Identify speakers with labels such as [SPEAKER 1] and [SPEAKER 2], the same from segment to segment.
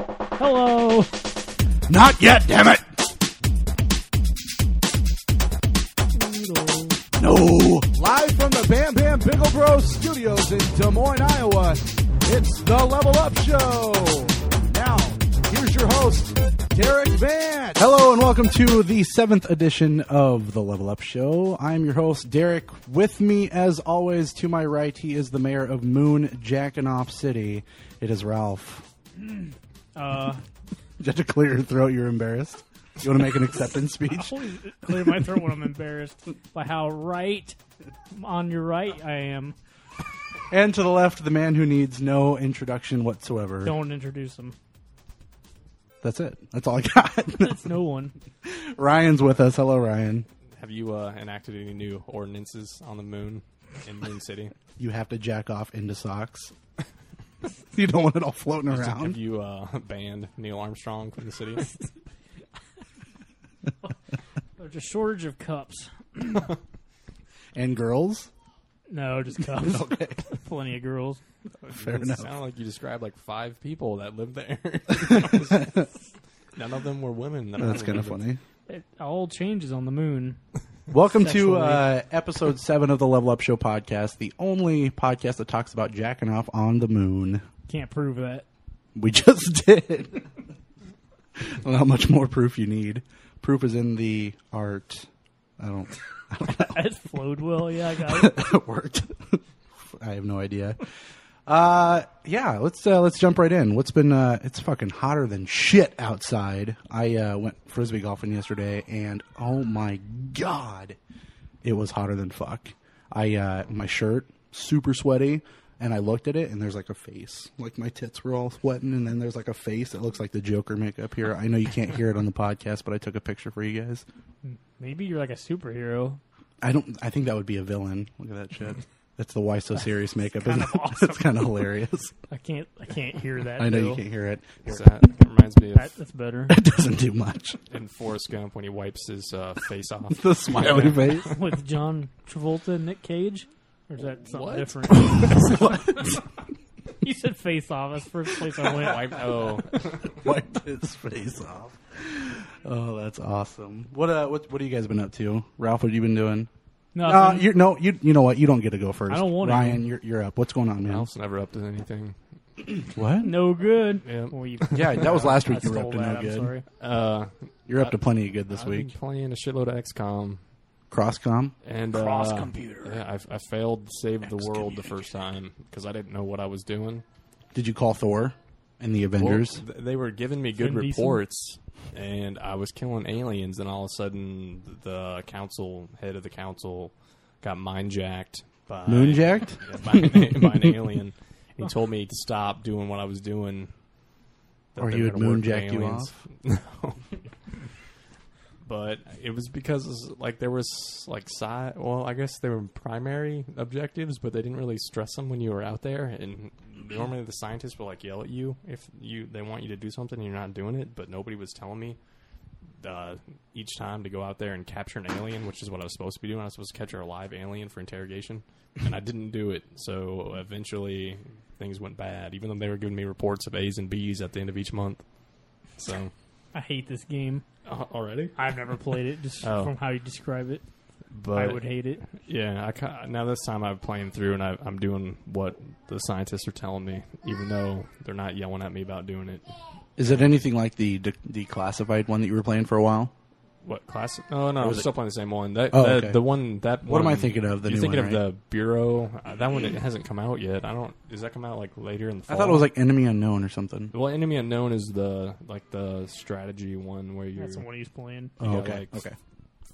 [SPEAKER 1] Hello.
[SPEAKER 2] Not yet, damn it! No!
[SPEAKER 3] Live from the Bam Bam Pickle Bros studios in Des Moines, Iowa, it's the Level Up Show. Now, here's your host, Derek Van.
[SPEAKER 4] Hello and welcome to the seventh edition of the Level Up Show. I'm your host, Derek. With me, as always, to my right, he is the mayor of Moon Jackanoff City. It is Ralph.
[SPEAKER 1] Uh,
[SPEAKER 4] You have to clear your throat, you're embarrassed. You want to make an acceptance speech?
[SPEAKER 1] please clear my throat when I'm embarrassed by how right on your right I am.
[SPEAKER 4] And to the left, the man who needs no introduction whatsoever.
[SPEAKER 1] Don't introduce him.
[SPEAKER 4] That's it. That's all I got.
[SPEAKER 1] It's no one.
[SPEAKER 4] Ryan's with us. Hello, Ryan.
[SPEAKER 5] Have you uh, enacted any new ordinances on the moon in Moon City?
[SPEAKER 4] You have to jack off into socks. you don't want it all floating around.
[SPEAKER 5] Have you uh, banned Neil Armstrong from the city?
[SPEAKER 1] There's a shortage of cups.
[SPEAKER 4] and girls?
[SPEAKER 1] No, just cups. Plenty of girls.
[SPEAKER 4] Fair
[SPEAKER 5] you
[SPEAKER 4] enough.
[SPEAKER 5] sound like you described like five people that lived there. None of them were women. that I
[SPEAKER 4] That's kind of
[SPEAKER 5] remember.
[SPEAKER 4] funny.
[SPEAKER 1] It all changes on the moon.
[SPEAKER 4] Welcome to
[SPEAKER 1] Sexually.
[SPEAKER 4] uh, episode seven of the Level Up Show podcast, the only podcast that talks about jacking off on the moon.
[SPEAKER 1] Can't prove that.
[SPEAKER 4] We just did. I don't know how much more proof you need. Proof is in the art. I don't.
[SPEAKER 1] It flowed well. Yeah, I got it.
[SPEAKER 4] it worked. I have no idea. Uh, yeah, let's uh, let's jump right in. What's been? Uh, it's fucking hotter than shit outside. I uh, went frisbee golfing yesterday, and oh my god, it was hotter than fuck. I uh, my shirt super sweaty, and I looked at it, and there's like a face. Like my tits were all sweating, and then there's like a face that looks like the Joker makeup here. I know you can't hear it on the podcast, but I took a picture for you guys.
[SPEAKER 1] Maybe you're like a superhero.
[SPEAKER 4] I don't. I think that would be a villain. Look at that shit. That's the why so serious makeup. It's kind of It's kind of hilarious.
[SPEAKER 1] I can't. I can't hear that.
[SPEAKER 4] I know
[SPEAKER 1] though.
[SPEAKER 4] you can't hear it.
[SPEAKER 5] So that that reminds me
[SPEAKER 1] That,
[SPEAKER 5] of
[SPEAKER 1] that's better.
[SPEAKER 4] It doesn't do much.
[SPEAKER 5] in Forrest Gump when he wipes his uh, face off.
[SPEAKER 4] The smiley face.
[SPEAKER 1] With John Travolta and Nick Cage? Or is that something
[SPEAKER 5] What?
[SPEAKER 1] different? you said face off. That's the first place I went.
[SPEAKER 5] Wipe- oh,
[SPEAKER 4] Wiped his face off. Oh, that's awesome. What uh, what what have you guys been up to, Ralph? What have you been doing? Uh,
[SPEAKER 1] Nothing.
[SPEAKER 4] you no, you you know what? You don't get to go first.
[SPEAKER 1] I don't want to.
[SPEAKER 4] Ryan, you're you're up. What's going on, man?
[SPEAKER 5] Alf's never up to anything.
[SPEAKER 4] What?
[SPEAKER 1] no good.
[SPEAKER 5] Yeah.
[SPEAKER 1] Well, you,
[SPEAKER 4] Yeah, that was last
[SPEAKER 1] I
[SPEAKER 4] week. You were
[SPEAKER 1] stole
[SPEAKER 4] up to
[SPEAKER 1] that.
[SPEAKER 4] no
[SPEAKER 1] I'm
[SPEAKER 4] good.
[SPEAKER 1] sorry.
[SPEAKER 5] Uh,
[SPEAKER 4] You're up to plenty of good this
[SPEAKER 5] I've been
[SPEAKER 4] week.
[SPEAKER 5] playing a shitload of XCOM
[SPEAKER 4] Crosscom.
[SPEAKER 5] and
[SPEAKER 1] Cross
[SPEAKER 5] uh,
[SPEAKER 1] computer.
[SPEAKER 5] Yeah, I, I failed Save the World the first time because I didn't know what I was doing.
[SPEAKER 4] Did you call Thor and the Avengers?
[SPEAKER 5] Well, th- they were giving me good
[SPEAKER 1] Vin Diesel?
[SPEAKER 5] reports, and I was killing aliens, and all of a sudden, the council head of the council got mind jacked by
[SPEAKER 4] Moonjacked.
[SPEAKER 5] yeah, by, an- by an alien. He told me to stop doing what I was doing. that
[SPEAKER 4] Or
[SPEAKER 5] they
[SPEAKER 4] he
[SPEAKER 5] were
[SPEAKER 4] would
[SPEAKER 5] gonna work the
[SPEAKER 4] moonjack you
[SPEAKER 5] aliens. No. But it was because like there was like side. Well, I guess they were primary objectives, but they didn't really stress them when you were out there. And normally the scientists will like yell at you if you they want you to do something and you're not doing it. But nobody was telling me uh, each time to go out there and capture an alien, which is what I was supposed to be doing. I was supposed to capture a live alien for interrogation, and I didn't do it. So eventually, things went bad. Even though they were giving me reports of A's and B's at the end of each month. So
[SPEAKER 1] I hate this game.
[SPEAKER 5] uh, already,
[SPEAKER 1] I've never played it, just
[SPEAKER 5] Oh.
[SPEAKER 1] from how you describe it.
[SPEAKER 5] but
[SPEAKER 1] I would hate it.
[SPEAKER 5] yeah. I ca- now this time I'm playing through, and I, I'm doing what the scientists are telling me, even though they're not yelling at me about doing it.
[SPEAKER 4] Is it anything like the de- declassified one that you were playing for a while?
[SPEAKER 5] What class? Oh
[SPEAKER 4] was
[SPEAKER 5] no, I'm
[SPEAKER 4] it-
[SPEAKER 5] still playing the same one. That,
[SPEAKER 4] Oh,
[SPEAKER 5] that-
[SPEAKER 4] okay.
[SPEAKER 5] the one that.
[SPEAKER 4] What am
[SPEAKER 5] one-
[SPEAKER 4] I thinking of? The
[SPEAKER 5] you're
[SPEAKER 4] new
[SPEAKER 5] thinking
[SPEAKER 4] one,
[SPEAKER 5] of the Bureau. Uh, that one it hasn't come out yet. I don't. Does that come out like later in the fall?
[SPEAKER 4] I thought it was like Enemy Unknown or something.
[SPEAKER 5] Well, Enemy Unknown is the like the strategy one where you're
[SPEAKER 1] That's the one he's playing.
[SPEAKER 5] you
[SPEAKER 4] Oh,
[SPEAKER 5] got,
[SPEAKER 4] okay,
[SPEAKER 5] like,
[SPEAKER 4] okay.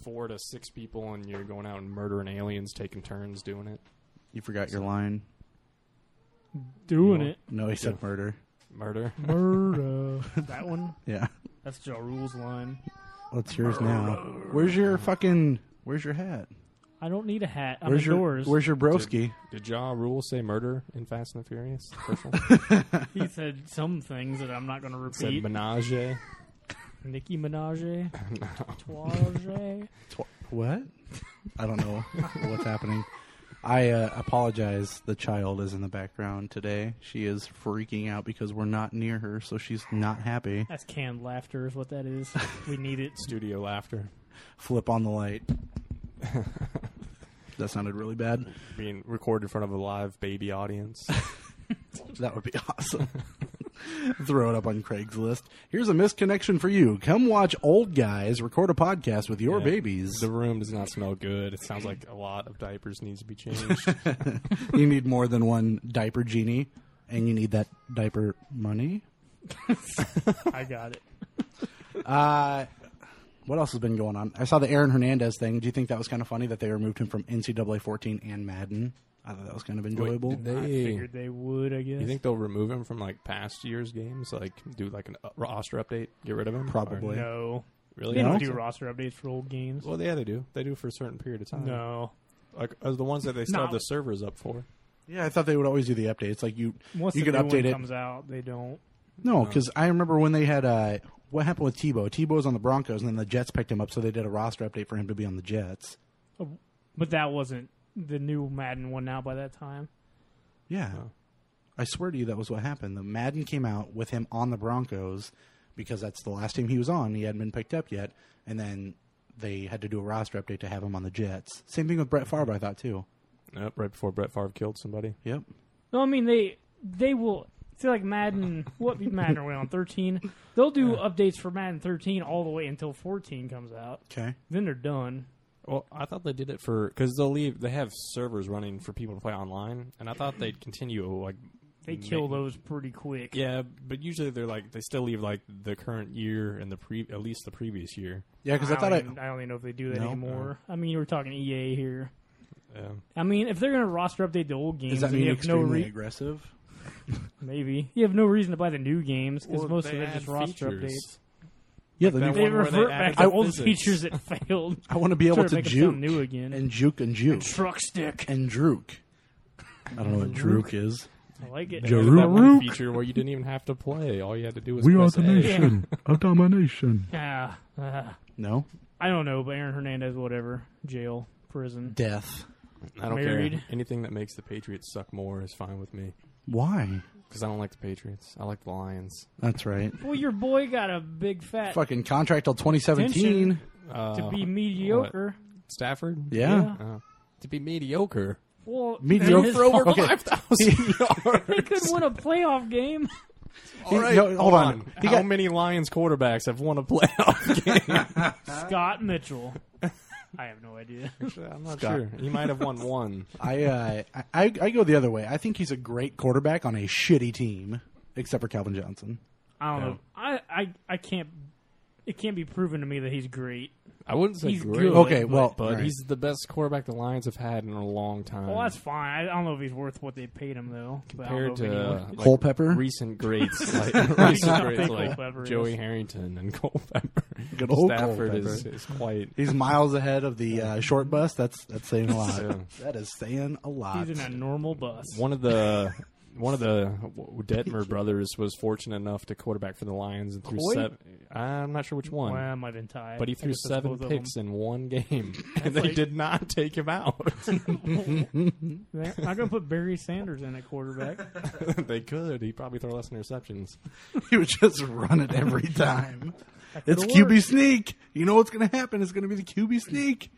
[SPEAKER 5] four to six people and you're going out and murdering aliens, taking turns doing it.
[SPEAKER 4] You forgot your line.
[SPEAKER 1] Doing
[SPEAKER 5] You
[SPEAKER 1] it.
[SPEAKER 4] No, he said
[SPEAKER 5] Yeah.
[SPEAKER 4] murder.
[SPEAKER 5] Murder.
[SPEAKER 1] Murder. that one?
[SPEAKER 4] Yeah.
[SPEAKER 1] That's Ja Rule's line.
[SPEAKER 4] Let's yours now. Where's your fucking? Where's your hat?
[SPEAKER 1] I don't need a hat. I'm
[SPEAKER 4] Where's
[SPEAKER 1] indoors.
[SPEAKER 4] your? Where's your broski?
[SPEAKER 5] Did Ja Rule say murder in Fast and the Furious? The first one?
[SPEAKER 1] he said some things that I'm not going to
[SPEAKER 5] said
[SPEAKER 1] repeat.
[SPEAKER 5] menage. a.
[SPEAKER 1] Nicki Minaj. Tourage.
[SPEAKER 4] What? I don't know what's happening. I uh, apologize. The child is in the background today. She is freaking out because we're not near her, so she's not happy.
[SPEAKER 1] That's canned laughter, is what that is. We need it.
[SPEAKER 5] Studio laughter.
[SPEAKER 4] Flip on the light. that sounded really bad.
[SPEAKER 5] Being recorded in front of a live baby audience.
[SPEAKER 4] That would be awesome. Throw it up on Craigslist. Here's a misconnection for you. Come watch old guys record a podcast with your
[SPEAKER 5] Yeah.
[SPEAKER 4] babies.
[SPEAKER 5] The room does not smell good. It sounds like a lot of diapers needs to be changed.
[SPEAKER 4] you need more than one diaper genie, and you need that diaper money.
[SPEAKER 1] I got it.
[SPEAKER 4] Uh, what else has been going on? I saw the Aaron Hernandez thing. Do you think that was kind of funny that they removed him from NCAA 14 and Madden? I thought that was kind of enjoyable.
[SPEAKER 5] Wait, did they-
[SPEAKER 1] I figured they would. I guess.
[SPEAKER 5] you think they'll remove him from like past years' games? Like do like an uh, roster update? Get rid of him?
[SPEAKER 4] Probably.
[SPEAKER 5] Or-
[SPEAKER 1] no.
[SPEAKER 5] really?
[SPEAKER 1] They
[SPEAKER 5] You
[SPEAKER 1] don't
[SPEAKER 5] think
[SPEAKER 1] do
[SPEAKER 5] so?
[SPEAKER 1] roster updates for old games.
[SPEAKER 5] Well, yeah, they do. They do for a certain period of time.
[SPEAKER 1] No.
[SPEAKER 5] like uh, the ones that they still have
[SPEAKER 1] No.
[SPEAKER 5] the servers up for.
[SPEAKER 4] Yeah, I thought they would always do the updates. Like you,
[SPEAKER 1] Once
[SPEAKER 4] you
[SPEAKER 1] the
[SPEAKER 4] could
[SPEAKER 1] new
[SPEAKER 4] update
[SPEAKER 1] one
[SPEAKER 4] it.
[SPEAKER 1] comes out, they don't.
[SPEAKER 4] No, because I remember when they had uh, what happened with Tebow. Tebow's on the Broncos, and then the Jets picked him up, so they did a roster update for him to be on the Jets.
[SPEAKER 1] But that wasn't the new Madden one now by that time.
[SPEAKER 4] Yeah, I swear to you, that was what happened. The Madden came out with him on the Broncos because that's the last team he was on. He hadn't been picked up yet, and then they had to do a roster update to have him on the Jets. Same thing with Brett Favre, I thought too.
[SPEAKER 5] Yep, right before Brett Favre killed somebody.
[SPEAKER 4] Yep.
[SPEAKER 1] No, I mean they they will see like Madden. What Madden are we on? Thirteen. They'll do updates for Madden thirteen all the way until fourteen comes out.
[SPEAKER 4] Okay.
[SPEAKER 1] Then they're done.
[SPEAKER 5] Well, I thought they did it for because they'll leave. They have servers running for people to play online, and I thought they'd continue like
[SPEAKER 1] They kill
[SPEAKER 5] Ma-
[SPEAKER 1] those pretty quick.
[SPEAKER 5] Mm, Yeah, but usually they're like they still leave like the current year and the pre at least the previous year.
[SPEAKER 4] Yeah, because I,
[SPEAKER 1] don't
[SPEAKER 4] thought I.
[SPEAKER 1] even, I don't even know if they do that
[SPEAKER 4] No?
[SPEAKER 1] anymore. I mean, we're talking EA here.
[SPEAKER 5] Yeah.
[SPEAKER 1] I mean, if they're gonna roster update the old games,
[SPEAKER 4] Does that
[SPEAKER 1] then
[SPEAKER 4] mean
[SPEAKER 1] you have no
[SPEAKER 4] extremely
[SPEAKER 1] re-
[SPEAKER 4] aggressive?
[SPEAKER 1] maybe you have no reason to buy the new games because
[SPEAKER 5] Well,
[SPEAKER 1] most
[SPEAKER 5] they
[SPEAKER 1] of it's
[SPEAKER 5] add
[SPEAKER 1] just roster
[SPEAKER 5] features.
[SPEAKER 1] updates.
[SPEAKER 4] Yeah,
[SPEAKER 5] Like
[SPEAKER 4] the
[SPEAKER 5] that
[SPEAKER 4] new,
[SPEAKER 1] They
[SPEAKER 5] one where they
[SPEAKER 1] revert back
[SPEAKER 5] added
[SPEAKER 1] to
[SPEAKER 5] the
[SPEAKER 1] old
[SPEAKER 5] physics.
[SPEAKER 1] features that failed.
[SPEAKER 4] I want to be able
[SPEAKER 1] Try to
[SPEAKER 4] to
[SPEAKER 1] make 'em sound
[SPEAKER 4] juke
[SPEAKER 1] new again.
[SPEAKER 4] and juke and juke
[SPEAKER 1] Truck stick.
[SPEAKER 4] and druk. I don't know what druk is.
[SPEAKER 1] I like it.
[SPEAKER 5] They added that one
[SPEAKER 2] Jarook.
[SPEAKER 5] feature where you didn't even have to play; all you had to do was
[SPEAKER 2] We are
[SPEAKER 5] press
[SPEAKER 2] the
[SPEAKER 5] A.
[SPEAKER 2] nation of domination.
[SPEAKER 1] Yeah. Ah.
[SPEAKER 4] No,
[SPEAKER 1] I don't know, but Aaron Hernandez, whatever, jail, prison.
[SPEAKER 4] death.
[SPEAKER 5] I don't
[SPEAKER 1] Married.
[SPEAKER 5] care. Anything that makes the Patriots suck more is fine with me
[SPEAKER 4] Why?
[SPEAKER 5] because I don't like the Patriots. I like the Lions.
[SPEAKER 4] That's right.
[SPEAKER 1] Well, your boy got a big fat
[SPEAKER 4] Fucking contract till 2017.
[SPEAKER 5] Uh,
[SPEAKER 1] to be mediocre.
[SPEAKER 5] Stafford.
[SPEAKER 4] Yeah.
[SPEAKER 5] Uh, to be mediocre.
[SPEAKER 1] Well,
[SPEAKER 4] Mediocre
[SPEAKER 1] his-
[SPEAKER 4] over Okay.
[SPEAKER 5] thousand
[SPEAKER 1] He could win a playoff game.
[SPEAKER 4] He- no, hold, on. He
[SPEAKER 5] How
[SPEAKER 4] got
[SPEAKER 5] many Lions quarterbacks have won a playoff game?
[SPEAKER 1] Scott Mitchell. I have no idea.
[SPEAKER 5] I'm not sure. He might have won one.
[SPEAKER 4] I, uh, I I I go the other way. I think he's a great quarterback on a shitty team, except for Calvin Johnson.
[SPEAKER 1] I don't know. I, I I can't. It can't be proven to me that he's great.
[SPEAKER 5] I wouldn't say
[SPEAKER 1] He's
[SPEAKER 5] great.
[SPEAKER 1] good,
[SPEAKER 4] Okay,
[SPEAKER 1] but-
[SPEAKER 4] well,
[SPEAKER 5] But
[SPEAKER 4] all right.
[SPEAKER 5] he's the best quarterback the Lions have had in a long time.
[SPEAKER 1] Well, that's fine. I don't know if he's worth what they paid him though. But
[SPEAKER 5] compared
[SPEAKER 1] I don't know if
[SPEAKER 5] to
[SPEAKER 1] anyone-
[SPEAKER 5] uh, like,
[SPEAKER 4] Culpepper?
[SPEAKER 5] recent greats like recent
[SPEAKER 1] think
[SPEAKER 5] greats
[SPEAKER 1] Culpepper
[SPEAKER 5] like
[SPEAKER 1] is.
[SPEAKER 5] Joey Harrington and Culpepper.
[SPEAKER 4] Good old
[SPEAKER 5] Stafford Is,
[SPEAKER 4] Culpepper.
[SPEAKER 5] is quite.
[SPEAKER 4] he's miles ahead of the uh, short bus. That's that's saying a lot.
[SPEAKER 5] Yeah.
[SPEAKER 4] That is saying a lot.
[SPEAKER 1] he's in a normal bus.
[SPEAKER 5] uh, One of the one of the w- Detmer brothers was fortunate enough to quarterback for the Lions and threw
[SPEAKER 1] Coy?
[SPEAKER 5] seven. I'm not sure which one,
[SPEAKER 1] Well, I might have been tied.
[SPEAKER 5] but he
[SPEAKER 1] I
[SPEAKER 5] threw
[SPEAKER 1] guess that's
[SPEAKER 5] seven
[SPEAKER 1] both of
[SPEAKER 5] picks in one game, and they
[SPEAKER 1] like-
[SPEAKER 5] did not take him out.
[SPEAKER 1] them. I'm gonna put Barry Sanders in at quarterback.
[SPEAKER 5] they could. He probably throw less interceptions.
[SPEAKER 4] he would just run it every time. it's
[SPEAKER 1] could've
[SPEAKER 4] QB
[SPEAKER 1] worked.
[SPEAKER 4] sneak. You know what's going to happen? It's going to be the QB sneak.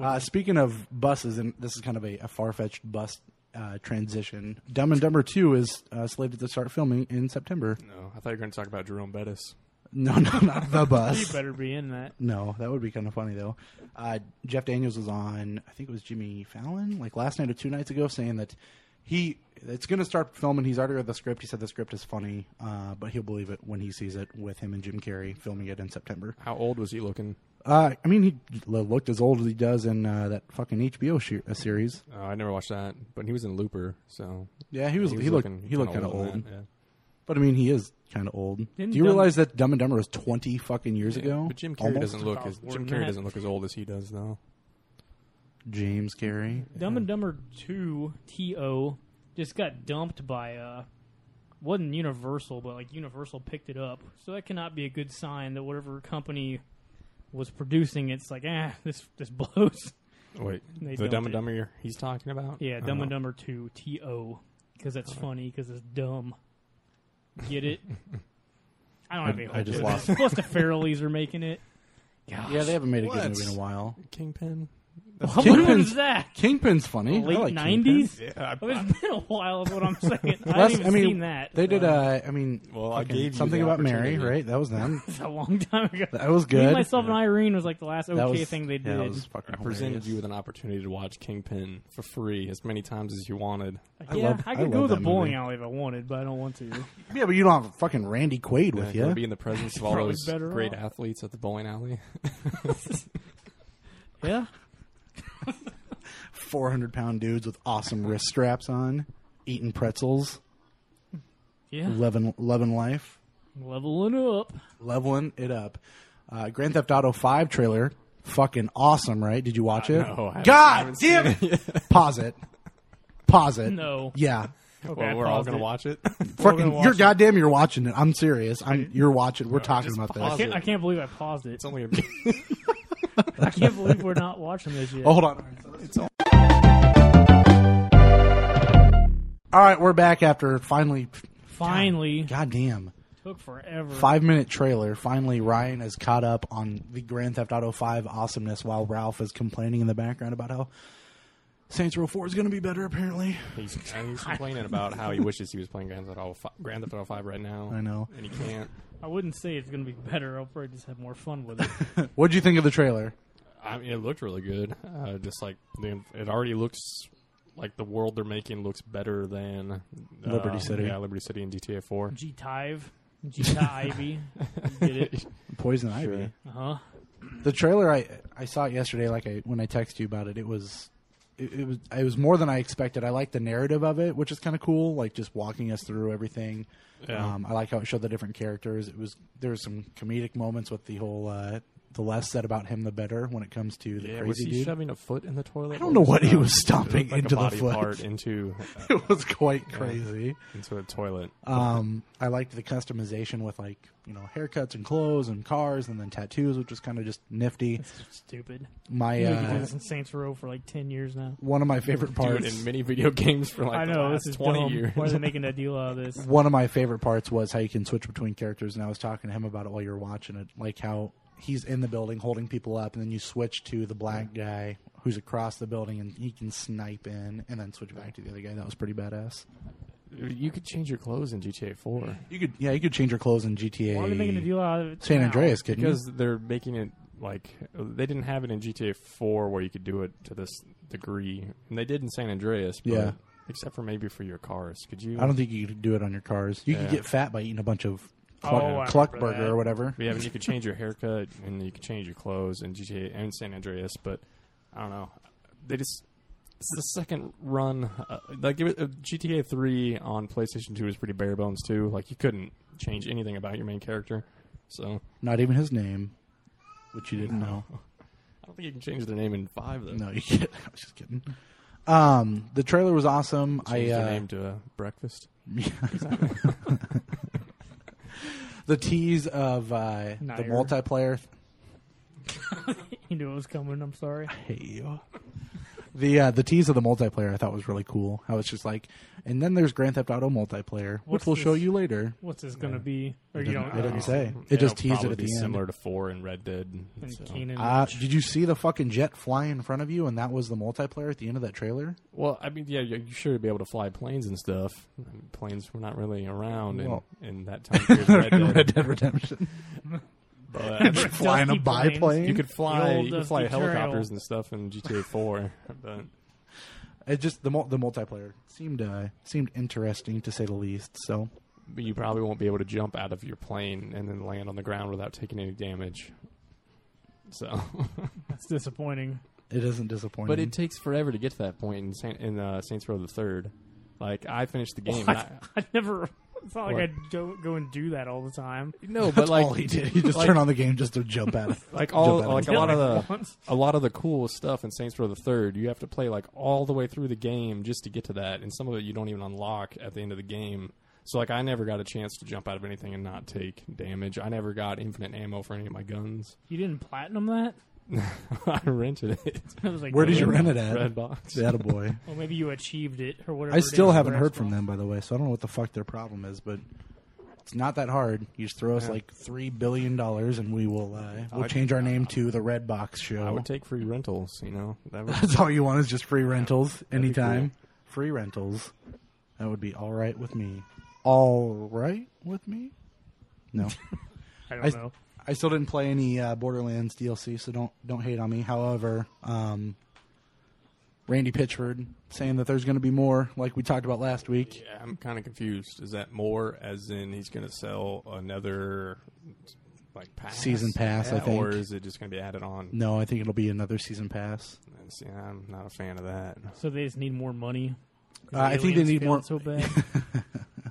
[SPEAKER 4] Uh, speaking of buses, and this is kind of a, a far fetched bus uh, transition. Dumb and Dumber Two is uh, slated to start filming in September.
[SPEAKER 5] No, I thought you were going to talk about Jerome Bettis.
[SPEAKER 4] No, no, not the
[SPEAKER 1] he
[SPEAKER 4] bus.
[SPEAKER 1] better be in that.
[SPEAKER 4] No, that would be kind of funny though. Uh, Jeff Daniels was on, I think it was Jimmy Fallon, like last night or two nights ago, saying that he it's going to start filming. He's already read the script. He said the script is funny, uh, but he'll believe it when he sees it with him and Jim Carrey filming it in September.
[SPEAKER 5] How old was he looking?
[SPEAKER 4] Uh, I mean, he lo- looked as old as he does in uh, that fucking HBO sh- uh, series.
[SPEAKER 5] Oh, I never watched that, but he was in Looper, so
[SPEAKER 4] Yeah, he was. He, looked. He looked kind
[SPEAKER 5] kinda
[SPEAKER 4] of old,
[SPEAKER 5] in that, yeah.
[SPEAKER 4] but I mean, he is kind of old.
[SPEAKER 1] Didn't
[SPEAKER 4] Do you
[SPEAKER 1] Dumb-
[SPEAKER 4] realize that Dumb and Dumber was twenty fucking years ago?
[SPEAKER 5] But Jim Carrey
[SPEAKER 4] Almost?
[SPEAKER 5] doesn't look
[SPEAKER 1] Oh,
[SPEAKER 5] as
[SPEAKER 1] more
[SPEAKER 5] Jim
[SPEAKER 1] than
[SPEAKER 5] Carrey
[SPEAKER 1] that.
[SPEAKER 5] doesn't look as old as he does though.
[SPEAKER 4] James Carrey.
[SPEAKER 1] Dumb and Dumber Two T O just got dumped by uh wasn't Universal, but like Universal picked it up. So that cannot be a good sign that whatever company was producing it's like, ah, this this blows.
[SPEAKER 5] Wait,
[SPEAKER 1] They
[SPEAKER 5] the Dumb
[SPEAKER 1] dumped
[SPEAKER 5] and
[SPEAKER 1] it.
[SPEAKER 5] Dumber he's talking about?
[SPEAKER 1] Yeah,
[SPEAKER 5] I
[SPEAKER 1] Dumb and
[SPEAKER 5] don't
[SPEAKER 1] Dumber 2, T O, because that's funny, because it's dumb. Get it? I don't have any hope.
[SPEAKER 4] I just
[SPEAKER 1] for
[SPEAKER 4] lost-
[SPEAKER 1] this. Plus, the Farrellys are making it.
[SPEAKER 4] Yeah, they haven't made a
[SPEAKER 5] What?
[SPEAKER 4] good movie in a while.
[SPEAKER 5] know. Kingpin.
[SPEAKER 1] What
[SPEAKER 4] Kingpin's-
[SPEAKER 1] was that?
[SPEAKER 4] Kingpin's funny. I
[SPEAKER 1] Late
[SPEAKER 4] like
[SPEAKER 1] nineties?
[SPEAKER 5] Yeah, I-
[SPEAKER 1] Well, it's been a while, is what I'm saying. I
[SPEAKER 4] that's-
[SPEAKER 1] haven't even
[SPEAKER 4] I mean,
[SPEAKER 1] seen that.
[SPEAKER 4] Kingpin. They did. Uh, I mean,
[SPEAKER 5] Well, I
[SPEAKER 4] fucking
[SPEAKER 5] gave you
[SPEAKER 4] something
[SPEAKER 5] the
[SPEAKER 4] about Mary,
[SPEAKER 5] opportunity.
[SPEAKER 4] right? That was them.
[SPEAKER 1] It's a long time ago.
[SPEAKER 4] That was
[SPEAKER 1] Me,
[SPEAKER 4] good.
[SPEAKER 1] myself, and Irene was like the last
[SPEAKER 4] that
[SPEAKER 1] okay
[SPEAKER 4] was,
[SPEAKER 1] thing they did.
[SPEAKER 4] yeah, that was fucking
[SPEAKER 5] I presented
[SPEAKER 4] hilarious.
[SPEAKER 5] you with an opportunity to watch Kingpin for free as many times as you wanted.
[SPEAKER 1] Like,
[SPEAKER 4] I
[SPEAKER 1] yeah,
[SPEAKER 4] love-
[SPEAKER 1] I
[SPEAKER 4] I
[SPEAKER 1] could
[SPEAKER 4] love
[SPEAKER 1] go to the
[SPEAKER 4] that
[SPEAKER 1] bowling
[SPEAKER 4] movie.
[SPEAKER 1] alley if I wanted, but I don't want to.
[SPEAKER 4] Yeah, but you don't have fucking Randy Quaid
[SPEAKER 5] Yeah,
[SPEAKER 4] with
[SPEAKER 5] you wanna
[SPEAKER 4] you.
[SPEAKER 5] be in the presence of all
[SPEAKER 1] Probably
[SPEAKER 5] those
[SPEAKER 1] better
[SPEAKER 5] great
[SPEAKER 1] off.
[SPEAKER 5] athletes at the bowling alley.
[SPEAKER 1] yeah,
[SPEAKER 4] Four hundred pound dudes with awesome wrist straps on, eating pretzels,
[SPEAKER 1] yeah,
[SPEAKER 4] loving loving life,
[SPEAKER 1] leveling up.
[SPEAKER 4] leveling it up. Uh, Grand Theft Auto Five trailer, fucking awesome, right? Did you watch it?
[SPEAKER 5] no, Oh, I haven't- I
[SPEAKER 4] God
[SPEAKER 5] haven't
[SPEAKER 4] damn it! Pause it. Pause it.
[SPEAKER 1] No.
[SPEAKER 4] Yeah.
[SPEAKER 1] Okay, I
[SPEAKER 5] well, we're all
[SPEAKER 1] paused
[SPEAKER 5] gonna
[SPEAKER 1] it.
[SPEAKER 5] watch it.
[SPEAKER 1] gonna
[SPEAKER 4] Fucking,
[SPEAKER 1] watch
[SPEAKER 4] you're
[SPEAKER 1] it.
[SPEAKER 4] goddamn, you're watching it. I'm serious. I'm, you're watching. We're talking
[SPEAKER 5] just
[SPEAKER 4] about
[SPEAKER 1] I
[SPEAKER 5] pause
[SPEAKER 4] this.
[SPEAKER 1] can't, I can't believe I paused it.
[SPEAKER 5] it's only gonna be
[SPEAKER 1] I can't believe we're not watching this yet.
[SPEAKER 4] Oh, hold on. All right, we're back after finally.
[SPEAKER 1] Finally,
[SPEAKER 4] Goddamn,
[SPEAKER 1] took forever.
[SPEAKER 4] five minute trailer. Finally, Ryan has caught up on the Grand Theft Auto Five awesomeness, while Ralph is complaining in the background about how Saints Row Four is going to be better. Apparently,
[SPEAKER 5] He's, and he's complaining about how he wishes he was playing Grand Theft Auto Five, Grand Theft Auto Five right now.
[SPEAKER 4] I know.
[SPEAKER 5] and he can't.
[SPEAKER 1] I wouldn't say it's going to be better. I'll probably just have more fun with it.
[SPEAKER 4] what'd you think of the trailer?
[SPEAKER 5] I mean, it looked really good. Uh, just like the, it already looks like the world they're making looks better than uh,
[SPEAKER 4] Liberty City. Um,
[SPEAKER 5] Yeah, Liberty City and GTA Four.
[SPEAKER 1] G Tive, G Ivy, You get it?
[SPEAKER 4] Poison Ivy.
[SPEAKER 1] Uh huh.
[SPEAKER 4] the trailer I I saw it yesterday. Like I when I texted you about it, it was it, it was it was more than I expected. I like the narrative of it, which is kind of cool. Like just walking us through everything.
[SPEAKER 5] Yeah.
[SPEAKER 4] Um, I like how it showed the different characters. It was there was some comedic moments with the whole uh, the less said about him, the better when it comes to the
[SPEAKER 5] Yeah, was
[SPEAKER 4] crazy
[SPEAKER 5] he
[SPEAKER 4] dude.
[SPEAKER 5] shoving a foot in the toilet?
[SPEAKER 4] I don't know what he was stomping
[SPEAKER 5] like
[SPEAKER 4] into the
[SPEAKER 5] a body
[SPEAKER 4] foot.
[SPEAKER 5] part into
[SPEAKER 4] It was quite crazy.
[SPEAKER 5] into the toilet.
[SPEAKER 4] Um, I liked the customization with like you know haircuts and clothes and cars and then tattoos, which was kind of just nifty.
[SPEAKER 1] It's just stupid.
[SPEAKER 4] My
[SPEAKER 1] We've been doing
[SPEAKER 4] uh,
[SPEAKER 1] this in Saints Row for like ten years now.
[SPEAKER 4] one of my favorite
[SPEAKER 5] Do
[SPEAKER 4] parts
[SPEAKER 5] it in many video games for like
[SPEAKER 1] I
[SPEAKER 5] the
[SPEAKER 1] know
[SPEAKER 5] last
[SPEAKER 1] this is
[SPEAKER 5] twenty
[SPEAKER 1] dumb.
[SPEAKER 5] years.
[SPEAKER 1] Why are they making a deal out of this?
[SPEAKER 4] one of my favorite parts was how you can switch between characters and i was talking to him about it while you were watching it like how he's in the building holding people up and then you switch to the black guy who's across the building and he can snipe in and then switch back to the other guy that was pretty badass
[SPEAKER 5] you could change your clothes in GTA Four
[SPEAKER 4] you could yeah you could change your clothes in
[SPEAKER 1] Why are they making a
[SPEAKER 4] gta
[SPEAKER 1] deal out of it?
[SPEAKER 4] san
[SPEAKER 1] now?
[SPEAKER 4] andreas couldn't you
[SPEAKER 5] because they're making it like they didn't have it in GTA Four where you could do it to this degree, and they did in San Andreas. But
[SPEAKER 4] Yeah.
[SPEAKER 5] except for maybe for your cars. Could you?
[SPEAKER 4] i don't think you could do it on your cars you could
[SPEAKER 5] Yeah.
[SPEAKER 4] get fat by eating a bunch of
[SPEAKER 1] Oh, I
[SPEAKER 4] cluck, cluck
[SPEAKER 1] remember
[SPEAKER 4] burger
[SPEAKER 1] that.
[SPEAKER 4] or whatever
[SPEAKER 5] Yeah, I mean, you could change your haircut and you could change your clothes in GTA and San Andreas, but I don't know. They just it's the second run. Uh, like it was- uh, GTA Three on PlayStation Two was pretty bare bones too. Like you couldn't change anything about your main character, so
[SPEAKER 4] not even his name which you didn't know
[SPEAKER 5] I don't think you can change their name in Five though.
[SPEAKER 4] no you can't i was just kidding um the trailer was awesome i
[SPEAKER 5] Change
[SPEAKER 4] uh,
[SPEAKER 5] their name to uh, Breakfast.
[SPEAKER 4] the tease of uh, the
[SPEAKER 1] Nair.
[SPEAKER 4] multiplayer.
[SPEAKER 1] You knew it was coming. I'm sorry.
[SPEAKER 4] Hey, the uh, the tease of the multiplayer I thought was really cool. How it's just like, and then there's Grand Theft Auto multiplayer, which
[SPEAKER 1] What's
[SPEAKER 4] we'll
[SPEAKER 1] this?
[SPEAKER 4] show you later.
[SPEAKER 1] What's this going to be? Or you
[SPEAKER 4] didn't-
[SPEAKER 1] don't
[SPEAKER 4] I didn't
[SPEAKER 1] know.
[SPEAKER 4] say. It
[SPEAKER 5] Um, It'll
[SPEAKER 4] just teased it
[SPEAKER 5] probably
[SPEAKER 4] at
[SPEAKER 5] be
[SPEAKER 4] the end.
[SPEAKER 5] similar to Four and Red Dead.
[SPEAKER 1] And
[SPEAKER 5] so.
[SPEAKER 1] Keenan.
[SPEAKER 4] Uh, did you see the fucking jet fly in front of you, and that was the multiplayer at the end of that trailer?
[SPEAKER 5] Well, I mean, yeah, you sure to be able to fly planes and stuff. I mean, planes were not really around
[SPEAKER 4] Well-
[SPEAKER 5] in, in that time period. of Red Dead.
[SPEAKER 4] Red Dead Redemption,
[SPEAKER 5] But I mean,
[SPEAKER 4] flying a
[SPEAKER 1] Dusty planes.
[SPEAKER 4] biplane.
[SPEAKER 5] you could
[SPEAKER 1] The
[SPEAKER 5] fly,
[SPEAKER 1] old
[SPEAKER 5] you
[SPEAKER 4] uh,
[SPEAKER 5] could fly
[SPEAKER 1] dusty trail.
[SPEAKER 5] helicopters and stuff in GTA Four. But
[SPEAKER 4] it just the mul- the multiplayer seemed uh, seemed interesting to say the least. So
[SPEAKER 5] but you probably won't be able to jump out of your plane and then land on the ground without taking any damage. So,
[SPEAKER 1] That's disappointing.
[SPEAKER 4] it isn't disappointing.
[SPEAKER 5] but it takes forever to get to that point in Saint, in uh, Saints Row the Third. Like I finished the game. and
[SPEAKER 1] I,
[SPEAKER 5] I,
[SPEAKER 1] I never. It's not
[SPEAKER 5] What?
[SPEAKER 1] like I don't go and do that all the time.
[SPEAKER 5] no, but
[SPEAKER 4] that's
[SPEAKER 5] like
[SPEAKER 4] all he did. He just
[SPEAKER 5] like-
[SPEAKER 4] turned on the game just to jump at it.
[SPEAKER 5] like all
[SPEAKER 4] Jump out of
[SPEAKER 5] like
[SPEAKER 4] the
[SPEAKER 5] a lot of the
[SPEAKER 1] Once.
[SPEAKER 5] a lot of the cool stuff in Saints Row the Third, you have to play like all the way through the game just to get to that, and some of it you don't even unlock at the end of the game. So like I never got a chance to jump out of anything and not take damage. I never got infinite ammo for any of my guns.
[SPEAKER 1] You didn't platinum that?
[SPEAKER 5] I rented it.
[SPEAKER 1] I was like,
[SPEAKER 4] Where did you
[SPEAKER 1] "Really?"
[SPEAKER 4] rent it at?
[SPEAKER 5] Red box.
[SPEAKER 4] That a boy.
[SPEAKER 1] Well, maybe you achieved it or whatever.
[SPEAKER 4] I
[SPEAKER 1] it
[SPEAKER 4] still
[SPEAKER 1] is,
[SPEAKER 4] haven't
[SPEAKER 1] or
[SPEAKER 4] heard from
[SPEAKER 1] Xbox.
[SPEAKER 4] them, by the way, so I don't know what the fuck their problem is, but it's not that hard. You just throw us like three billion dollars, and we will uh, we'll
[SPEAKER 5] I'd-
[SPEAKER 4] change our name to the Red Box
[SPEAKER 5] I
[SPEAKER 4] Show.
[SPEAKER 5] would take free rentals. You know, that would,
[SPEAKER 4] That's all you want is just free rentals
[SPEAKER 5] be cool.
[SPEAKER 4] anytime. Free rentals. That would be all right with me. All right with me? No,
[SPEAKER 1] I
[SPEAKER 4] I-
[SPEAKER 1] don't know.
[SPEAKER 4] I still didn't play any uh, Borderlands DLC, so don't don't hate on me. However, um, Randy Pitchford saying that there's going to be more, like we talked about last week.
[SPEAKER 5] yeah, I'm kind of confused. Is that more as in he's going to sell another like pass
[SPEAKER 4] Season pass, I
[SPEAKER 5] Yeah, or
[SPEAKER 4] think.
[SPEAKER 5] is it just going to be added on?
[SPEAKER 4] No, I think it'll be another season pass.
[SPEAKER 5] And See, I'm not a fan of that.
[SPEAKER 1] So they just need more money. 'Cause
[SPEAKER 4] Uh,
[SPEAKER 1] the
[SPEAKER 4] I think they
[SPEAKER 1] aliens
[SPEAKER 4] need
[SPEAKER 1] failed
[SPEAKER 4] more-
[SPEAKER 1] So bad.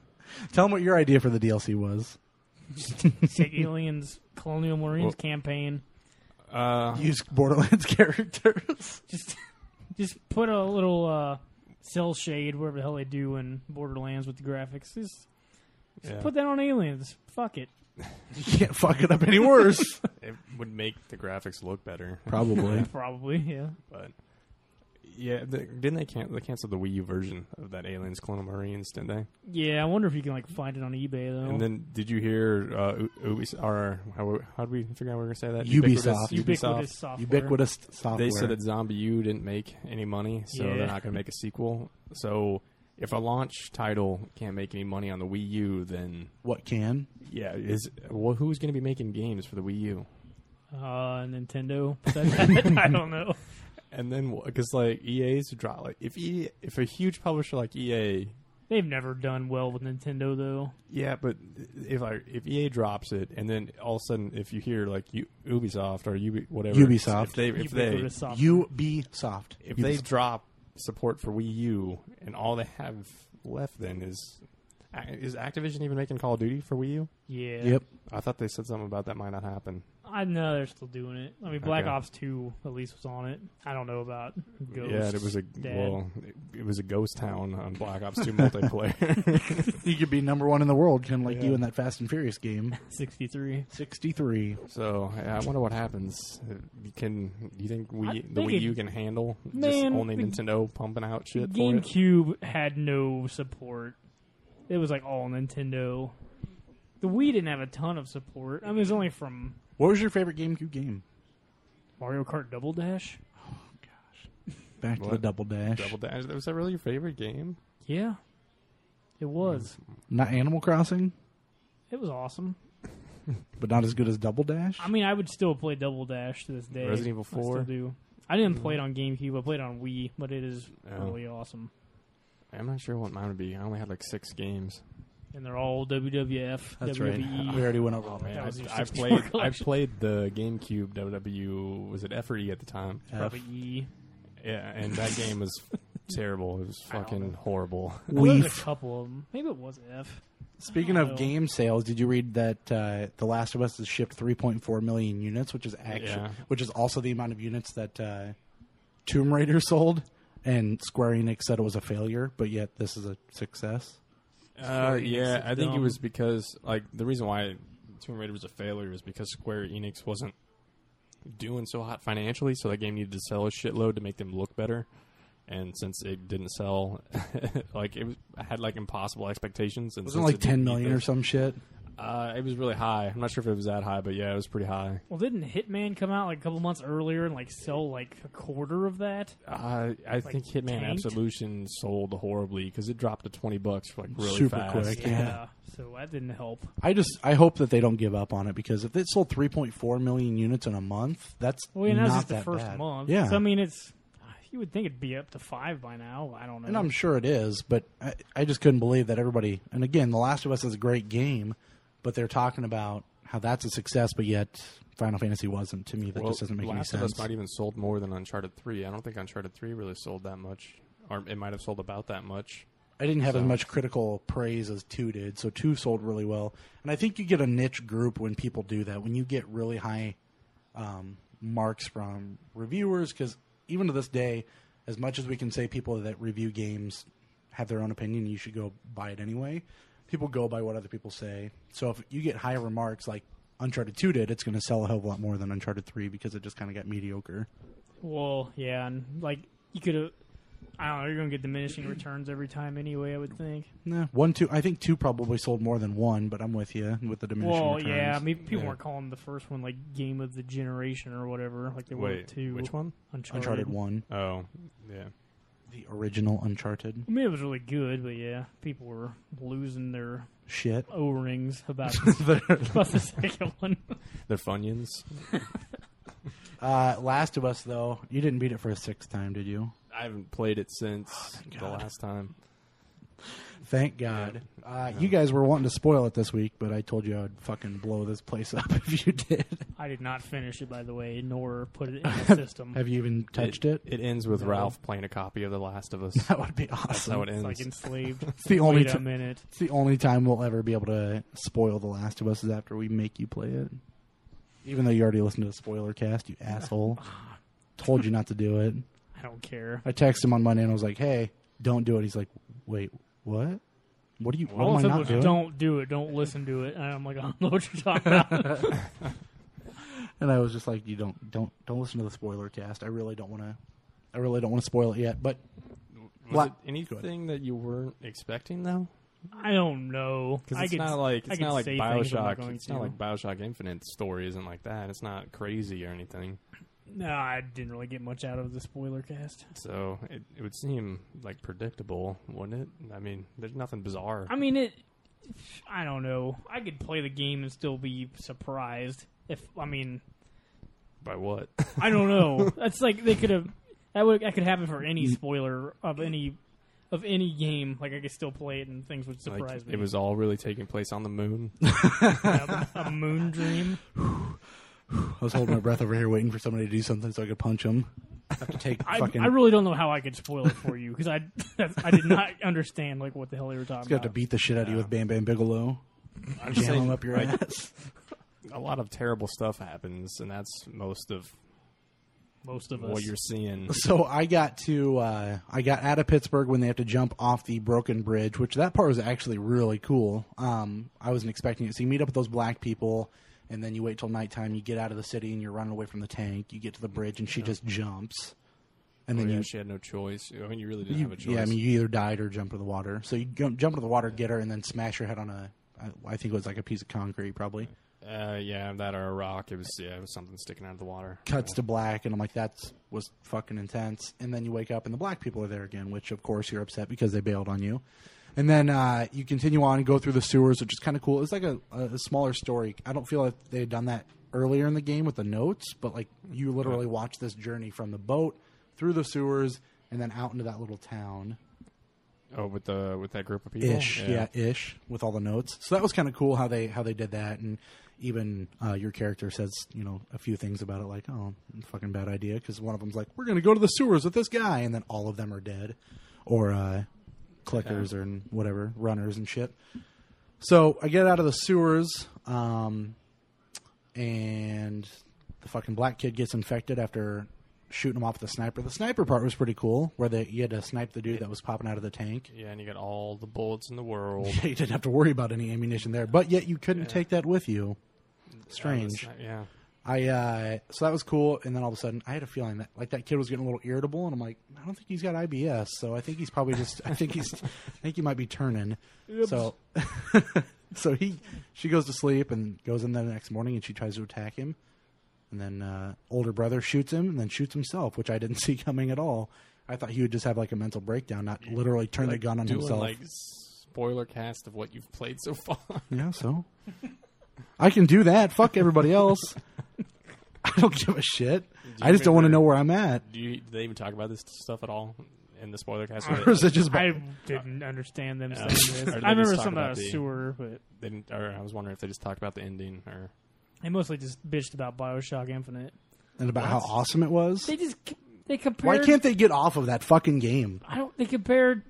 [SPEAKER 4] Tell them what your idea for the DLC was.
[SPEAKER 1] Say aliens, Colonial Marines
[SPEAKER 5] Well-
[SPEAKER 1] campaign.
[SPEAKER 5] Uh,
[SPEAKER 4] Use Borderlands characters.
[SPEAKER 1] Just, just put a little uh, cell shade, whatever the hell they do in Borderlands with the graphics. Just
[SPEAKER 5] yeah.
[SPEAKER 1] put that on aliens. Fuck it.
[SPEAKER 4] you can't fuck it up any worse.
[SPEAKER 5] it would make the graphics look better.
[SPEAKER 4] Probably.
[SPEAKER 1] Probably, yeah.
[SPEAKER 5] But yeah, they, didn't they can they canceled the Wii U version of that Aliens Clone Marines? Didn't they?
[SPEAKER 1] Yeah, I wonder if you can like find it on eBay though.
[SPEAKER 5] And then did you hear uh, U- Ubis, or how how did we figure out we were gonna say that?
[SPEAKER 4] Ubisoft.
[SPEAKER 1] ubiquitous software.
[SPEAKER 4] Ubiquitous software.
[SPEAKER 5] They said that Zombie U didn't make any money, so
[SPEAKER 1] Yeah.
[SPEAKER 5] they're not gonna make a sequel. So if a launch title can't make any money on the Wii U, then
[SPEAKER 4] what can?
[SPEAKER 5] yeah, is well, who's gonna be making games for the Wii U?
[SPEAKER 1] Uh, Nintendo. But that- I don't know.
[SPEAKER 5] And then because like E EA's drop, like if EA, if a huge publisher like E EA
[SPEAKER 1] They've never done well with Nintendo though.
[SPEAKER 5] Yeah, but if I if EA drops it, and then all of a sudden, if you hear like U- Ubisoft or Ubi, whatever
[SPEAKER 4] Ubisoft.
[SPEAKER 5] if they if they
[SPEAKER 1] Ubiquitous software.
[SPEAKER 4] Ubisoft.
[SPEAKER 5] if they drop support for Wii U, and all they have left then is is Activision even making Call of Duty for Wii U?
[SPEAKER 1] yeah.
[SPEAKER 4] Yep.
[SPEAKER 5] I thought they said something about that might not happen.
[SPEAKER 1] I know they're still doing it. I mean, Black
[SPEAKER 5] Okay.
[SPEAKER 1] Ops Two at least was on it. I don't know about Ghosts.
[SPEAKER 5] yeah, and it was a
[SPEAKER 1] Dad.
[SPEAKER 5] well, it, it was a ghost town on Black Ops Two multiplayer.
[SPEAKER 4] You could be number one in the world, kind of like
[SPEAKER 5] Yeah.
[SPEAKER 4] you in that Fast and Furious game.
[SPEAKER 1] 63.
[SPEAKER 4] 63.
[SPEAKER 5] so I I wonder what happens. Can you think
[SPEAKER 1] I
[SPEAKER 5] we the
[SPEAKER 1] think
[SPEAKER 5] Wii
[SPEAKER 1] it-
[SPEAKER 5] U can handle
[SPEAKER 1] Man,
[SPEAKER 5] just only
[SPEAKER 1] the-
[SPEAKER 5] Nintendo pumping out shit for it?
[SPEAKER 1] GameCube had no support. It was like all Nintendo. The Wii didn't have a ton of support. I mean, it was only from
[SPEAKER 4] What was your favorite GameCube game?
[SPEAKER 1] Mario Kart Double Dash.
[SPEAKER 4] Back to the
[SPEAKER 5] What?
[SPEAKER 4] Double Dash.
[SPEAKER 5] Double Dash. Was that really your favorite game?
[SPEAKER 1] Yeah, it was.
[SPEAKER 4] Not Animal Crossing,
[SPEAKER 1] It was awesome.
[SPEAKER 4] but not as good as Double Dash.
[SPEAKER 1] I mean, I would still play Double Dash to this day.
[SPEAKER 5] Resident Evil
[SPEAKER 1] I still
[SPEAKER 5] 4?
[SPEAKER 1] do. I
[SPEAKER 5] Mm-hmm.
[SPEAKER 1] didn't play it on GameCube. I played it on Wii, but it is
[SPEAKER 5] Oh.
[SPEAKER 1] really awesome.
[SPEAKER 5] I'm not sure what mine would be. I only had like six games.
[SPEAKER 1] And they're all WWF, WWE.
[SPEAKER 4] We already went over all
[SPEAKER 1] That was your
[SPEAKER 5] I, I
[SPEAKER 1] 64
[SPEAKER 5] played. I
[SPEAKER 1] collection.
[SPEAKER 5] played the GameCube WWE. Was it F or E at the time?
[SPEAKER 1] Probably E.
[SPEAKER 5] Yeah, and that game was terrible. It was
[SPEAKER 1] I don't
[SPEAKER 5] fucking
[SPEAKER 1] know.
[SPEAKER 5] horrible.
[SPEAKER 1] Well, there was
[SPEAKER 4] Weef.
[SPEAKER 1] a couple of them. Maybe it was F.
[SPEAKER 4] Speaking
[SPEAKER 1] I
[SPEAKER 4] of
[SPEAKER 1] don't know.
[SPEAKER 4] game sales, did you read that uh, The Last of Us has shipped 3.4 million units, which is actually,
[SPEAKER 5] Yeah.
[SPEAKER 4] which is also the amount of units that uh, Tomb Raider sold, and Square Enix said it was a failure, but yet this is a success.
[SPEAKER 5] Uh,
[SPEAKER 1] Enix
[SPEAKER 5] yeah,
[SPEAKER 1] is
[SPEAKER 5] I think it
[SPEAKER 1] dumb.
[SPEAKER 5] was because like the reason why Tomb Raider was a failure is because Square Enix wasn't doing so hot financially, so that game needed to sell a shitload to make them look better. And since it didn't sell, like it was, I had like impossible expectations. And
[SPEAKER 4] Wasn't it
[SPEAKER 5] since
[SPEAKER 4] like
[SPEAKER 5] it didn't
[SPEAKER 4] 10
[SPEAKER 5] meet
[SPEAKER 4] million or
[SPEAKER 5] those-
[SPEAKER 4] some shit?
[SPEAKER 5] Uh, it was really high. I'm not sure if it was that high, but yeah, it was pretty high.
[SPEAKER 1] Well, didn't Hitman come out like a couple months earlier and like sell like a quarter of that?
[SPEAKER 5] Uh, I think Hitman
[SPEAKER 1] tanked?
[SPEAKER 5] Absolution sold horribly because it dropped to 20 bucks for like really
[SPEAKER 4] Super
[SPEAKER 5] fast.
[SPEAKER 4] quick. Yeah.
[SPEAKER 1] So that didn't help.
[SPEAKER 4] I just I hope that they don't give up on it because if it sold 3.4 million units in a month, that's
[SPEAKER 1] Well, and
[SPEAKER 4] not
[SPEAKER 1] that's just the
[SPEAKER 4] that
[SPEAKER 1] first
[SPEAKER 4] bad.
[SPEAKER 1] month.
[SPEAKER 4] Yeah,
[SPEAKER 1] So, I mean, it's you would think it'd be up to five by now. I don't know.
[SPEAKER 4] And I'm sure it is, but I, I just couldn't believe that everybody. And again, The Last of Us is a great game, but they're talking about how that's a success, but yet Final Fantasy wasn't. To me, that
[SPEAKER 5] Well,
[SPEAKER 4] just doesn't make any
[SPEAKER 5] Last of
[SPEAKER 4] sense.
[SPEAKER 5] Us might even sold more than Uncharted Three. I don't think Uncharted Three really sold that much, or it might have sold about that much.
[SPEAKER 4] I didn't have as
[SPEAKER 5] so-
[SPEAKER 4] much critical praise as two did, so two sold really well. And I think you get a niche group when people do that, when you get really high um, marks from reviewers, because even to this day, as much as we can say people that review games have their own opinion, you should go buy it anyway. People go by what other people say. So if you get high remarks, like Uncharted 2 did, it's going to sell a hell of a lot more than Uncharted 3 because it just kind of got mediocre.
[SPEAKER 1] Well, yeah, and like you could have. I don't know. You're gonna get diminishing returns every time anyway. I would think.
[SPEAKER 4] Nah, one, two. I think two probably sold more than one, but I'm with you with the diminishing
[SPEAKER 1] Well,
[SPEAKER 4] returns.
[SPEAKER 1] yeah. I mean, people
[SPEAKER 5] Yeah.
[SPEAKER 1] weren't calling the first one like game of the generation or whatever. Like they were
[SPEAKER 5] Wait,
[SPEAKER 1] with two.
[SPEAKER 5] which one?
[SPEAKER 1] Uncharted.
[SPEAKER 4] Uncharted one,
[SPEAKER 5] Oh, yeah.
[SPEAKER 4] the original Uncharted.
[SPEAKER 1] I mean, it was really good, but yeah, people were losing their
[SPEAKER 4] Shit.
[SPEAKER 1] O rings about, this- about the second one.
[SPEAKER 5] They're Funyuns.
[SPEAKER 4] Uh, Last of Us, though, you didn't beat it for a sixth time, did you?
[SPEAKER 5] I haven't played it since the
[SPEAKER 4] Oh, God.
[SPEAKER 5] last time.
[SPEAKER 4] Thank God. Uh, you guys were wanting to spoil it this week, but I told you I would fucking blow this place up if you did.
[SPEAKER 1] I did not finish it, by the way, nor put it in the system.
[SPEAKER 4] Have you even touched it?
[SPEAKER 5] It ends with Ralph playing a copy of The Last of Us.
[SPEAKER 4] That would be
[SPEAKER 5] That's
[SPEAKER 4] awesome.
[SPEAKER 5] how it
[SPEAKER 1] It's
[SPEAKER 5] ends.
[SPEAKER 1] like enslaved.
[SPEAKER 4] It's the only
[SPEAKER 1] Wait a
[SPEAKER 4] ti-
[SPEAKER 1] minute.
[SPEAKER 4] It's the only time we'll ever be able to spoil The Last of Us is after we make you play it. Even though you already listened to the spoiler cast, you asshole. Told you not to do it.
[SPEAKER 1] I don't care.
[SPEAKER 4] I texted him on Monday and I was like, "Hey, don't do it." He's like, "Wait, what? What do you? what
[SPEAKER 1] All I
[SPEAKER 4] am
[SPEAKER 1] said
[SPEAKER 4] I not
[SPEAKER 1] was,
[SPEAKER 4] doing?"
[SPEAKER 1] don't do it. Don't listen to it. And I'm like, I don't know what you're talking about.
[SPEAKER 4] And I was just like, "You don't, don't, don't listen to the spoiler cast. I really don't want to. I really don't want to spoil it yet." But
[SPEAKER 5] Was
[SPEAKER 4] What?
[SPEAKER 5] it anything that you weren't expecting though?
[SPEAKER 1] I don't know.
[SPEAKER 5] Because
[SPEAKER 1] I
[SPEAKER 5] it's
[SPEAKER 1] could-
[SPEAKER 5] not like
[SPEAKER 1] I
[SPEAKER 5] it's
[SPEAKER 1] could
[SPEAKER 5] not like
[SPEAKER 1] say things I'm
[SPEAKER 5] Bioshock.
[SPEAKER 1] going
[SPEAKER 5] it's not
[SPEAKER 1] to.
[SPEAKER 5] like Bioshock Infinite story isn't like that. It's not crazy or anything.
[SPEAKER 1] No, I didn't really get much out of the spoiler cast.
[SPEAKER 5] So it, it would seem like predictable, wouldn't it? I mean, there's nothing bizarre.
[SPEAKER 1] I mean, it. I don't know. I could play the game and still be surprised. If I mean,
[SPEAKER 5] by what?
[SPEAKER 1] I don't know. That's like they could have. That would that could happen for any
[SPEAKER 5] Mm.
[SPEAKER 1] spoiler of any of any game. Like I could still play it and things would
[SPEAKER 5] like,
[SPEAKER 1] surprise me.
[SPEAKER 5] it was all really taking place on the moon.
[SPEAKER 1] a, a moon dream.
[SPEAKER 4] I was holding my breath over here, waiting for somebody to do something so I could punch him. I have to take
[SPEAKER 1] I,
[SPEAKER 4] fucking.
[SPEAKER 1] I really don't know how I could spoil it for you because I that's- I did not understand like what the hell they were talking
[SPEAKER 4] you have to
[SPEAKER 1] about.
[SPEAKER 4] beat the shit out of you with Bam Bam Bigelow.
[SPEAKER 5] I'm
[SPEAKER 4] Jam him up your ass.
[SPEAKER 5] a lot of terrible stuff happens, and that's most of
[SPEAKER 1] Most of us.
[SPEAKER 5] what you're seeing.
[SPEAKER 4] So I got to uh, I got out of Pittsburgh when they have to jump off the broken bridge, which that part was actually really cool. Um, I wasn't expecting it. So you meet up with those black people, and then you wait till nighttime. You get out of the city and you're running away from the tank. You get to the bridge, and she just jumps, and
[SPEAKER 5] Oh,
[SPEAKER 4] then
[SPEAKER 5] yeah,
[SPEAKER 4] you.
[SPEAKER 5] she had no choice. I mean, you really didn't
[SPEAKER 4] you-
[SPEAKER 5] have a choice.
[SPEAKER 4] yeah, I mean, you either died or jump into the water. So you go, jump into the water, get her, and then smash her head on a. I- I think it was like a piece of concrete, probably.
[SPEAKER 5] uh, yeah, that or a rock. It was yeah, it was something sticking out of the water.
[SPEAKER 4] cuts to black and I'm like that was fucking intense and then you wake up and the black people are there again which of course you're upset because they bailed on you and then uh, you continue on and go through the sewers which is kind of cool it's like a, a smaller story I don't feel like they had done that earlier in the game with the notes but like you literally watch this journey from the boat through the sewers and then out into that little town
[SPEAKER 5] Oh, with the with that group of people.
[SPEAKER 4] ish yeah. ish with all the notes so that was kind of cool how they how they did that and even uh, your character says you know a few things about it like oh fucking bad idea because one of them's like we're gonna go to the sewers with this guy and then all of them are dead or uh, clickers or whatever runners and shit so i get out of the sewers um, and the fucking black kid gets infected after shooting him off with a sniper the sniper part was pretty cool where they, you had to snipe the dude that was popping out of the tank
[SPEAKER 5] Yeah, and you got all the bullets in the world.
[SPEAKER 4] yeah, you didn't have to worry about any ammunition there, but yet you couldn't take that with you. Strange.
[SPEAKER 5] Yeah, that's not- yeah.
[SPEAKER 4] I uh, so that was cool, and then all of a sudden, I had a feeling that like that kid was getting a little irritable, and I'm like, I don't think he's got IBS, so I think he's probably just, I think he's, I think he might be turning. So, so he, she goes to sleep and goes in there the next morning, and she tries to attack him, and then uh, older brother shoots him, and then shoots himself, which I didn't see coming at all. I thought he would just have like a mental breakdown, not literally turn the gun on
[SPEAKER 5] Doing
[SPEAKER 4] himself.
[SPEAKER 5] like spoiler cast of what you've played so far.
[SPEAKER 4] Yeah, so I can do that. Fuck everybody else. I don't give a shit. I just don't want to
[SPEAKER 5] remember-
[SPEAKER 4] know where I'm at.
[SPEAKER 5] Do you? Do they even talk about this stuff at all in the spoiler cast?
[SPEAKER 4] Or is
[SPEAKER 5] they,
[SPEAKER 4] it just
[SPEAKER 1] I didn't understand them
[SPEAKER 5] Yeah.
[SPEAKER 1] saying
[SPEAKER 5] Or
[SPEAKER 1] this.
[SPEAKER 5] they
[SPEAKER 1] I remember
[SPEAKER 5] just talk
[SPEAKER 1] something about
[SPEAKER 5] about
[SPEAKER 1] a
[SPEAKER 5] the-
[SPEAKER 1] sewer, but
[SPEAKER 5] they didn't, or I was wondering if they just talked about the ending or
[SPEAKER 1] they mostly just bitched about Bioshock Infinite.
[SPEAKER 4] and about how
[SPEAKER 5] What?
[SPEAKER 4] awesome it was?
[SPEAKER 1] They just they
[SPEAKER 4] Why
[SPEAKER 1] compared.
[SPEAKER 4] can't they get off of that fucking game?
[SPEAKER 1] I don't. They compared.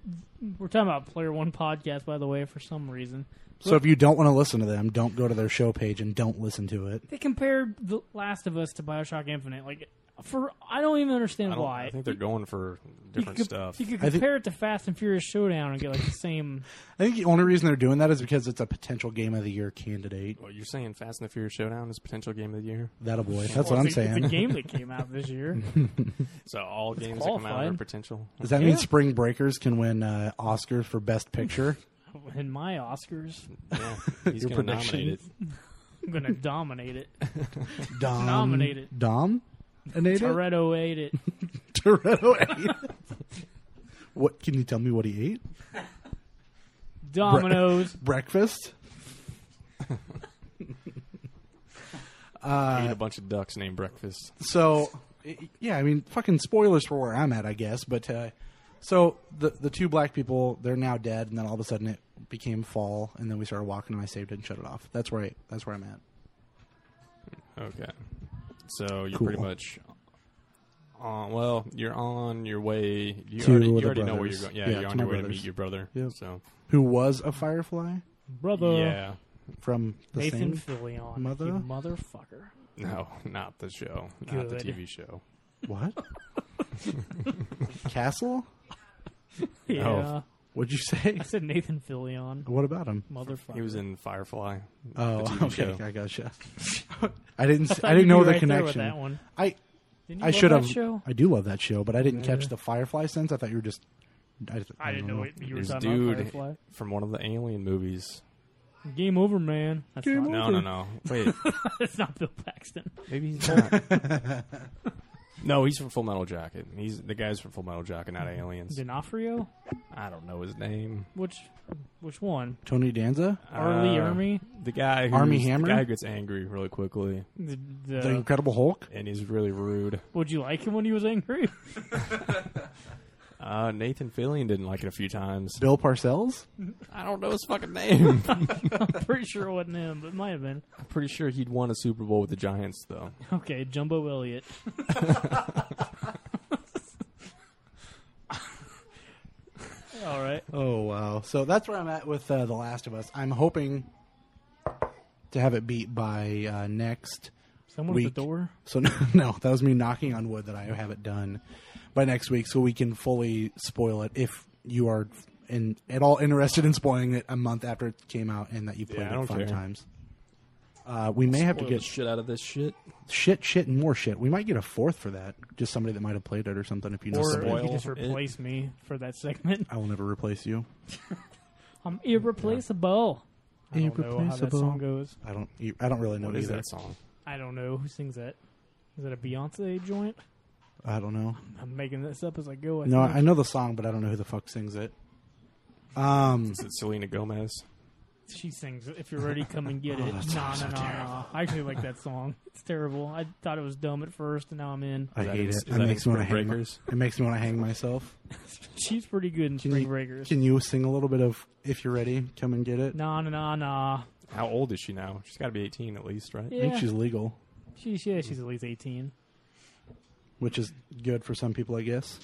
[SPEAKER 1] We're talking about Player One podcast, by the way, for some reason.
[SPEAKER 4] So if you don't want to listen to them, don't go to their show page and don't listen to it.
[SPEAKER 1] They compared The Last of Us to Bioshock Infinite. Like for I don't even understand
[SPEAKER 5] I don't.
[SPEAKER 1] why.
[SPEAKER 5] I think they're going for
[SPEAKER 1] you
[SPEAKER 5] different
[SPEAKER 1] could,
[SPEAKER 5] stuff.
[SPEAKER 1] You could
[SPEAKER 4] I think-
[SPEAKER 1] compare it to Fast and Furious Showdown and get like the same.
[SPEAKER 4] I think the only reason they're doing that is because it's a potential game of the year candidate.
[SPEAKER 5] Well, you're saying Fast and the Furious Showdown is potential game of the year.
[SPEAKER 4] That a boy. That's
[SPEAKER 1] Well,
[SPEAKER 4] what I'm
[SPEAKER 1] it's a- It's
[SPEAKER 4] saying.
[SPEAKER 1] a game that came out this year.
[SPEAKER 5] So all games that come out are
[SPEAKER 1] qualified.
[SPEAKER 5] potential.
[SPEAKER 4] Does that mean
[SPEAKER 1] Yeah.
[SPEAKER 4] Spring Breakers can win uh, Oscars for Best Picture?
[SPEAKER 1] In my Oscars,
[SPEAKER 5] Yeah, he's
[SPEAKER 4] Your
[SPEAKER 5] going to nominate it.
[SPEAKER 4] predictions?
[SPEAKER 1] I'm gonna dominate it.
[SPEAKER 4] Dom.
[SPEAKER 1] Nominate it.
[SPEAKER 4] Dom? Anate it?
[SPEAKER 1] Toretto ate it.
[SPEAKER 4] Toretto ate it. What can you tell me what he ate?
[SPEAKER 1] Dominoes.
[SPEAKER 4] Breakfast? Uh,
[SPEAKER 5] Ate a bunch of ducks named Breakfast.
[SPEAKER 4] So, i- yeah, I mean, fucking spoilers for where I'm at, I guess. But uh, so the the two black people, they're now dead, and then all of a sudden it became fall, and then we started walking, and I saved it and shut it off. That's where I, that's where I'm at.
[SPEAKER 5] Okay. So you're
[SPEAKER 4] Cool.
[SPEAKER 5] pretty much on. Well, you're on your way. You
[SPEAKER 4] To
[SPEAKER 5] already, you
[SPEAKER 4] the
[SPEAKER 5] already know where
[SPEAKER 4] brothers.
[SPEAKER 5] you're going. Yeah,
[SPEAKER 4] Yeah,
[SPEAKER 5] you're
[SPEAKER 4] to
[SPEAKER 5] on your
[SPEAKER 4] my
[SPEAKER 5] way to
[SPEAKER 4] brothers.
[SPEAKER 5] meet your brother.
[SPEAKER 4] Yep.
[SPEAKER 5] So
[SPEAKER 4] Who was a firefly
[SPEAKER 1] Brother.
[SPEAKER 5] yeah,
[SPEAKER 4] from the
[SPEAKER 1] Nathan
[SPEAKER 4] same?
[SPEAKER 1] Fillion.
[SPEAKER 4] mother?
[SPEAKER 1] You motherfucker.
[SPEAKER 5] no, not the show, not the
[SPEAKER 1] Good.
[SPEAKER 5] TV show.
[SPEAKER 4] What? Castle?
[SPEAKER 1] Yeah.
[SPEAKER 4] What'd you say?
[SPEAKER 1] I said Nathan Fillion.
[SPEAKER 4] What about him?
[SPEAKER 1] Motherfucker.
[SPEAKER 5] He was in Firefly.
[SPEAKER 4] Oh,
[SPEAKER 5] TV
[SPEAKER 4] okay,
[SPEAKER 5] show.
[SPEAKER 4] I gotcha. I didn't. s-
[SPEAKER 1] thought
[SPEAKER 4] I didn't
[SPEAKER 1] you'd
[SPEAKER 4] know
[SPEAKER 1] be
[SPEAKER 4] the
[SPEAKER 1] right there with
[SPEAKER 4] connection.
[SPEAKER 1] that one.
[SPEAKER 4] I
[SPEAKER 1] Didn't you
[SPEAKER 4] I
[SPEAKER 1] love
[SPEAKER 4] should
[SPEAKER 1] that
[SPEAKER 4] have.
[SPEAKER 1] Show?
[SPEAKER 4] I do love that show, but I didn't catch the Firefly sense. I thought you were just. I, just-
[SPEAKER 1] I didn't
[SPEAKER 4] don't
[SPEAKER 1] know it, you were
[SPEAKER 5] This
[SPEAKER 1] talking
[SPEAKER 5] dude
[SPEAKER 1] about Firefly.
[SPEAKER 5] from one of the Alien movies.
[SPEAKER 1] Game over, man. That's
[SPEAKER 4] Game
[SPEAKER 1] not,
[SPEAKER 4] over.
[SPEAKER 5] No, no, no. Wait,
[SPEAKER 1] That's not Bill Paxton.
[SPEAKER 5] maybe he's not. no, he's from Full Metal Jacket. He's the guy's from Full Metal Jacket, not Aliens.
[SPEAKER 1] D'Onofrio?
[SPEAKER 5] I don't know his name.
[SPEAKER 1] Which, which one?
[SPEAKER 4] Tony Danza,
[SPEAKER 1] Arlie
[SPEAKER 5] Uh,
[SPEAKER 1] Ermy?
[SPEAKER 5] The guy who's,
[SPEAKER 4] Army Hammer?
[SPEAKER 5] The guy who gets angry really quickly
[SPEAKER 1] The,
[SPEAKER 4] the
[SPEAKER 1] the,
[SPEAKER 4] Incredible Hulk.
[SPEAKER 5] and he's really rude.
[SPEAKER 1] would you like him when he was angry?
[SPEAKER 5] Uh, Nathan Fillion didn't like it a few times.
[SPEAKER 4] Bill Parcells?
[SPEAKER 5] I don't know his fucking name.
[SPEAKER 1] Pretty sure it wasn't him, but it might have been.
[SPEAKER 5] I'm pretty sure he'd won a Super Bowl with the Giants though.
[SPEAKER 1] Okay, Jumbo Elliott. All right.
[SPEAKER 4] Oh wow! So that's where I'm at with uh, The Last of Us. I'm hoping to have it beat by uh, next.
[SPEAKER 1] Someone
[SPEAKER 4] week.
[SPEAKER 1] at the door.
[SPEAKER 4] So no, no, that was me knocking on wood that I have it done by next week, so we can fully spoil it if you are in, at all interested in spoiling it a month after it came out and that you played
[SPEAKER 5] I
[SPEAKER 4] it
[SPEAKER 5] don't
[SPEAKER 4] five
[SPEAKER 5] care.
[SPEAKER 4] times. Uh, we may have to
[SPEAKER 5] Spoil the
[SPEAKER 4] get
[SPEAKER 5] shit out of this shit.
[SPEAKER 4] shit, shit, and more shit. We might get a fourth for that. Just somebody that might have played it or something. If you know
[SPEAKER 1] Or
[SPEAKER 4] somebody,
[SPEAKER 1] you
[SPEAKER 5] spoil
[SPEAKER 1] could just
[SPEAKER 5] it.
[SPEAKER 1] replace me for that segment.
[SPEAKER 4] I will never replace you.
[SPEAKER 1] I'm irreplaceable. I don't know how that
[SPEAKER 4] Irreplaceable.
[SPEAKER 1] song goes.
[SPEAKER 4] I don't. You, I don't really know
[SPEAKER 5] What is
[SPEAKER 4] either.
[SPEAKER 5] that song?
[SPEAKER 1] I don't know who sings that. Is that a Beyonce joint?
[SPEAKER 4] I don't know.
[SPEAKER 1] I'm making this up as I go. I
[SPEAKER 4] No,
[SPEAKER 1] think.
[SPEAKER 4] I know the song, but I don't know who the fuck sings it. Um,
[SPEAKER 5] Is it Selena Gomez?
[SPEAKER 1] she sings "If You're Ready, Come and Get It."
[SPEAKER 4] that
[SPEAKER 1] nah,
[SPEAKER 4] song's
[SPEAKER 1] nah,
[SPEAKER 4] Oh, so
[SPEAKER 1] nah,
[SPEAKER 4] terrible.
[SPEAKER 1] nah. I actually like that song. It's terrible. I thought it was dumb at first, and now I'm in.
[SPEAKER 4] I
[SPEAKER 5] that
[SPEAKER 4] hate
[SPEAKER 5] in-
[SPEAKER 4] it.
[SPEAKER 5] is
[SPEAKER 4] It
[SPEAKER 5] that in
[SPEAKER 4] makes me want to
[SPEAKER 5] Spring
[SPEAKER 4] hang. my-
[SPEAKER 5] Breakers?
[SPEAKER 4] it makes me want to hang myself.
[SPEAKER 1] She's pretty good in
[SPEAKER 4] Can
[SPEAKER 1] Spring
[SPEAKER 4] you-
[SPEAKER 1] Breakers.
[SPEAKER 4] Can you sing a little bit of "If You're Ready"? Come and get it.
[SPEAKER 1] Nah, nah, nah, nah.
[SPEAKER 5] How old is she now? She's got to be 18 at least, right?
[SPEAKER 4] I think
[SPEAKER 1] Yeah,
[SPEAKER 4] she's legal,
[SPEAKER 1] she's yeah, she's at least eighteen.
[SPEAKER 4] which is good for some people, I guess.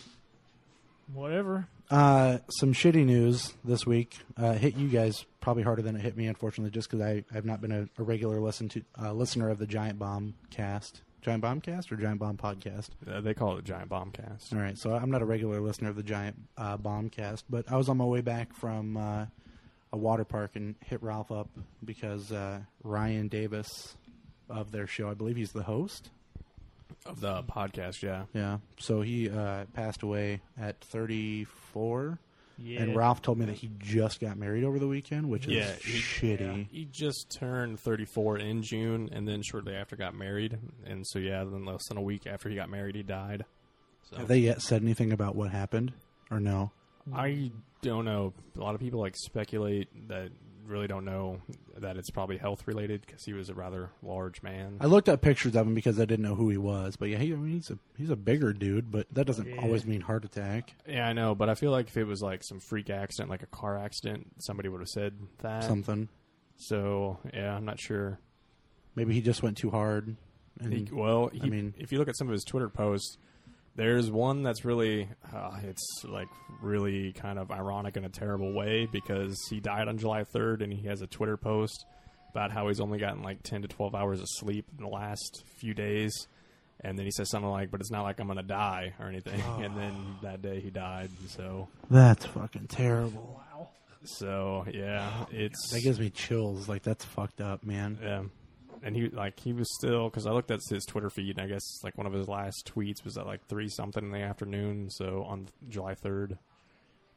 [SPEAKER 1] Whatever.
[SPEAKER 4] Uh, some shitty news this week uh, hit you guys probably harder than it hit me, unfortunately, just because I have not been a, a regular listen to uh, listener of the Giant Bomb Cast, Giant Bomb Cast, or Giant Bomb Podcast.
[SPEAKER 5] Uh, they call it Giant Bombcast.
[SPEAKER 4] All right, so I'm not a regular listener of the Giant uh, Bombcast, but I was on my way back from uh, a water park and hit Ralph up because uh, Ryan Davis of their show, I believe he's the host.
[SPEAKER 5] Of the podcast, yeah.
[SPEAKER 4] Yeah, so he uh, passed away at 34,
[SPEAKER 1] Yeah.
[SPEAKER 4] and Ralph told me that he just got married over the weekend, which is
[SPEAKER 5] Yeah, he-
[SPEAKER 4] shitty.
[SPEAKER 5] He just turned 34 in June, and then shortly after got married. And so, yeah, then less than a week after he got married, he died. So
[SPEAKER 4] Have they yet said anything about what happened, or no?
[SPEAKER 5] I don't know. A lot of people like speculate that really don't know that it's probably health related because he was a rather large man.
[SPEAKER 4] I looked up pictures of him because I didn't know who he was, but yeah, he, I mean, he's a he's a bigger dude, but that doesn't
[SPEAKER 1] Yeah.
[SPEAKER 4] always mean heart attack.
[SPEAKER 5] yeah, I know, but I feel like if it was like some freak accident, like a car accident, somebody would have said that.
[SPEAKER 4] Something.
[SPEAKER 5] So yeah, I'm not sure.
[SPEAKER 4] Maybe he just went too hard. And
[SPEAKER 5] He, well, he,
[SPEAKER 4] I mean-
[SPEAKER 5] if you look at some of his Twitter posts, there's one that's really, uh, it's like really kind of ironic in a terrible way because he died on July 3rd and he has a Twitter post about how he's only gotten like 10 to 12 hours of sleep in the last few days. And then he says something like, "But it's not like I'm gonna die or anything." And then that day he died. So,
[SPEAKER 4] That's fucking terrible.
[SPEAKER 5] so yeah, it's
[SPEAKER 4] That gives me chills. Like that's fucked up, man.
[SPEAKER 5] Yeah. And he like he was still because I looked at his Twitter feed and I guess like one of his last tweets was at like three something in the afternoon, so on July third.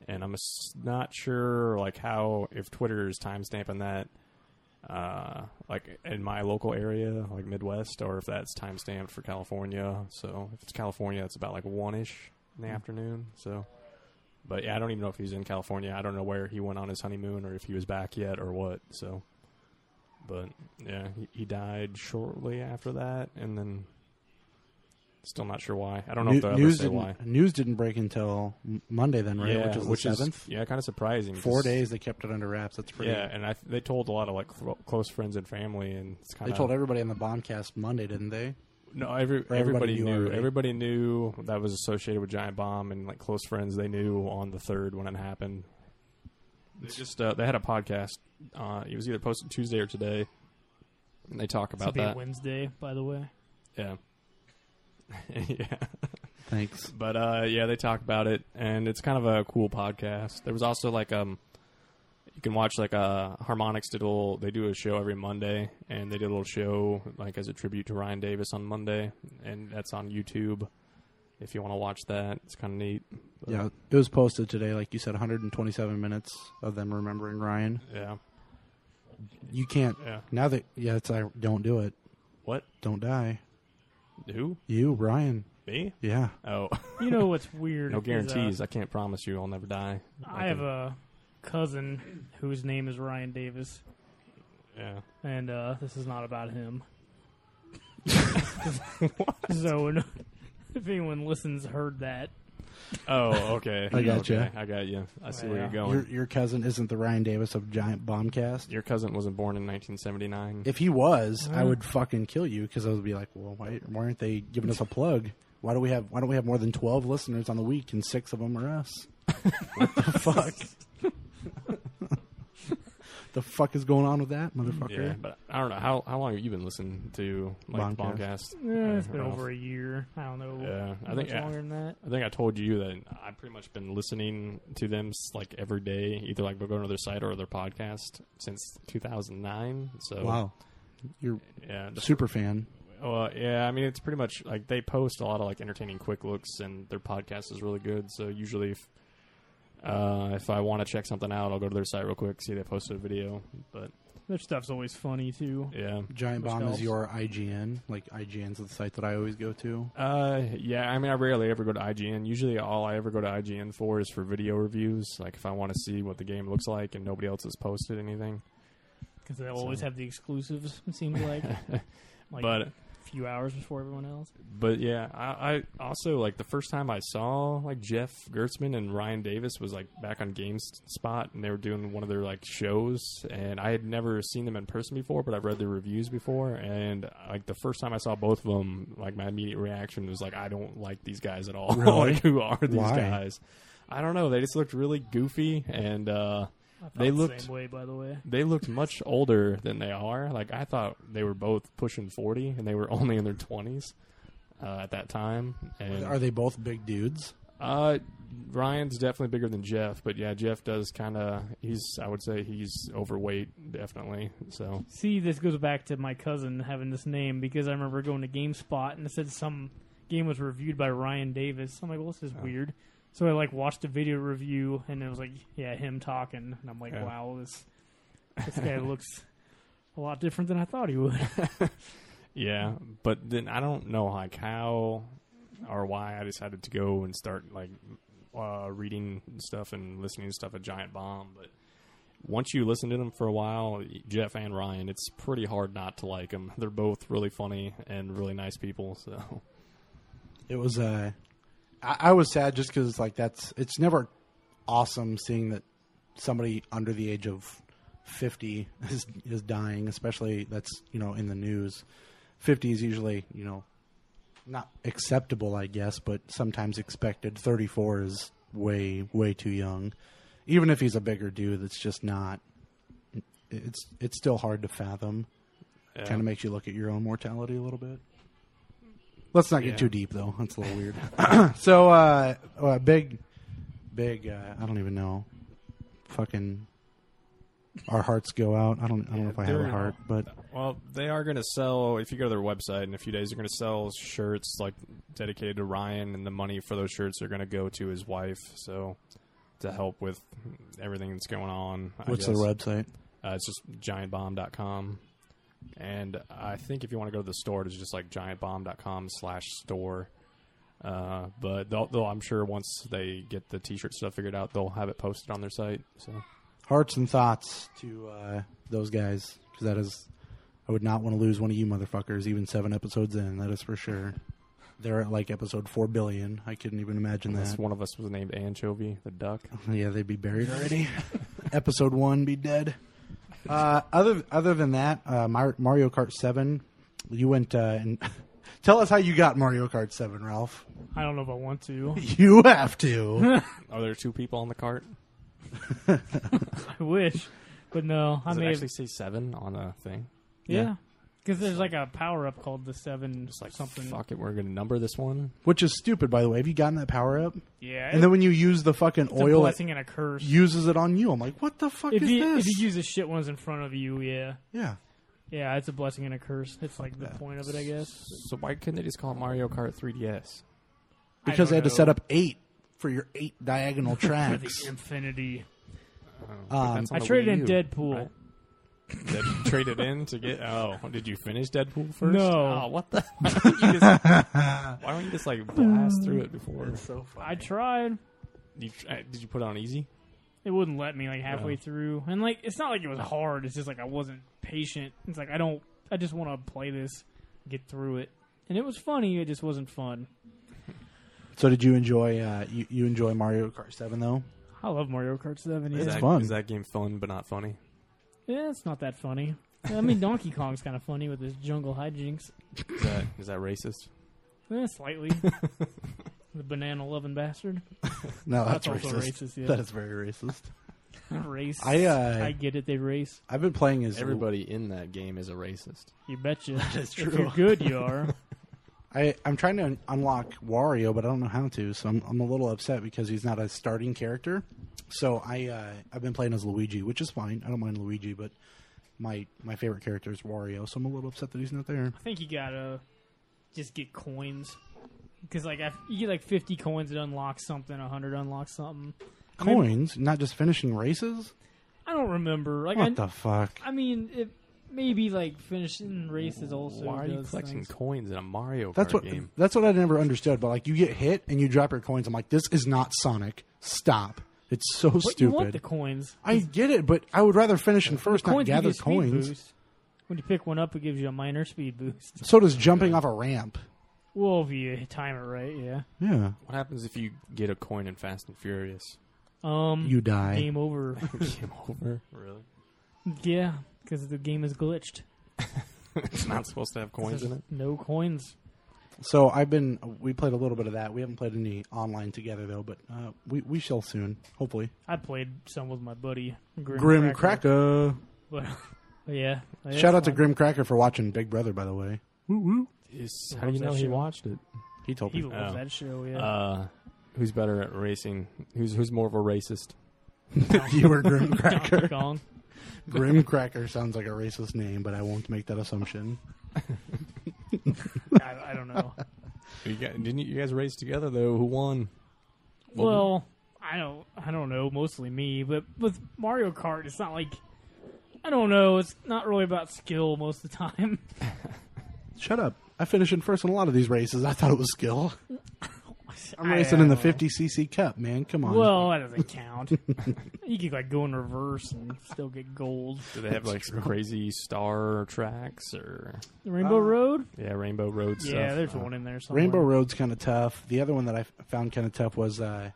[SPEAKER 5] And I'm s- not sure like how if Twitter is timestamping that, uh, like in my local area, like Midwest, or if that's timestamped for California. So if it's California, it's about like one ish in
[SPEAKER 4] Hmm.
[SPEAKER 5] the afternoon. So, but yeah, I don't even know if he's in California. I don't know where he went on his honeymoon or if he was back yet or what. So but yeah, he, he died shortly after that, and then still not sure why. I don't know
[SPEAKER 4] Nu-
[SPEAKER 5] if they'll ever
[SPEAKER 4] news
[SPEAKER 5] say
[SPEAKER 4] didn't
[SPEAKER 5] why.
[SPEAKER 4] news didn't break until M- Monday then, right?
[SPEAKER 5] yeah,
[SPEAKER 4] which is the seventh.
[SPEAKER 5] yeah, kind of surprising. 'cause-
[SPEAKER 4] Four days they kept it under wraps. That's pretty.
[SPEAKER 5] Yeah, and I, they told a lot of like cl- close friends and family, and it's kind
[SPEAKER 4] They
[SPEAKER 5] of
[SPEAKER 4] told everybody on the bombcast Monday, didn't they?
[SPEAKER 5] no, every,
[SPEAKER 4] everybody
[SPEAKER 5] everybody,
[SPEAKER 4] knew
[SPEAKER 5] knew,
[SPEAKER 4] already.
[SPEAKER 5] everybody knew that was associated with Giant Bomb, and like close friends, they knew on the third when it happened. They just uh, they had a podcast. Uh, it was either posted Tuesday or today, and they talk
[SPEAKER 1] This will
[SPEAKER 5] about
[SPEAKER 1] be
[SPEAKER 5] that.
[SPEAKER 1] Wednesday, by the way.
[SPEAKER 5] Yeah, yeah.
[SPEAKER 4] Thanks.
[SPEAKER 5] But uh, yeah, they talk about it, and it's kind of a cool podcast. There was also like um, you can watch like uh, Harmonix did a little. They do a show every Monday, and they did a little show like as a tribute to Ryan Davis on Monday, and that's on YouTube. If you want to watch that, it's kind of neat. But,
[SPEAKER 4] Yeah, it was posted today, like you said, 127 minutes of them remembering Ryan.
[SPEAKER 5] yeah,
[SPEAKER 4] You can't
[SPEAKER 5] yeah.
[SPEAKER 4] now that yeah, it's I don't do it.
[SPEAKER 5] What?
[SPEAKER 4] Don't die.
[SPEAKER 5] Who?
[SPEAKER 4] You, Ryan.
[SPEAKER 5] Me?
[SPEAKER 4] Yeah.
[SPEAKER 5] Oh,
[SPEAKER 1] You know what's weird?
[SPEAKER 5] no
[SPEAKER 1] is, uh,
[SPEAKER 5] guarantees. I can't promise you I'll never die.
[SPEAKER 1] I have a cousin whose name is Ryan Davis,
[SPEAKER 5] yeah.
[SPEAKER 1] and uh, this is not about him. So, no- if anyone listens, heard that.
[SPEAKER 5] Oh, okay.
[SPEAKER 4] I gotcha.
[SPEAKER 5] Okay, I got you. I see where
[SPEAKER 1] Yeah.
[SPEAKER 5] you're going.
[SPEAKER 4] Your your cousin isn't the Ryan Davis of Giant Bombcast.
[SPEAKER 5] Your cousin wasn't born in 1979.
[SPEAKER 4] If he was, I would fucking kill you because I would be like, well, why, why aren't they giving us a plug? Why do we have Why don't we have more than twelve listeners on the week and six of them are us? what the fuck? the fuck is going on with that motherfucker?
[SPEAKER 5] Yeah, but I don't know how how long have you been listening to like
[SPEAKER 4] Bombcast.
[SPEAKER 5] Bombcast?
[SPEAKER 1] Eh, it's
[SPEAKER 5] I
[SPEAKER 1] been
[SPEAKER 5] don't know
[SPEAKER 1] over
[SPEAKER 5] if-
[SPEAKER 1] a year. I don't know.
[SPEAKER 5] Yeah, I
[SPEAKER 1] how much
[SPEAKER 5] think yeah.
[SPEAKER 1] longer than that.
[SPEAKER 5] I think I told you that I've pretty much been listening to them s- like every day, either like going to their site or their podcast since 2009. So
[SPEAKER 4] Wow, you're
[SPEAKER 5] yeah, just-
[SPEAKER 4] super fan.
[SPEAKER 5] well, yeah. I mean, it's pretty much like they post a lot of like entertaining quick looks, and their podcast is really good. So usually, if uh, if I want to check something out, I'll go to their site real quick, see they posted a video. But
[SPEAKER 1] Their stuff's always funny too.
[SPEAKER 5] yeah,
[SPEAKER 4] Giant
[SPEAKER 1] Which
[SPEAKER 4] Bomb
[SPEAKER 1] helps.
[SPEAKER 4] is your IGN. Like IGN's the site that I always go to.
[SPEAKER 5] Uh, yeah. I mean, I rarely ever go to IGN. Usually, all I ever go to IGN for is for video reviews. Like, if I want to see what the game looks like and nobody else has posted anything.
[SPEAKER 1] Because they always
[SPEAKER 5] So-
[SPEAKER 1] have the exclusives. It seems like, like
[SPEAKER 5] but,
[SPEAKER 1] a few hours before everyone else.
[SPEAKER 5] but yeah, I, I also like the first time I saw like Jeff Gertzman and Ryan Davis was like back on GameSpot and they were doing one of their like shows, and I had never seen them in person before, but I've read their reviews before, and like the first time I saw both of them, like my immediate reaction was like, I don't like these guys at all.
[SPEAKER 4] Really?
[SPEAKER 5] like, who are these
[SPEAKER 4] Why?
[SPEAKER 5] guys? I don't know. They just looked really goofy, and uh,
[SPEAKER 1] I felt
[SPEAKER 5] They
[SPEAKER 1] the
[SPEAKER 5] looked-
[SPEAKER 1] same way, by the way.
[SPEAKER 5] they looked much older than they are. Like I thought they were both pushing forty, and they were only in their twenties uh, at that time. And
[SPEAKER 4] Are they both big dudes?
[SPEAKER 5] uh, Ryan's definitely bigger than Jeff, but yeah, Jeff does kind of. He's I would say he's overweight, definitely. So
[SPEAKER 1] See, this goes back to my cousin having this name because I remember going to GameSpot and it said some game was reviewed by Ryan Davis. I'm like, well, this
[SPEAKER 5] Oh.
[SPEAKER 1] is weird. So I like watched a video review and it was like, yeah, him talking, and I'm like,
[SPEAKER 5] Yeah.
[SPEAKER 1] wow, this this guy looks a lot different than I thought he would.
[SPEAKER 5] yeah, but then I don't know like how or why I decided to go and start like uh, reading stuff and listening to stuff at Giant Bomb, but once you listen to them for a while, Jeff and Ryan, it's pretty hard not to like them. They're both really funny and really nice people. So
[SPEAKER 4] It was uh, I, I was sad just because like that's it's never awesome seeing that somebody under the age of fifty is is dying, especially that's you know in the news. Fifty is usually you know not acceptable, I guess, but sometimes expected. Thirty four is way way too young, even if he's a bigger dude. That's just not. It's it's still hard to fathom.
[SPEAKER 5] yeah.
[SPEAKER 4] Kind of makes you look at your own mortality a little bit. Let's not get
[SPEAKER 5] Yeah.
[SPEAKER 4] too deep though. That's a little weird. so uh, uh big big uh, I don't even know. Fucking our hearts go out. I don't I don't know if I have a
[SPEAKER 5] they're-
[SPEAKER 4] heart, but
[SPEAKER 5] Well, they are going to sell. If you go to their website in a few days, they're going to sell shirts like dedicated to Ryan, and the money for those shirts are going to go to his wife. So to help with everything that's going on. I
[SPEAKER 4] what's their
[SPEAKER 5] guess.
[SPEAKER 4] website?
[SPEAKER 5] Uh, it's just giantbomb.com. And I think if you want to go to the store, it's just like giantbomb.com slash store. Uh, but they'll, they'll, I'm sure once they get the t-shirt stuff figured out, they'll have it posted on their site. So
[SPEAKER 4] Hearts and thoughts to uh, those guys because that is I would not want to lose one of you motherfuckers even 7 episodes in. That is for sure. They're at like episode 4 billion. I couldn't even imagine
[SPEAKER 5] unless
[SPEAKER 4] that.
[SPEAKER 5] one of us was named Anchovy, the duck.
[SPEAKER 4] Yeah, they'd be buried already. Episode one, be dead. Uh, other other than that, uh, Mar- Mario Kart Seven. You went uh, and tell us how you got Mario Kart Seven, Ralph.
[SPEAKER 1] I don't know if I want to.
[SPEAKER 4] You have to.
[SPEAKER 5] Are there two people on the cart?
[SPEAKER 1] I wish, but no. I
[SPEAKER 5] Does it
[SPEAKER 1] may have,
[SPEAKER 5] actually say seven on a thing?
[SPEAKER 1] yeah, because there's like a power up called the Seven,
[SPEAKER 5] Just like
[SPEAKER 1] something.
[SPEAKER 5] Fuck it, we're gonna number this one.
[SPEAKER 4] Which is stupid, by the way. Have you gotten that power up?
[SPEAKER 1] Yeah,
[SPEAKER 4] And then when you use the fucking
[SPEAKER 1] it's a
[SPEAKER 4] oil, it
[SPEAKER 1] blessing and a curse.
[SPEAKER 4] uses it on you. I'm like, what the fuck
[SPEAKER 1] if
[SPEAKER 4] is
[SPEAKER 1] you
[SPEAKER 4] this?
[SPEAKER 1] if you use the shit ones in front of you, yeah,
[SPEAKER 4] yeah,
[SPEAKER 1] yeah, it's a blessing and a curse. It's like the point of it, I guess.
[SPEAKER 5] So why couldn't they just call it Mario Kart 3DS?
[SPEAKER 1] I
[SPEAKER 4] because they had
[SPEAKER 1] don't
[SPEAKER 4] to
[SPEAKER 1] know.
[SPEAKER 4] set up eight for your eight diagonal
[SPEAKER 1] For the
[SPEAKER 4] tracks.
[SPEAKER 1] infinity.
[SPEAKER 4] um,
[SPEAKER 5] That's on
[SPEAKER 1] I
[SPEAKER 5] the
[SPEAKER 1] traded in
[SPEAKER 5] Wii U,
[SPEAKER 1] Deadpool.
[SPEAKER 5] right? Did you trade it in to get? Oh, did you finish Deadpool first?
[SPEAKER 1] No.
[SPEAKER 5] Oh, what the? Why don't you just, why don't you just, like blast through it before?
[SPEAKER 1] I tried.
[SPEAKER 5] You, tr- uh, did you put it on easy?
[SPEAKER 1] It wouldn't let me like halfway through, and like it's not like it was hard. It's just like I wasn't patient. It's like I don't. I just want to play this, get through it, and it was funny. It just wasn't fun.
[SPEAKER 4] so did you enjoy? Uh, you, you enjoy Mario Kart Seven though?
[SPEAKER 1] I love Mario Kart Seven.
[SPEAKER 5] Is
[SPEAKER 1] Yeah,
[SPEAKER 5] that,
[SPEAKER 4] fun.
[SPEAKER 5] Is that game fun but not funny?
[SPEAKER 1] yeah Eh, it's not that funny. I mean, Donkey Kong's kind of funny with his jungle hijinks.
[SPEAKER 5] Is that, is that racist?
[SPEAKER 1] Eh, slightly. the banana loving bastard.
[SPEAKER 4] No, that's,
[SPEAKER 1] That's also
[SPEAKER 4] racist.
[SPEAKER 1] racist, yeah.
[SPEAKER 4] That is very racist.
[SPEAKER 1] Race.
[SPEAKER 4] I, uh,
[SPEAKER 1] I get it. They race.
[SPEAKER 4] I've been playing as
[SPEAKER 5] Everybody in that game is a racist.
[SPEAKER 1] You betcha. That
[SPEAKER 4] is
[SPEAKER 1] If
[SPEAKER 4] true.
[SPEAKER 1] you're good, you are.
[SPEAKER 4] I, I'm trying to un- unlock Wario, but I don't know how to, so I'm, I'm a little upset because he's not a starting character. So I uh, I've been playing as Luigi, which is fine. I don't mind Luigi, but my my favorite character is Wario, so I'm a little upset that he's not there.
[SPEAKER 1] I think you gotta just get coins because like if you get like fifty coins, it unlocks something. hundred unlocks something. I mean,
[SPEAKER 4] Coins, not just finishing races.
[SPEAKER 1] I don't remember. Like I,
[SPEAKER 4] What the fuck?
[SPEAKER 1] I mean, it, maybe like finishing races also.
[SPEAKER 5] Why are you
[SPEAKER 1] does
[SPEAKER 5] collecting
[SPEAKER 1] things.
[SPEAKER 5] coins in a Mario
[SPEAKER 4] That's
[SPEAKER 5] Kart
[SPEAKER 4] what
[SPEAKER 5] game?
[SPEAKER 4] that's what I never understood. But like, you get hit and you drop your coins. I'm like, this is not Sonic. Stop. It's so
[SPEAKER 1] But you want
[SPEAKER 4] stupid.
[SPEAKER 1] the coins.
[SPEAKER 4] I get it, but I would rather finish in first, not
[SPEAKER 1] coins give you
[SPEAKER 4] gather
[SPEAKER 1] speed
[SPEAKER 4] coins.
[SPEAKER 1] Boost. When you pick one up, it gives you a minor speed boost.
[SPEAKER 4] So does jumping off a ramp.
[SPEAKER 1] Well, if you time it right, yeah.
[SPEAKER 4] Yeah.
[SPEAKER 5] What happens if you get a coin in Fast and Furious?
[SPEAKER 1] Um,
[SPEAKER 4] You die.
[SPEAKER 1] Game over.
[SPEAKER 5] game over. Really?
[SPEAKER 1] yeah, because the game is glitched.
[SPEAKER 5] It's not supposed to have coins in it.
[SPEAKER 1] No coins.
[SPEAKER 4] So I've been. We played a little bit of that. We haven't played any online together though, but uh, we we shall soon, hopefully.
[SPEAKER 1] I played some with my buddy Grim,
[SPEAKER 4] Grim Cracker.
[SPEAKER 1] But, but yeah, that's
[SPEAKER 4] Shout out to
[SPEAKER 1] fun.
[SPEAKER 4] Grim Cracker for watching Big Brother, by the way. Woo woo.
[SPEAKER 5] Is,
[SPEAKER 1] He
[SPEAKER 5] how do
[SPEAKER 1] loves
[SPEAKER 5] you know
[SPEAKER 1] that
[SPEAKER 5] he
[SPEAKER 1] show.
[SPEAKER 5] watched it?
[SPEAKER 4] He told
[SPEAKER 1] He
[SPEAKER 4] me.
[SPEAKER 1] loves
[SPEAKER 5] Oh.
[SPEAKER 1] that show. Yeah,
[SPEAKER 5] Uh, who's better at racing? Who's who's more of a racist?
[SPEAKER 4] you were Grim
[SPEAKER 1] Donkey
[SPEAKER 4] Cracker.
[SPEAKER 1] Kong.
[SPEAKER 4] Grim Cracker sounds like a racist name, but I won't make that assumption.
[SPEAKER 1] I, I don't know.
[SPEAKER 5] You guys, didn't you, you guys race together though? Who won?
[SPEAKER 1] well, I don't. I don't know. Mostly me, but with Mario Kart, it's not like. I don't know. It's not really about skill most of the time.
[SPEAKER 4] Shut up. I finished in first in a lot of these races. I thought it was skill. I'm
[SPEAKER 1] I
[SPEAKER 4] racing in the
[SPEAKER 1] don't know.
[SPEAKER 4] 50cc cup, man. Come on.
[SPEAKER 1] Well, that doesn't count. you could like go in reverse and still get gold.
[SPEAKER 5] Do they have like crazy star tracks or
[SPEAKER 1] The Rainbow
[SPEAKER 4] Uh,
[SPEAKER 1] Road.
[SPEAKER 5] yeah, Rainbow Road stuff? Uh,
[SPEAKER 1] Yeah, there's one in there somewhere.
[SPEAKER 4] Rainbow Road's kind of tough. The other one that I f- found kind of tough was uh,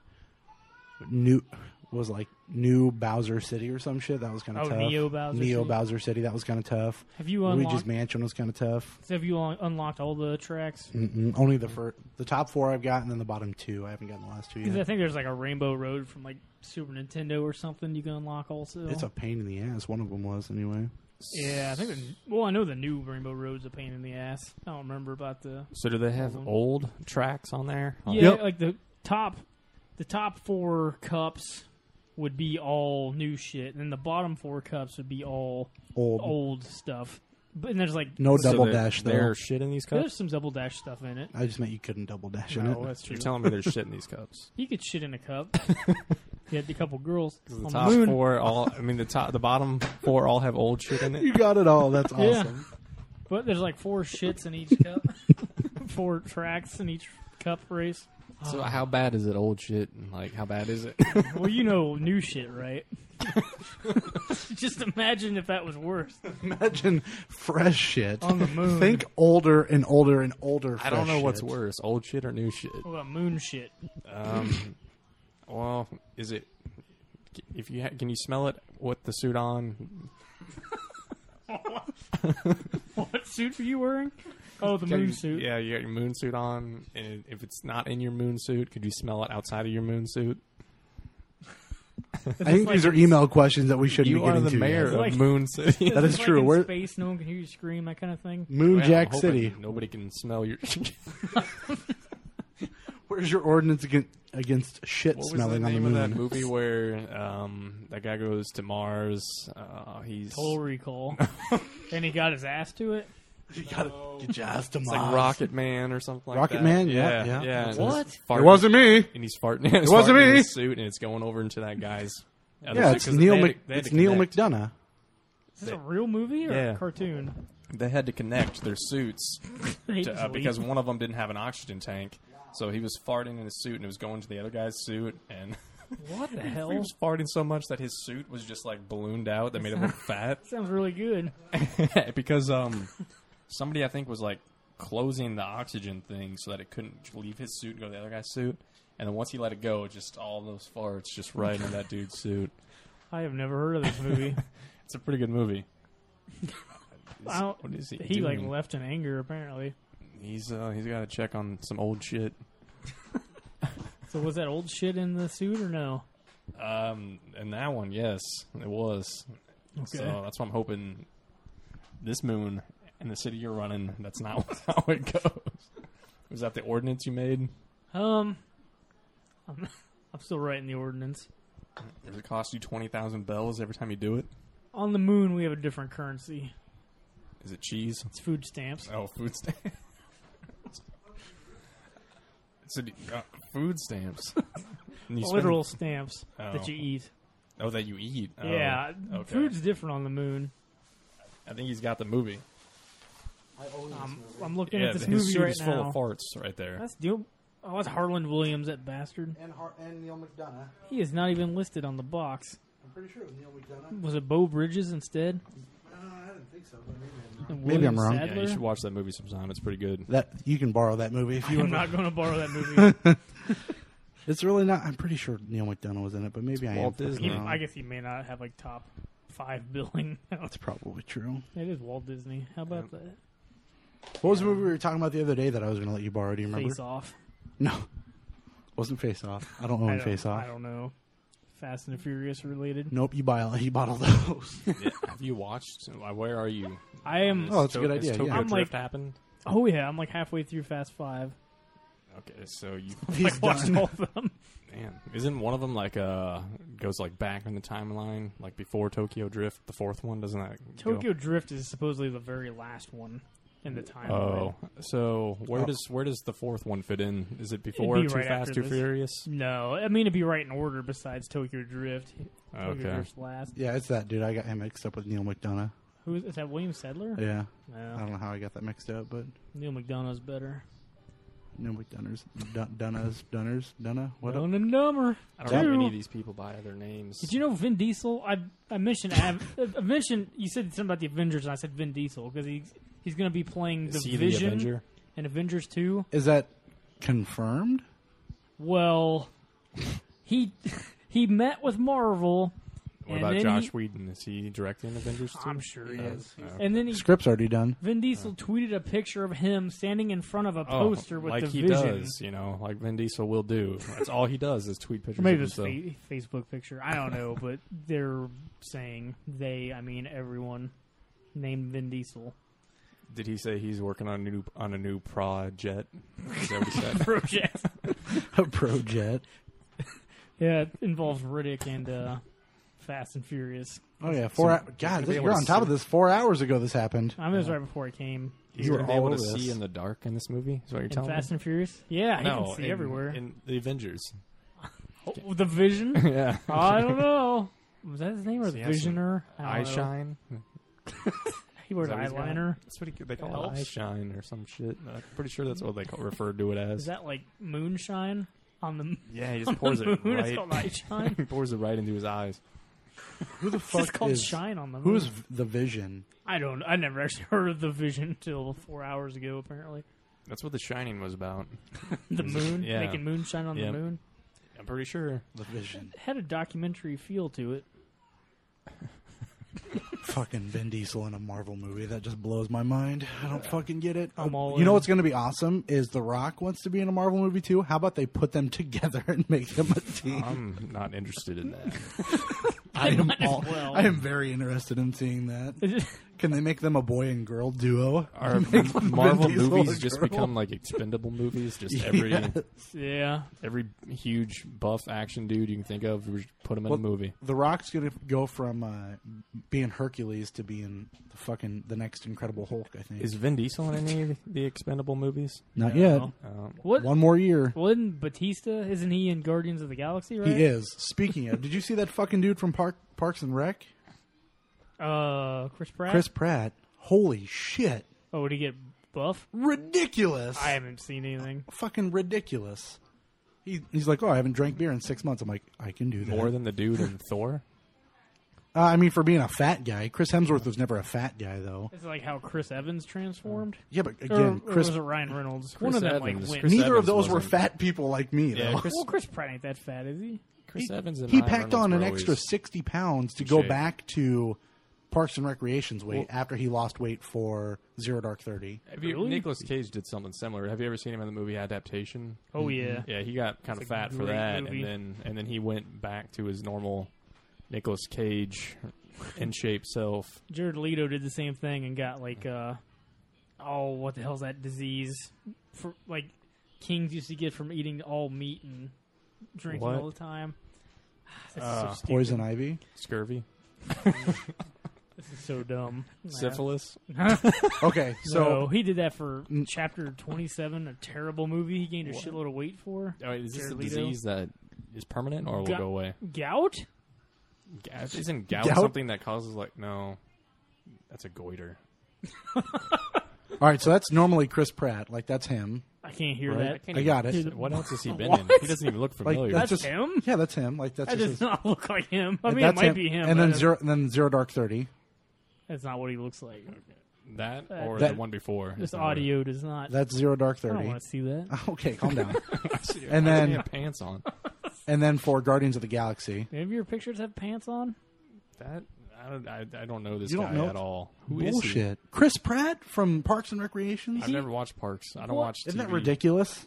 [SPEAKER 4] new was like new Bowser City or some shit. That was kind of
[SPEAKER 1] Oh,
[SPEAKER 4] tough.
[SPEAKER 1] Neo Bowser
[SPEAKER 4] Neo
[SPEAKER 1] City?
[SPEAKER 4] Bowser City. That was kind of tough.
[SPEAKER 1] Have you
[SPEAKER 4] Luigi's
[SPEAKER 1] unlocked?
[SPEAKER 4] Mansion was kind of tough.
[SPEAKER 1] Have you un- unlocked all the tracks?
[SPEAKER 4] Mm-mm. Only the fir- the top four I've got, and then the bottom two. I haven't gotten the last two
[SPEAKER 1] Because I
[SPEAKER 4] yet.
[SPEAKER 1] think there's like a Rainbow Road from like Super Nintendo or something you can unlock also.
[SPEAKER 4] It's a pain in the ass. One of them was anyway.
[SPEAKER 1] Yeah, I think. The, well, I know the new Rainbow Road's a pain in the ass. I don't remember about the.
[SPEAKER 5] So do they have old tracks on there? On-
[SPEAKER 1] Yeah,
[SPEAKER 4] Yep.
[SPEAKER 1] like the top, the top four cups would be all new shit, and then the bottom four cups would be all
[SPEAKER 4] Old.
[SPEAKER 1] old stuff. But and there's like
[SPEAKER 4] No
[SPEAKER 5] So
[SPEAKER 4] double
[SPEAKER 5] there-
[SPEAKER 4] dash though.
[SPEAKER 5] There's shit in these cups.
[SPEAKER 1] there's some double dash stuff in it.
[SPEAKER 4] I just meant you couldn't double dash in
[SPEAKER 1] No,
[SPEAKER 4] it.
[SPEAKER 1] that's true.
[SPEAKER 5] You're telling me there's shit in these cups.
[SPEAKER 1] You could shit in a cup. you had a couple girls
[SPEAKER 5] The
[SPEAKER 1] on
[SPEAKER 5] top
[SPEAKER 1] the moon.
[SPEAKER 5] four all. I mean the top, the bottom four all have old shit in
[SPEAKER 4] You
[SPEAKER 5] it.
[SPEAKER 4] got it all. That's
[SPEAKER 1] Yeah.
[SPEAKER 4] awesome.
[SPEAKER 1] But there's like four shits in each cup, four tracks in each cup race.
[SPEAKER 5] So how bad is it old shit? And like how bad is it?
[SPEAKER 1] Well, you know new shit, right? Just imagine if that was worse
[SPEAKER 4] Imagine fresh shit.
[SPEAKER 1] on the moon.
[SPEAKER 4] Think older and older and older.
[SPEAKER 5] I don't
[SPEAKER 4] fresh
[SPEAKER 5] know what's
[SPEAKER 4] shit.
[SPEAKER 5] worse, old shit or new shit.
[SPEAKER 1] What about moon shit?
[SPEAKER 5] Um, well, is it? If you ha- can you smell it with the suit on?
[SPEAKER 1] What suit were you wearing? Oh, the
[SPEAKER 5] Can
[SPEAKER 1] moon
[SPEAKER 5] you-
[SPEAKER 1] suit.
[SPEAKER 5] Yeah, you got your moon suit on, and if it's not in your moon suit, could you smell it outside of your moon suit?
[SPEAKER 4] I think these are email questions that we shouldn't
[SPEAKER 5] You
[SPEAKER 4] be
[SPEAKER 5] are
[SPEAKER 4] getting
[SPEAKER 5] the
[SPEAKER 4] to.
[SPEAKER 5] mayor
[SPEAKER 4] yet.
[SPEAKER 5] of
[SPEAKER 1] Like-
[SPEAKER 5] Moon City.
[SPEAKER 4] That is
[SPEAKER 1] Like
[SPEAKER 4] true.
[SPEAKER 1] in
[SPEAKER 4] We're
[SPEAKER 1] space, no one can hear you scream, that kind of thing.
[SPEAKER 4] Moon
[SPEAKER 5] Well, I'm
[SPEAKER 4] Jack
[SPEAKER 5] hoping
[SPEAKER 4] City.
[SPEAKER 5] Nobody can smell your. what
[SPEAKER 4] Where's your ordinance against, against shit
[SPEAKER 5] was the
[SPEAKER 4] smelling on the
[SPEAKER 5] name of
[SPEAKER 4] moon?
[SPEAKER 5] that movie where um, that guy goes to Mars? Uh, he's
[SPEAKER 1] Total recall. and he got his ass to it.
[SPEAKER 4] You gotta get your ass to
[SPEAKER 5] Oh. it's like
[SPEAKER 4] Mars.
[SPEAKER 5] Rocket Man or something like
[SPEAKER 4] Rocket
[SPEAKER 5] that.
[SPEAKER 4] Man?
[SPEAKER 5] Yeah,
[SPEAKER 4] Yeah, yeah.
[SPEAKER 5] yeah.
[SPEAKER 1] What?
[SPEAKER 4] It wasn't me.
[SPEAKER 5] and he's farting. It
[SPEAKER 4] wasn't
[SPEAKER 5] In
[SPEAKER 4] me.
[SPEAKER 5] his suit, and it's going over into that guy's. other
[SPEAKER 4] Yeah,
[SPEAKER 5] suit,
[SPEAKER 4] it's
[SPEAKER 5] 'cause
[SPEAKER 4] Neil.
[SPEAKER 5] they had
[SPEAKER 4] Mc,
[SPEAKER 5] to- they had
[SPEAKER 4] it's
[SPEAKER 5] to
[SPEAKER 4] Neil
[SPEAKER 5] connect.
[SPEAKER 4] McDonough.
[SPEAKER 1] Is this a real movie or
[SPEAKER 5] Yeah.
[SPEAKER 1] a cartoon?
[SPEAKER 5] They had to connect their suits
[SPEAKER 1] They
[SPEAKER 5] to,
[SPEAKER 1] just
[SPEAKER 5] uh,
[SPEAKER 1] leave.
[SPEAKER 5] because one of them didn't have an oxygen tank, so he was farting in his suit, and it was going to the other guy's suit, and
[SPEAKER 1] what the
[SPEAKER 5] he
[SPEAKER 1] hell?
[SPEAKER 5] was farting so much that his suit was just like ballooned out. That made him look fat
[SPEAKER 1] Sounds really good.
[SPEAKER 5] because um, somebody I think was like closing the oxygen thing so that it couldn't leave his suit and go to the other guy's suit. And then once he let it go, just all those farts just right into that dude's suit.
[SPEAKER 1] I have never heard of this movie.
[SPEAKER 5] It's a pretty good movie.
[SPEAKER 1] I don't-
[SPEAKER 5] What is he?
[SPEAKER 1] he like
[SPEAKER 5] doing?
[SPEAKER 1] left in anger apparently.
[SPEAKER 5] He's uh, he's got to check on some old shit.
[SPEAKER 1] So was that old shit in the suit or no?
[SPEAKER 5] Um, and that one, yes, it was. So that's what I'm hoping. This moon and the city you're running, that's not how it goes. Was that the ordinance you made?
[SPEAKER 1] Um, I'm, I'm still writing the ordinance.
[SPEAKER 5] Does it cost you twenty thousand bells every time you do it?
[SPEAKER 1] On the moon, we have a different currency.
[SPEAKER 5] Is it cheese?
[SPEAKER 1] It's food stamps.
[SPEAKER 5] Oh, food stamps. It's a, uh, food stamps. And you spend-
[SPEAKER 1] Literal stamps
[SPEAKER 5] Oh.
[SPEAKER 1] that you eat.
[SPEAKER 5] Oh, that you eat. Oh,
[SPEAKER 1] yeah,
[SPEAKER 5] Okay.
[SPEAKER 1] food's different on the moon.
[SPEAKER 5] I think he's got the movie. Um,
[SPEAKER 1] I'm, I'm looking
[SPEAKER 5] yeah,
[SPEAKER 1] at this
[SPEAKER 5] his
[SPEAKER 1] movie
[SPEAKER 5] suit
[SPEAKER 1] right
[SPEAKER 5] is full
[SPEAKER 1] now.
[SPEAKER 5] of farts right there.
[SPEAKER 1] That's deal. Oh, that's Harlan Williams, that bastard.
[SPEAKER 4] And, and Neil McDonough.
[SPEAKER 1] He is not even listed on the box.
[SPEAKER 4] I'm pretty sure it was Neil McDonough. Uh,
[SPEAKER 1] Was it Bo Bridges instead?
[SPEAKER 4] I didn't think so.
[SPEAKER 1] And
[SPEAKER 4] Maybe I'm
[SPEAKER 1] William
[SPEAKER 4] wrong.
[SPEAKER 5] yeah, you
[SPEAKER 1] Sadler?
[SPEAKER 5] should watch that movie sometime. It's pretty good.
[SPEAKER 4] That you can borrow that movie if you
[SPEAKER 1] I'm
[SPEAKER 4] want.
[SPEAKER 1] not going to borrow that movie.
[SPEAKER 4] It's really not. I'm pretty sure Neil McDonough was in it, but maybe I am.
[SPEAKER 5] Walt
[SPEAKER 4] fucking
[SPEAKER 5] Disney.
[SPEAKER 1] He-
[SPEAKER 5] No.
[SPEAKER 4] wrong.
[SPEAKER 1] I guess he may not have like top five billing.
[SPEAKER 4] That's probably true.
[SPEAKER 1] it is Walt Disney. How about that?
[SPEAKER 4] What was the movie we were talking about the other day that I was going to let you borrow? Do you remember?
[SPEAKER 1] Face Off.
[SPEAKER 4] No, wasn't Face Off. I don't own
[SPEAKER 1] I don't-
[SPEAKER 4] Oh, Face Off. Mm.
[SPEAKER 1] I don't know. Fast and the Furious related.
[SPEAKER 4] Nope, you buy. You bought all those.
[SPEAKER 5] Yeah, Have you watched? why- Where are you?
[SPEAKER 1] I am.
[SPEAKER 4] Oh,
[SPEAKER 1] Oh,
[SPEAKER 4] that's a good
[SPEAKER 5] Has
[SPEAKER 4] idea,
[SPEAKER 5] Tokyo
[SPEAKER 4] yeah.
[SPEAKER 1] I'm like-
[SPEAKER 5] Drift happened.
[SPEAKER 1] yeah, I'm like halfway through Fast Five.
[SPEAKER 5] Okay, so you
[SPEAKER 4] He's
[SPEAKER 1] I watched
[SPEAKER 4] done.
[SPEAKER 1] all of them.
[SPEAKER 5] man, isn't one of them like uh goes like back in the timeline, like before Tokyo Drift? The fourth one doesn't that go-
[SPEAKER 1] Tokyo Drift is supposedly the very last one in the timeline.
[SPEAKER 5] Oh, so where
[SPEAKER 4] Oh.
[SPEAKER 5] does where does the fourth one fit in? Is it before
[SPEAKER 1] be
[SPEAKER 5] Too
[SPEAKER 1] right after
[SPEAKER 5] Fast, Too
[SPEAKER 1] this.
[SPEAKER 5] Furious?
[SPEAKER 1] No, I mean it'd be right in order. Besides Tokyo Drift, Tokyo
[SPEAKER 5] Okay,
[SPEAKER 1] Drift's last.
[SPEAKER 4] Yeah, it's that dude. I got him mixed up with Neil McDonough.
[SPEAKER 1] Who is, is that? William Sadler?
[SPEAKER 4] Yeah, I
[SPEAKER 1] No,
[SPEAKER 4] don't know how I got that mixed up, but
[SPEAKER 1] Neil McDonough's better.
[SPEAKER 4] Neil McDonough's, Dun- Dunna's, Dunner's, Dunna. What? up?
[SPEAKER 1] Dumb and dumber.
[SPEAKER 5] I don't know
[SPEAKER 1] Two.
[SPEAKER 5] any of these people by other names.
[SPEAKER 1] Did you know Vin Diesel? I I mentioned I, I mentioned you said something about the Avengers, and I said Vin Diesel because he's he's going to be playing the
[SPEAKER 5] Is he the
[SPEAKER 1] Vision
[SPEAKER 5] Avenger?
[SPEAKER 1] in Avengers Two.
[SPEAKER 4] Is that confirmed?
[SPEAKER 1] Well, he he met with Marvel.
[SPEAKER 5] What
[SPEAKER 1] and
[SPEAKER 5] about
[SPEAKER 1] then
[SPEAKER 5] Josh
[SPEAKER 1] he-
[SPEAKER 5] Whedon? Is he directing Avengers? Too?
[SPEAKER 1] I'm sure he
[SPEAKER 5] Oh,
[SPEAKER 1] is.
[SPEAKER 5] oh.
[SPEAKER 1] And then he,
[SPEAKER 4] Script's already done.
[SPEAKER 1] Vin Diesel tweeted a picture of him standing in front of a
[SPEAKER 5] Oh,
[SPEAKER 1] poster with
[SPEAKER 5] like
[SPEAKER 1] the
[SPEAKER 5] he
[SPEAKER 1] Vision.
[SPEAKER 5] does, you know, like Vin Diesel will do. That's all he does is tweet pictures.
[SPEAKER 1] Or maybe
[SPEAKER 5] of
[SPEAKER 1] it's
[SPEAKER 5] himself.
[SPEAKER 1] a Facebook picture. I don't know, but they're saying they. I mean, everyone named Vin Diesel.
[SPEAKER 5] Did he say he's working on a new on a new project? Is that what he said?
[SPEAKER 1] Project.
[SPEAKER 4] A pro jet.
[SPEAKER 1] yeah, it involves Riddick and uh, Fast and Furious.
[SPEAKER 4] Oh yeah, four.
[SPEAKER 5] So-
[SPEAKER 4] hou- God,
[SPEAKER 5] be
[SPEAKER 4] this,
[SPEAKER 5] able
[SPEAKER 4] you're
[SPEAKER 5] to
[SPEAKER 4] on top
[SPEAKER 5] see-
[SPEAKER 4] of this. Four hours ago, this happened.
[SPEAKER 1] I mean, it was right before it came.
[SPEAKER 5] He's
[SPEAKER 4] You were
[SPEAKER 5] going to be able
[SPEAKER 4] all
[SPEAKER 5] to
[SPEAKER 4] over
[SPEAKER 5] see
[SPEAKER 4] this.
[SPEAKER 5] in the dark in this movie. Is what you're
[SPEAKER 1] In
[SPEAKER 5] telling
[SPEAKER 1] Fast
[SPEAKER 5] me?
[SPEAKER 1] and Furious? Yeah, I
[SPEAKER 5] no,
[SPEAKER 1] can see
[SPEAKER 5] in-
[SPEAKER 1] everywhere.
[SPEAKER 5] in the Avengers.
[SPEAKER 1] Oh, the Vision?
[SPEAKER 5] yeah,
[SPEAKER 1] I don't know. Was that his name or
[SPEAKER 5] See,
[SPEAKER 1] the
[SPEAKER 5] I see.
[SPEAKER 1] Visioner? I
[SPEAKER 5] eye
[SPEAKER 1] don't know.
[SPEAKER 5] shine.
[SPEAKER 1] He wears
[SPEAKER 5] Is that what he's got?
[SPEAKER 1] eyeliner.
[SPEAKER 5] That's what he, they call
[SPEAKER 1] Helps.
[SPEAKER 5] it eye shine or some shit. I'm pretty sure that's what they call, referred to it as.
[SPEAKER 1] Is that like moonshine on the
[SPEAKER 5] yeah, he just pours
[SPEAKER 1] moon?
[SPEAKER 5] it right.
[SPEAKER 1] It's called eye shine.
[SPEAKER 5] he pours it right into his eyes.
[SPEAKER 4] Who the
[SPEAKER 1] it's
[SPEAKER 4] fuck
[SPEAKER 1] called
[SPEAKER 4] is?
[SPEAKER 1] shine on the moon.
[SPEAKER 4] Who is v- the Vision?
[SPEAKER 1] I don't. I never actually heard of the Vision until four hours ago. Apparently,
[SPEAKER 5] That's what The Shining was about.
[SPEAKER 1] the moon
[SPEAKER 5] Yeah.
[SPEAKER 1] making moonshine on
[SPEAKER 5] Yeah.
[SPEAKER 1] the moon
[SPEAKER 5] I'm pretty sure.
[SPEAKER 4] The Vision.
[SPEAKER 1] It had a documentary feel to it.
[SPEAKER 4] fucking Vin Diesel in a Marvel movie. That just blows my mind. I don't fucking get it.
[SPEAKER 1] I'm all
[SPEAKER 4] you know
[SPEAKER 1] in.
[SPEAKER 4] what's going to be awesome is The Rock wants to be in a Marvel movie too. How about they put them together and make them a team?
[SPEAKER 1] Um,
[SPEAKER 5] I'm not interested in that.
[SPEAKER 4] I am
[SPEAKER 1] as
[SPEAKER 4] all,
[SPEAKER 1] well.
[SPEAKER 4] I am very interested in seeing that. Can they make them a boy and girl duo?
[SPEAKER 5] Are Marvel
[SPEAKER 4] Vin Diesel
[SPEAKER 5] movies
[SPEAKER 4] a
[SPEAKER 5] just
[SPEAKER 4] girl?
[SPEAKER 5] become like expendable movies? Just every
[SPEAKER 1] yeah,
[SPEAKER 5] every huge buff action dude you can think of, we just put him in
[SPEAKER 4] Well,
[SPEAKER 5] a movie.
[SPEAKER 4] The Rock's going to go from uh, being Hercules to being the fucking the next Incredible Hulk. I think
[SPEAKER 5] Is Vin Diesel in any of the expendable movies?
[SPEAKER 4] not
[SPEAKER 1] No.
[SPEAKER 5] Um,
[SPEAKER 1] What?
[SPEAKER 4] One more year.
[SPEAKER 1] Wasn't Batista? Isn't he in Guardians of the Galaxy? Right?
[SPEAKER 4] He is. Speaking of, did you see that fucking dude from Park Parks and Rec?
[SPEAKER 1] Uh, Chris Pratt.
[SPEAKER 4] Chris Pratt. Holy shit.
[SPEAKER 1] Oh, did he get buff?
[SPEAKER 4] Ridiculous.
[SPEAKER 1] I haven't seen anything.
[SPEAKER 4] fucking ridiculous. He, he's like, oh, I haven't drank beer in six months. I'm like, I can do that.
[SPEAKER 5] more than the dude in Thor.
[SPEAKER 4] uh, I mean, for being a fat guy, Chris Hemsworth was never a fat guy, though.
[SPEAKER 1] It's like how Chris Evans transformed.
[SPEAKER 4] Yeah, but
[SPEAKER 1] Or-
[SPEAKER 4] Mm. again,
[SPEAKER 1] or
[SPEAKER 4] Chris.
[SPEAKER 1] was it Ryan Reynolds?
[SPEAKER 5] Chris
[SPEAKER 1] One of them
[SPEAKER 5] Evans.
[SPEAKER 1] like went.
[SPEAKER 5] Chris-
[SPEAKER 4] neither of
[SPEAKER 5] Evans
[SPEAKER 4] those were
[SPEAKER 5] wasn't-
[SPEAKER 4] fat people like me, though.
[SPEAKER 5] Yeah, Chris,
[SPEAKER 1] well, Chris Pratt ain't that fat, is he?
[SPEAKER 5] Chris Evans. And
[SPEAKER 4] he
[SPEAKER 5] Ryan
[SPEAKER 4] packed
[SPEAKER 5] Reynolds
[SPEAKER 4] on
[SPEAKER 5] were
[SPEAKER 4] an
[SPEAKER 5] always-
[SPEAKER 4] extra 60 pounds to
[SPEAKER 5] in
[SPEAKER 4] go
[SPEAKER 5] shape.
[SPEAKER 4] back to Parks and Recreation's weight after he lost weight for Zero Dark 30.
[SPEAKER 5] Have you,
[SPEAKER 1] Really?
[SPEAKER 5] Nicolas Cage did something similar. Have you ever seen him in the movie Adaptation?
[SPEAKER 1] Oh yeah.
[SPEAKER 5] Yeah, he got kind
[SPEAKER 1] It's a
[SPEAKER 5] of fat for
[SPEAKER 1] great
[SPEAKER 5] that,
[SPEAKER 1] movie.
[SPEAKER 5] and then and then he went back to his normal Nicolas Cage in shape self.
[SPEAKER 1] Jared Leto did the same thing and got like, uh, oh, what the hell's that disease? For like, kings used to get from eating all meat and drinking
[SPEAKER 5] What?
[SPEAKER 1] all the time. This is so
[SPEAKER 5] Uh,
[SPEAKER 1] stupid.
[SPEAKER 4] Poison Ivy.
[SPEAKER 5] Scurvy,
[SPEAKER 1] This is so dumb.
[SPEAKER 5] syphilis.
[SPEAKER 4] Okay,
[SPEAKER 1] So
[SPEAKER 4] so Mm.
[SPEAKER 1] he did that for chapter twenty-seven, a terrible movie. He gained a shitload of weight for
[SPEAKER 5] Oh, is this
[SPEAKER 1] Jared
[SPEAKER 5] a
[SPEAKER 1] Leto?
[SPEAKER 5] disease that is permanent or will
[SPEAKER 1] Gout.
[SPEAKER 5] go away?
[SPEAKER 1] gout.
[SPEAKER 5] Gout? Isn't gout,
[SPEAKER 4] Gout?
[SPEAKER 5] something that causes like no? That's a goiter.
[SPEAKER 4] all right, so that's normally Chris Pratt. Like that's him.
[SPEAKER 1] I can't hear
[SPEAKER 5] Right? I
[SPEAKER 1] that.
[SPEAKER 5] can't
[SPEAKER 4] I
[SPEAKER 5] even-
[SPEAKER 4] got it.
[SPEAKER 1] Here's a-
[SPEAKER 5] What else has he been in?
[SPEAKER 1] What?
[SPEAKER 5] He doesn't even look
[SPEAKER 4] Like
[SPEAKER 5] familiar.
[SPEAKER 4] that's
[SPEAKER 1] That's
[SPEAKER 4] just
[SPEAKER 1] him?
[SPEAKER 4] Yeah, that's him. Like that's
[SPEAKER 1] That
[SPEAKER 4] just
[SPEAKER 1] does
[SPEAKER 4] his-
[SPEAKER 1] not look like him. I
[SPEAKER 4] And
[SPEAKER 1] mean, it
[SPEAKER 4] that's
[SPEAKER 1] might be him.
[SPEAKER 4] And
[SPEAKER 1] but
[SPEAKER 4] then
[SPEAKER 1] that's-
[SPEAKER 4] zero, and then zero dark thirty.
[SPEAKER 1] That's not what he looks like.
[SPEAKER 5] that or
[SPEAKER 4] That-
[SPEAKER 5] the one before. Uh,
[SPEAKER 1] This audio does not.
[SPEAKER 4] That's zero dark
[SPEAKER 1] I don't
[SPEAKER 4] thirty.
[SPEAKER 1] want to see that.
[SPEAKER 4] Okay, calm down.
[SPEAKER 5] and
[SPEAKER 4] and
[SPEAKER 5] then
[SPEAKER 4] then
[SPEAKER 5] pants on.
[SPEAKER 4] and then for Guardians of the Galaxy,
[SPEAKER 1] Any of your pictures have pants on?
[SPEAKER 5] That I don't. I, I don't know this
[SPEAKER 4] You don't
[SPEAKER 5] guy
[SPEAKER 4] know?
[SPEAKER 5] at all. Who is he?
[SPEAKER 4] bullshit. Chris Pratt from Parks and Recreation.
[SPEAKER 5] I've never watched Parks. I don't
[SPEAKER 1] What?
[SPEAKER 5] watch. TV.
[SPEAKER 4] Isn't that ridiculous?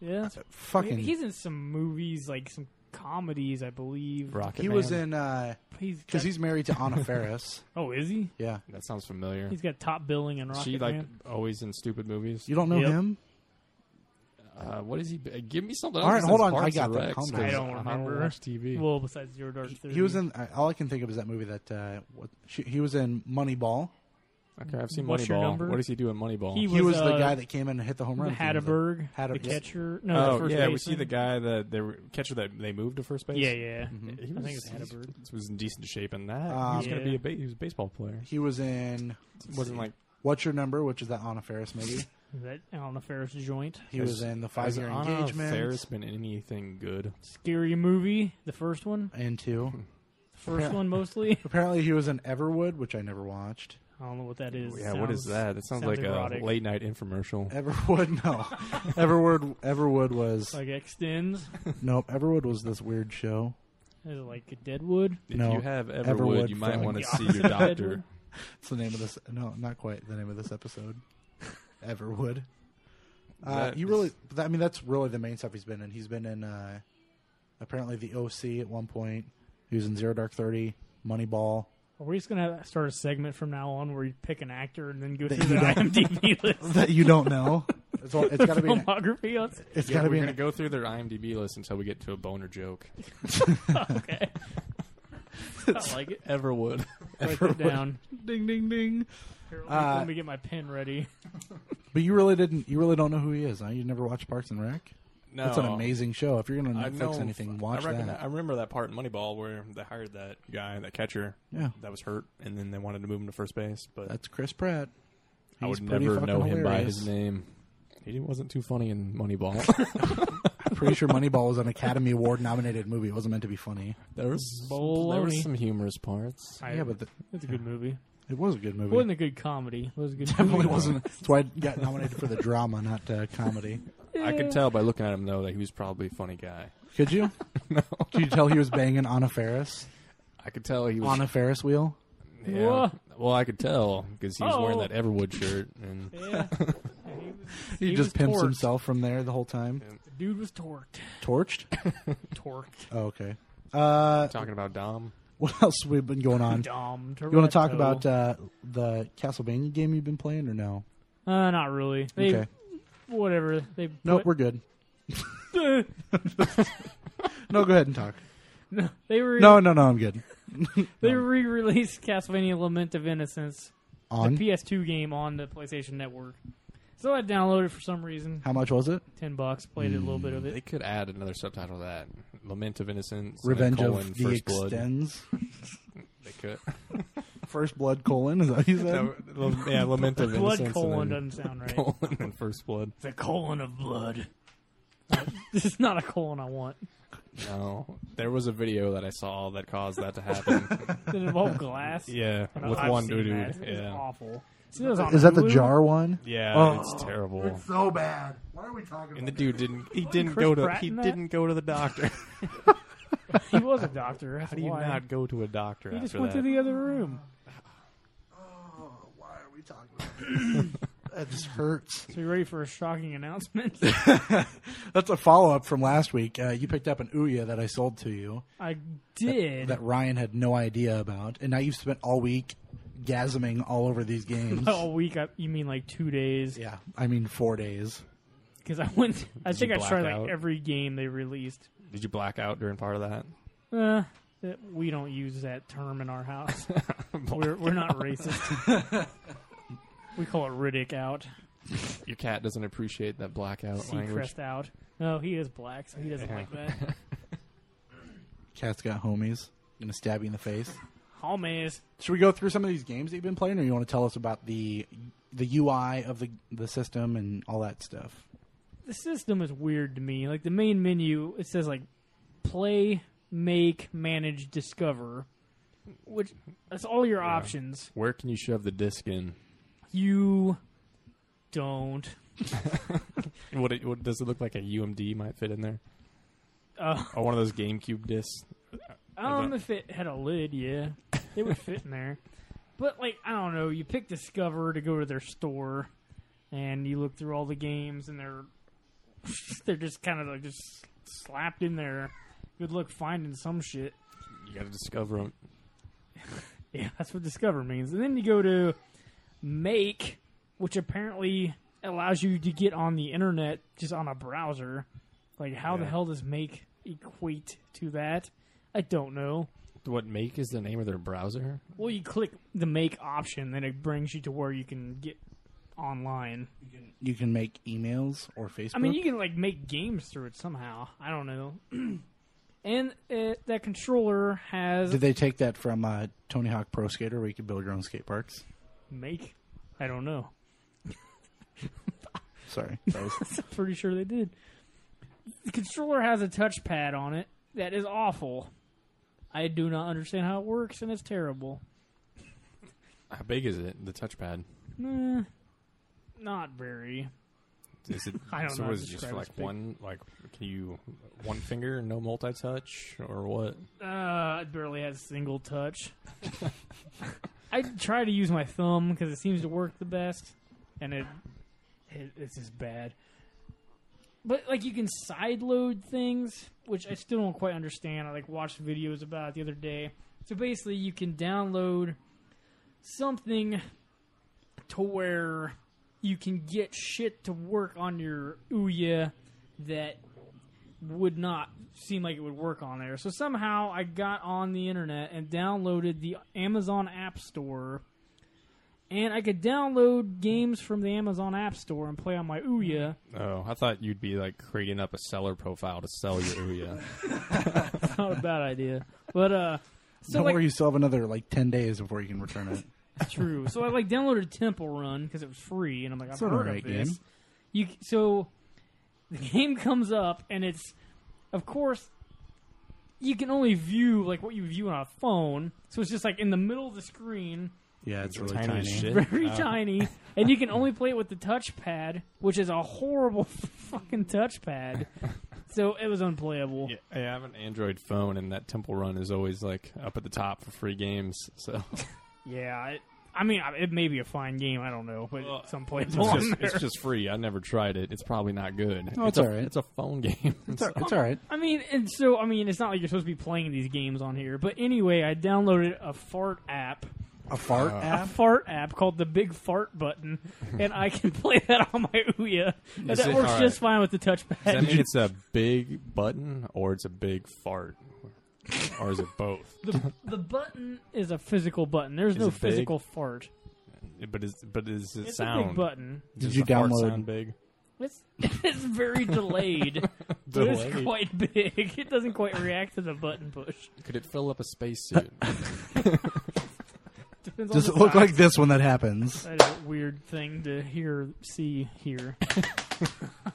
[SPEAKER 1] Yeah. that's-
[SPEAKER 4] Fucking.
[SPEAKER 1] He's in some movies, like some comedies, I believe.
[SPEAKER 5] Rocket
[SPEAKER 4] he
[SPEAKER 5] Man.
[SPEAKER 4] was in because
[SPEAKER 1] He's got-
[SPEAKER 4] he's married to Anna Faris.
[SPEAKER 1] oh, is he?
[SPEAKER 4] Yeah,
[SPEAKER 5] That sounds familiar.
[SPEAKER 1] He's got top billing and Rocket
[SPEAKER 5] she like
[SPEAKER 1] Man.
[SPEAKER 5] always in stupid movies.
[SPEAKER 4] you don't know
[SPEAKER 1] Yep.
[SPEAKER 4] him.
[SPEAKER 5] Uh, what is he? uh, Give me something.
[SPEAKER 4] All
[SPEAKER 5] else
[SPEAKER 4] right,
[SPEAKER 5] that's
[SPEAKER 4] hold
[SPEAKER 5] in
[SPEAKER 4] on, I
[SPEAKER 5] Parks
[SPEAKER 4] got
[SPEAKER 5] and
[SPEAKER 4] that.
[SPEAKER 5] Recs,
[SPEAKER 4] Calm
[SPEAKER 5] 'cause
[SPEAKER 4] down.
[SPEAKER 1] I don't remember.
[SPEAKER 5] watch TV.
[SPEAKER 1] Well, besides Zero Dark Thirty,
[SPEAKER 4] He was in. I- All I can think of is that movie that uh, what, she, he was in Moneyball.
[SPEAKER 5] okay, I've seen
[SPEAKER 1] What's your
[SPEAKER 5] Moneyball.
[SPEAKER 1] number?
[SPEAKER 5] What does he do in Moneyball?
[SPEAKER 1] He
[SPEAKER 4] He, was,
[SPEAKER 1] was,
[SPEAKER 4] the
[SPEAKER 1] uh,
[SPEAKER 4] guy that came in and hit the home run.
[SPEAKER 1] Hatterberg,
[SPEAKER 4] Hatter-
[SPEAKER 1] the
[SPEAKER 4] yes.
[SPEAKER 1] catcher. No, the
[SPEAKER 5] oh
[SPEAKER 1] first
[SPEAKER 5] yeah, we see
[SPEAKER 1] baseman.
[SPEAKER 5] the guy that they were, catcher that they moved to first base.
[SPEAKER 1] Yeah, yeah.
[SPEAKER 4] Mm-hmm.
[SPEAKER 5] He
[SPEAKER 1] I
[SPEAKER 5] was,
[SPEAKER 1] think it's
[SPEAKER 5] he
[SPEAKER 1] Hatterberg.
[SPEAKER 5] was in decent shape in that.
[SPEAKER 4] Um,
[SPEAKER 5] he was going
[SPEAKER 1] Yeah.
[SPEAKER 5] to be a ba- he was a baseball player.
[SPEAKER 4] He was in
[SPEAKER 5] He Uh, wasn't like
[SPEAKER 4] What's Your Number, which is that Anna Faris movie.
[SPEAKER 1] Is that Alan Ferris joint?
[SPEAKER 4] He was in the five
[SPEAKER 5] has
[SPEAKER 4] year
[SPEAKER 5] Anna
[SPEAKER 4] engagement.
[SPEAKER 5] Faris been in anything good?
[SPEAKER 1] Scary movie, the first one,
[SPEAKER 4] And two.
[SPEAKER 1] the first one mostly.
[SPEAKER 4] Apparently, he was in Everwood, which I never watched.
[SPEAKER 1] I don't know what that is.
[SPEAKER 5] yeah, what is
[SPEAKER 1] Sounds-
[SPEAKER 5] that? That sounds, like
[SPEAKER 1] erotic.
[SPEAKER 5] a late night infomercial.
[SPEAKER 4] Everwood, no. Everwood, Everwood was
[SPEAKER 1] Like extends.
[SPEAKER 4] nope. Everwood was this weird show.
[SPEAKER 1] Is it like Deadwood?
[SPEAKER 5] If
[SPEAKER 4] No,
[SPEAKER 5] you have Everwood,
[SPEAKER 4] Everwood
[SPEAKER 5] you might
[SPEAKER 4] from-
[SPEAKER 5] want to
[SPEAKER 1] The
[SPEAKER 5] see
[SPEAKER 1] opposite
[SPEAKER 5] your
[SPEAKER 1] of
[SPEAKER 5] doctor.
[SPEAKER 4] It's the name of this. No, not quite the name of this episode. Everwood. Uh,
[SPEAKER 5] That
[SPEAKER 4] you
[SPEAKER 5] is-
[SPEAKER 4] really? I mean, that's really the main stuff he's been in. He's been in uh, apparently the OC at one point. He was in Zero Dark Thirty, Moneyball,
[SPEAKER 1] Are we just gonna start a segment from now on where you pick an actor and then go through their IMDb list,
[SPEAKER 4] that you don't know. It's, all- it's got to be. An,
[SPEAKER 1] filmography? Let's-
[SPEAKER 4] it's
[SPEAKER 5] Yeah,
[SPEAKER 4] got to
[SPEAKER 5] we're
[SPEAKER 4] be.
[SPEAKER 5] gonna
[SPEAKER 4] An,
[SPEAKER 5] go through their IMDb list until we get to a boner joke.
[SPEAKER 1] Okay, I like it.
[SPEAKER 5] Ever would.
[SPEAKER 1] Write it down.
[SPEAKER 4] ding ding ding.
[SPEAKER 1] Here, let, me,
[SPEAKER 4] Uh,
[SPEAKER 1] let me get my pen ready.
[SPEAKER 4] But you really didn't. You really don't know who he is. Huh? You never watched Parks and Rec.
[SPEAKER 5] No,
[SPEAKER 4] That's an amazing show. If you're gonna
[SPEAKER 5] I
[SPEAKER 4] Netflix
[SPEAKER 5] know-
[SPEAKER 4] anything, watch
[SPEAKER 5] I reckon-
[SPEAKER 4] that.
[SPEAKER 5] I remember that part in Moneyball where they hired that guy, that catcher,
[SPEAKER 4] Yeah.
[SPEAKER 5] that was hurt, and then they wanted to move him to first base. But
[SPEAKER 4] That's Chris Pratt.
[SPEAKER 5] I
[SPEAKER 4] He's
[SPEAKER 5] would
[SPEAKER 4] pretty
[SPEAKER 5] never know
[SPEAKER 4] fucking
[SPEAKER 5] him by
[SPEAKER 4] hilarious.
[SPEAKER 5] his name. He wasn't too funny in Moneyball.
[SPEAKER 4] I'm pretty sure Moneyball was an Academy Award nominated movie. It wasn't meant to be funny.
[SPEAKER 5] there was there
[SPEAKER 1] Bologna.
[SPEAKER 5] was some humorous parts.
[SPEAKER 1] I-
[SPEAKER 4] yeah, but the,
[SPEAKER 1] it's a good movie.
[SPEAKER 4] it was a good
[SPEAKER 1] It
[SPEAKER 4] movie.
[SPEAKER 1] wasn't a good comedy. It was a good.
[SPEAKER 4] Definitely
[SPEAKER 1] movie.
[SPEAKER 4] wasn't. That's why it got nominated for the drama, not uh, comedy.
[SPEAKER 5] I could tell by looking at him though that he was probably a funny guy.
[SPEAKER 4] Could you? no. Did you tell he was banging on a Ferris
[SPEAKER 5] I could tell he was.
[SPEAKER 4] on a Ferris wheel?
[SPEAKER 5] yeah. Well, I could tell because he was wearing
[SPEAKER 1] Oh.
[SPEAKER 5] that Everwood shirt, and
[SPEAKER 1] Yeah.
[SPEAKER 4] He,
[SPEAKER 1] He
[SPEAKER 4] just
[SPEAKER 1] was
[SPEAKER 4] pimps
[SPEAKER 1] torqued.
[SPEAKER 4] himself from there the whole time.
[SPEAKER 1] The dude was torqued.
[SPEAKER 4] Torched.
[SPEAKER 1] Torqued.
[SPEAKER 4] Oh, okay. Uh,
[SPEAKER 5] talking about Dom.
[SPEAKER 4] what else have we been going on?
[SPEAKER 1] Dumb.
[SPEAKER 4] You want to talk about uh, the Castlevania game you've been playing or no?
[SPEAKER 1] Uh, not really. They,
[SPEAKER 4] okay.
[SPEAKER 1] Whatever. They.
[SPEAKER 4] No,
[SPEAKER 1] put-
[SPEAKER 4] we're good. No, go ahead and talk.
[SPEAKER 1] they were.
[SPEAKER 4] No, no, no, I'm good.
[SPEAKER 1] They re-released Castlevania: Lament of Innocence,
[SPEAKER 4] On.
[SPEAKER 1] the PS2 game, on the PlayStation Network. So I downloaded it for some reason.
[SPEAKER 4] How much was it?
[SPEAKER 1] Ten bucks. Played a little bit of
[SPEAKER 5] They
[SPEAKER 1] it.
[SPEAKER 5] could add another subtitle to that: Lament of Innocence, and
[SPEAKER 4] Revenge
[SPEAKER 5] colon,
[SPEAKER 4] of the
[SPEAKER 5] First Blood.
[SPEAKER 4] Extends.
[SPEAKER 5] They could.
[SPEAKER 4] First Blood colon, is that what you said?
[SPEAKER 5] No, l- yeah, Lament of Mm, Innocence.
[SPEAKER 1] Blood
[SPEAKER 5] and
[SPEAKER 1] colon
[SPEAKER 5] then
[SPEAKER 1] doesn't sound right.
[SPEAKER 5] colon and First Blood.
[SPEAKER 1] The colon of blood. this is not a colon I want.
[SPEAKER 5] No, there was a video that I saw that caused that to happen.
[SPEAKER 1] Did it involve glass?
[SPEAKER 5] yeah,
[SPEAKER 1] And
[SPEAKER 5] with
[SPEAKER 1] I've
[SPEAKER 5] one
[SPEAKER 1] seen
[SPEAKER 5] dude.
[SPEAKER 1] that. It was
[SPEAKER 5] Yeah,
[SPEAKER 1] awful. See, it was on
[SPEAKER 4] Is that the
[SPEAKER 1] Hulu?
[SPEAKER 4] jar one?
[SPEAKER 5] yeah,
[SPEAKER 4] Oh.
[SPEAKER 5] it's terrible.
[SPEAKER 4] So bad. Why are we talking
[SPEAKER 5] And the dude didn't. He
[SPEAKER 1] Wasn't
[SPEAKER 5] didn't
[SPEAKER 1] Chris
[SPEAKER 5] go to.
[SPEAKER 1] Pratt
[SPEAKER 5] He
[SPEAKER 1] in that?
[SPEAKER 5] didn't go to the doctor.
[SPEAKER 1] He was a doctor.
[SPEAKER 5] How do you not go to a doctor
[SPEAKER 1] He
[SPEAKER 5] after
[SPEAKER 1] just went
[SPEAKER 5] that?
[SPEAKER 1] to the other room.
[SPEAKER 4] Why are we talking about That just hurts.
[SPEAKER 1] So you ready for a shocking announcement?
[SPEAKER 4] That's a follow up from last week. Uh, you picked up an Ouya that I sold to you
[SPEAKER 1] I did.
[SPEAKER 4] that Ryan had no idea about, and now you've spent all week gasming all over these games.
[SPEAKER 1] all Oh, week. I, you mean like two days?
[SPEAKER 4] Yeah, I mean four days.
[SPEAKER 1] Because I went. I
[SPEAKER 5] Did
[SPEAKER 1] think
[SPEAKER 5] you
[SPEAKER 1] I tried
[SPEAKER 5] black out?
[SPEAKER 1] like every game they released.
[SPEAKER 5] Did you black out during part of that?
[SPEAKER 1] Uh, that- we don't use that term in our house. we're we're not racist. we call it Riddick out,
[SPEAKER 5] Your cat doesn't appreciate that blackout language.
[SPEAKER 1] Seacrest out. No, he is black, so he doesn't
[SPEAKER 5] Yeah.
[SPEAKER 1] like that.
[SPEAKER 4] Cat's got homies. Gonna stab you in the face.
[SPEAKER 1] Homies.
[SPEAKER 4] Should we go through some of these games that you've been playing, or you want to tell us about the the UI of the the system and all that stuff?
[SPEAKER 1] the system is weird to me. Like the main menu, it says like play, make, manage, discover, which that's all your options.
[SPEAKER 5] Where can you shove the disc in?
[SPEAKER 1] You don't.
[SPEAKER 5] What, it, what does it look like? A UMD might fit in there,
[SPEAKER 1] Uh,
[SPEAKER 5] or one of those GameCube discs.
[SPEAKER 1] um,
[SPEAKER 5] that-
[SPEAKER 1] if it had a lid, yeah, it would fit in there. But like, I don't know. You pick Discover to go to their store, and you look through all the games, and they're they're just kind of like just slapped in there. Good luck finding some shit.
[SPEAKER 5] You got to discover 'em.
[SPEAKER 1] Yeah, that's what discover means. And then you go to make, which apparently allows you to get on the internet just on a browser. Like, how the
[SPEAKER 5] Yeah.
[SPEAKER 1] hell does make equate to that? I don't know.
[SPEAKER 5] What make is the name of their browser?
[SPEAKER 1] Well, you click the make option, then it brings you to where you can get online.
[SPEAKER 4] You can make emails or Facebook.
[SPEAKER 1] I mean, you can like make games through it somehow. I don't know. and uh that controller has
[SPEAKER 4] Did they take that from uh, Tony Hawk Pro Skater, where you could build your own skate parks?
[SPEAKER 1] make. I don't know.
[SPEAKER 4] Sorry, that was
[SPEAKER 1] Pretty sure they did. The controller has a touchpad on it that is awful. I do not understand how it works, and it's terrible.
[SPEAKER 5] How big is it? The touchpad.
[SPEAKER 1] Eh, not very.
[SPEAKER 5] Is it?
[SPEAKER 1] I don't
[SPEAKER 5] so
[SPEAKER 1] know
[SPEAKER 5] what
[SPEAKER 1] how
[SPEAKER 5] is
[SPEAKER 1] to
[SPEAKER 5] it, just
[SPEAKER 1] describe
[SPEAKER 5] like
[SPEAKER 1] this big.
[SPEAKER 5] one? Like can you one finger, no multi-touch, or what?
[SPEAKER 1] Uh, it barely has single touch. I try to use my thumb because it seems to work the best, and it, it it's just bad. But like you can sideload things, which I still don't quite understand. I like watched videos about it the other day. So basically, you can download something to where you can get shit to work on your Ouya that would not seem like it would work on there. So somehow I got on the internet and downloaded the Amazon App Store. And I could download games from the Amazon App Store and play on my Ouya.
[SPEAKER 5] Oh, I thought you'd be like creating up a seller profile to sell your Ouya.
[SPEAKER 1] Not a bad idea. But uh so
[SPEAKER 4] Don't
[SPEAKER 1] like
[SPEAKER 4] worry, you still have another like ten days before you can return it.
[SPEAKER 1] True. So I like downloaded Temple Run because it was free, and I'm like, I've
[SPEAKER 4] It's an
[SPEAKER 1] heard
[SPEAKER 4] alright
[SPEAKER 1] of this.
[SPEAKER 4] game.
[SPEAKER 1] You c- so the game comes up, and it's of course you can only view like what you view on a phone, so it's just like in the middle of the screen,
[SPEAKER 4] Yeah, it's really
[SPEAKER 5] Tiny as shit.
[SPEAKER 1] very
[SPEAKER 5] Oh.
[SPEAKER 1] tiny, and you can only play it with the touchpad, which is a horrible fucking touchpad. So it was unplayable.
[SPEAKER 5] Yeah, I have an Android phone, and that Temple Run is always like up at the top for free games. So
[SPEAKER 1] Yeah, it, I mean, I- it may be a fine game. I don't know, but
[SPEAKER 5] Well,
[SPEAKER 1] it's unplayable.
[SPEAKER 5] it's
[SPEAKER 1] on
[SPEAKER 5] just,
[SPEAKER 1] there.
[SPEAKER 5] it's just free. I never tried it. It's probably not good.
[SPEAKER 4] No, it's
[SPEAKER 5] a,
[SPEAKER 4] alright.
[SPEAKER 5] Oh, It's a phone game.
[SPEAKER 4] It's, all- it's all right.
[SPEAKER 1] I mean, and so I mean, it's not like you're supposed to be playing these games on here. But anyway, I downloaded a fart app,
[SPEAKER 4] A fart
[SPEAKER 1] a
[SPEAKER 4] app.
[SPEAKER 1] fart app called the Big Fart Button, and I can play that on my Ouya. And
[SPEAKER 5] Is
[SPEAKER 1] that
[SPEAKER 5] it-
[SPEAKER 1] works
[SPEAKER 5] all
[SPEAKER 1] just fine with the touchpad.
[SPEAKER 5] Does that mean it's a big button or it's a big fart, or is it both?
[SPEAKER 1] the, the button is a physical button. There's
[SPEAKER 5] Is
[SPEAKER 1] no
[SPEAKER 5] it big?
[SPEAKER 1] physical fart.
[SPEAKER 5] But is but is it
[SPEAKER 1] It's
[SPEAKER 5] sound?
[SPEAKER 1] a big button.
[SPEAKER 5] Does
[SPEAKER 4] Did you
[SPEAKER 5] the fart
[SPEAKER 4] download-
[SPEAKER 5] sound big?
[SPEAKER 1] It's it's very delayed. but it's
[SPEAKER 5] Delayed.
[SPEAKER 1] quite big. It doesn't quite react to the button push.
[SPEAKER 5] Could it fill up a spacesuit?
[SPEAKER 1] Depends
[SPEAKER 4] Does
[SPEAKER 1] on
[SPEAKER 4] it
[SPEAKER 1] the
[SPEAKER 4] look
[SPEAKER 1] size.
[SPEAKER 4] like this when that happens?
[SPEAKER 1] That is a weird thing to hear, see, hear.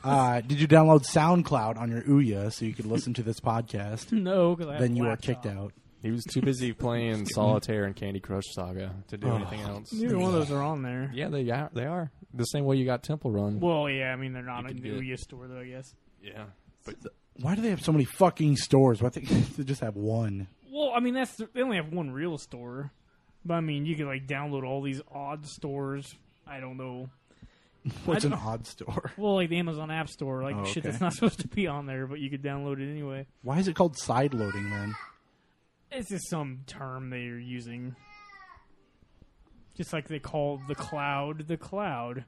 [SPEAKER 4] Uh, did you download SoundCloud on your Ouya so you could listen to this podcast?
[SPEAKER 1] No, because I have
[SPEAKER 4] Then
[SPEAKER 1] a
[SPEAKER 4] you are
[SPEAKER 1] laptop.
[SPEAKER 4] kicked out.
[SPEAKER 5] he was too busy playing solitaire and Candy Crush Saga to do
[SPEAKER 4] Oh.
[SPEAKER 5] anything else.
[SPEAKER 1] Neither one of those are on there.
[SPEAKER 5] Yeah, they are. They are the same way you got Temple Run.
[SPEAKER 1] Well, yeah, I mean they're not
[SPEAKER 5] You
[SPEAKER 1] in
[SPEAKER 5] can
[SPEAKER 1] the
[SPEAKER 5] do it.
[SPEAKER 1] Ouya store though. I guess.
[SPEAKER 5] yeah, but
[SPEAKER 4] Why do they have so many fucking stores? Why they they just have one?
[SPEAKER 1] Well, I mean that's they only have one real store, but I mean you can like download all these odd stores. I don't know.
[SPEAKER 4] What's
[SPEAKER 1] I
[SPEAKER 4] an
[SPEAKER 1] don't-
[SPEAKER 4] odd store?
[SPEAKER 1] Well, like the Amazon App Store, like
[SPEAKER 4] Oh,
[SPEAKER 1] shit
[SPEAKER 4] okay.
[SPEAKER 1] that's not supposed to be on there, but you could download it anyway.
[SPEAKER 4] Why is it called side loading then?
[SPEAKER 1] It's just some term they're using. Just like they call the cloud the cloud.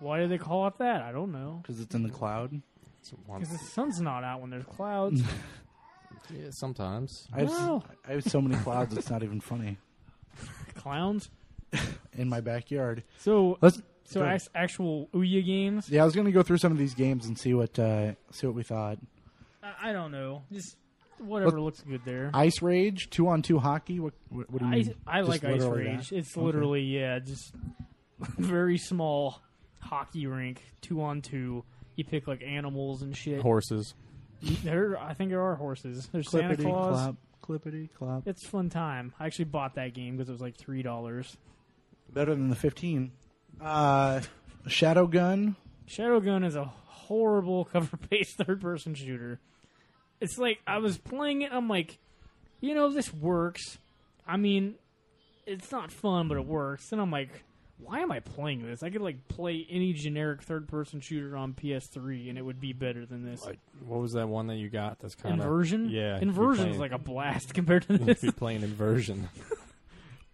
[SPEAKER 1] Why do they call it that? I don't know.
[SPEAKER 4] Because it's in the cloud.
[SPEAKER 5] it's one-
[SPEAKER 1] Because the sun's not out when there's clouds.
[SPEAKER 5] yeah, sometimes
[SPEAKER 4] I have, s-
[SPEAKER 1] No.
[SPEAKER 4] I have so many clouds. It's not even funny.
[SPEAKER 1] Clowns.
[SPEAKER 4] In my backyard.
[SPEAKER 1] So,
[SPEAKER 4] Let's.
[SPEAKER 1] so
[SPEAKER 4] go ahead.
[SPEAKER 1] ac- actual Ouya games.
[SPEAKER 4] Yeah, I was gonna go through some of these games and see what uh, see what we thought.
[SPEAKER 1] I, I don't know. Just whatever looks good there.
[SPEAKER 4] Ice Rage, two on two hockey. What what, what do you
[SPEAKER 1] I,
[SPEAKER 4] mean?
[SPEAKER 1] I
[SPEAKER 4] um, Just
[SPEAKER 1] like Ice
[SPEAKER 4] literally
[SPEAKER 1] Rage.
[SPEAKER 4] that?
[SPEAKER 1] It's literally yeah, just very small hockey rink, two on two. You pick like animals and shit.
[SPEAKER 5] horses.
[SPEAKER 1] there, I think there are horses. There's Santa
[SPEAKER 4] clippity
[SPEAKER 1] Claus.
[SPEAKER 4] clop, clippity clop.
[SPEAKER 1] It's a fun time. I actually bought that game because it was like three dollars.
[SPEAKER 4] Better than the fifteen. Uh, Shadow Gun.
[SPEAKER 1] Shadowgun is a horrible cover-based third-person shooter. It's like I was playing it. I'm like, you know, this works. I mean, it's not fun, but it works. And I'm like, why am I playing this? I could like play any generic third-person shooter on PS3, and it would be better than this.
[SPEAKER 5] Like, what was that one that you got? That's kind of
[SPEAKER 1] Inversion,
[SPEAKER 5] Yeah,
[SPEAKER 1] Inversion
[SPEAKER 5] you're
[SPEAKER 1] is like
[SPEAKER 5] playing-
[SPEAKER 1] a blast compared to
[SPEAKER 5] If
[SPEAKER 1] this.
[SPEAKER 5] you're playing Inversion,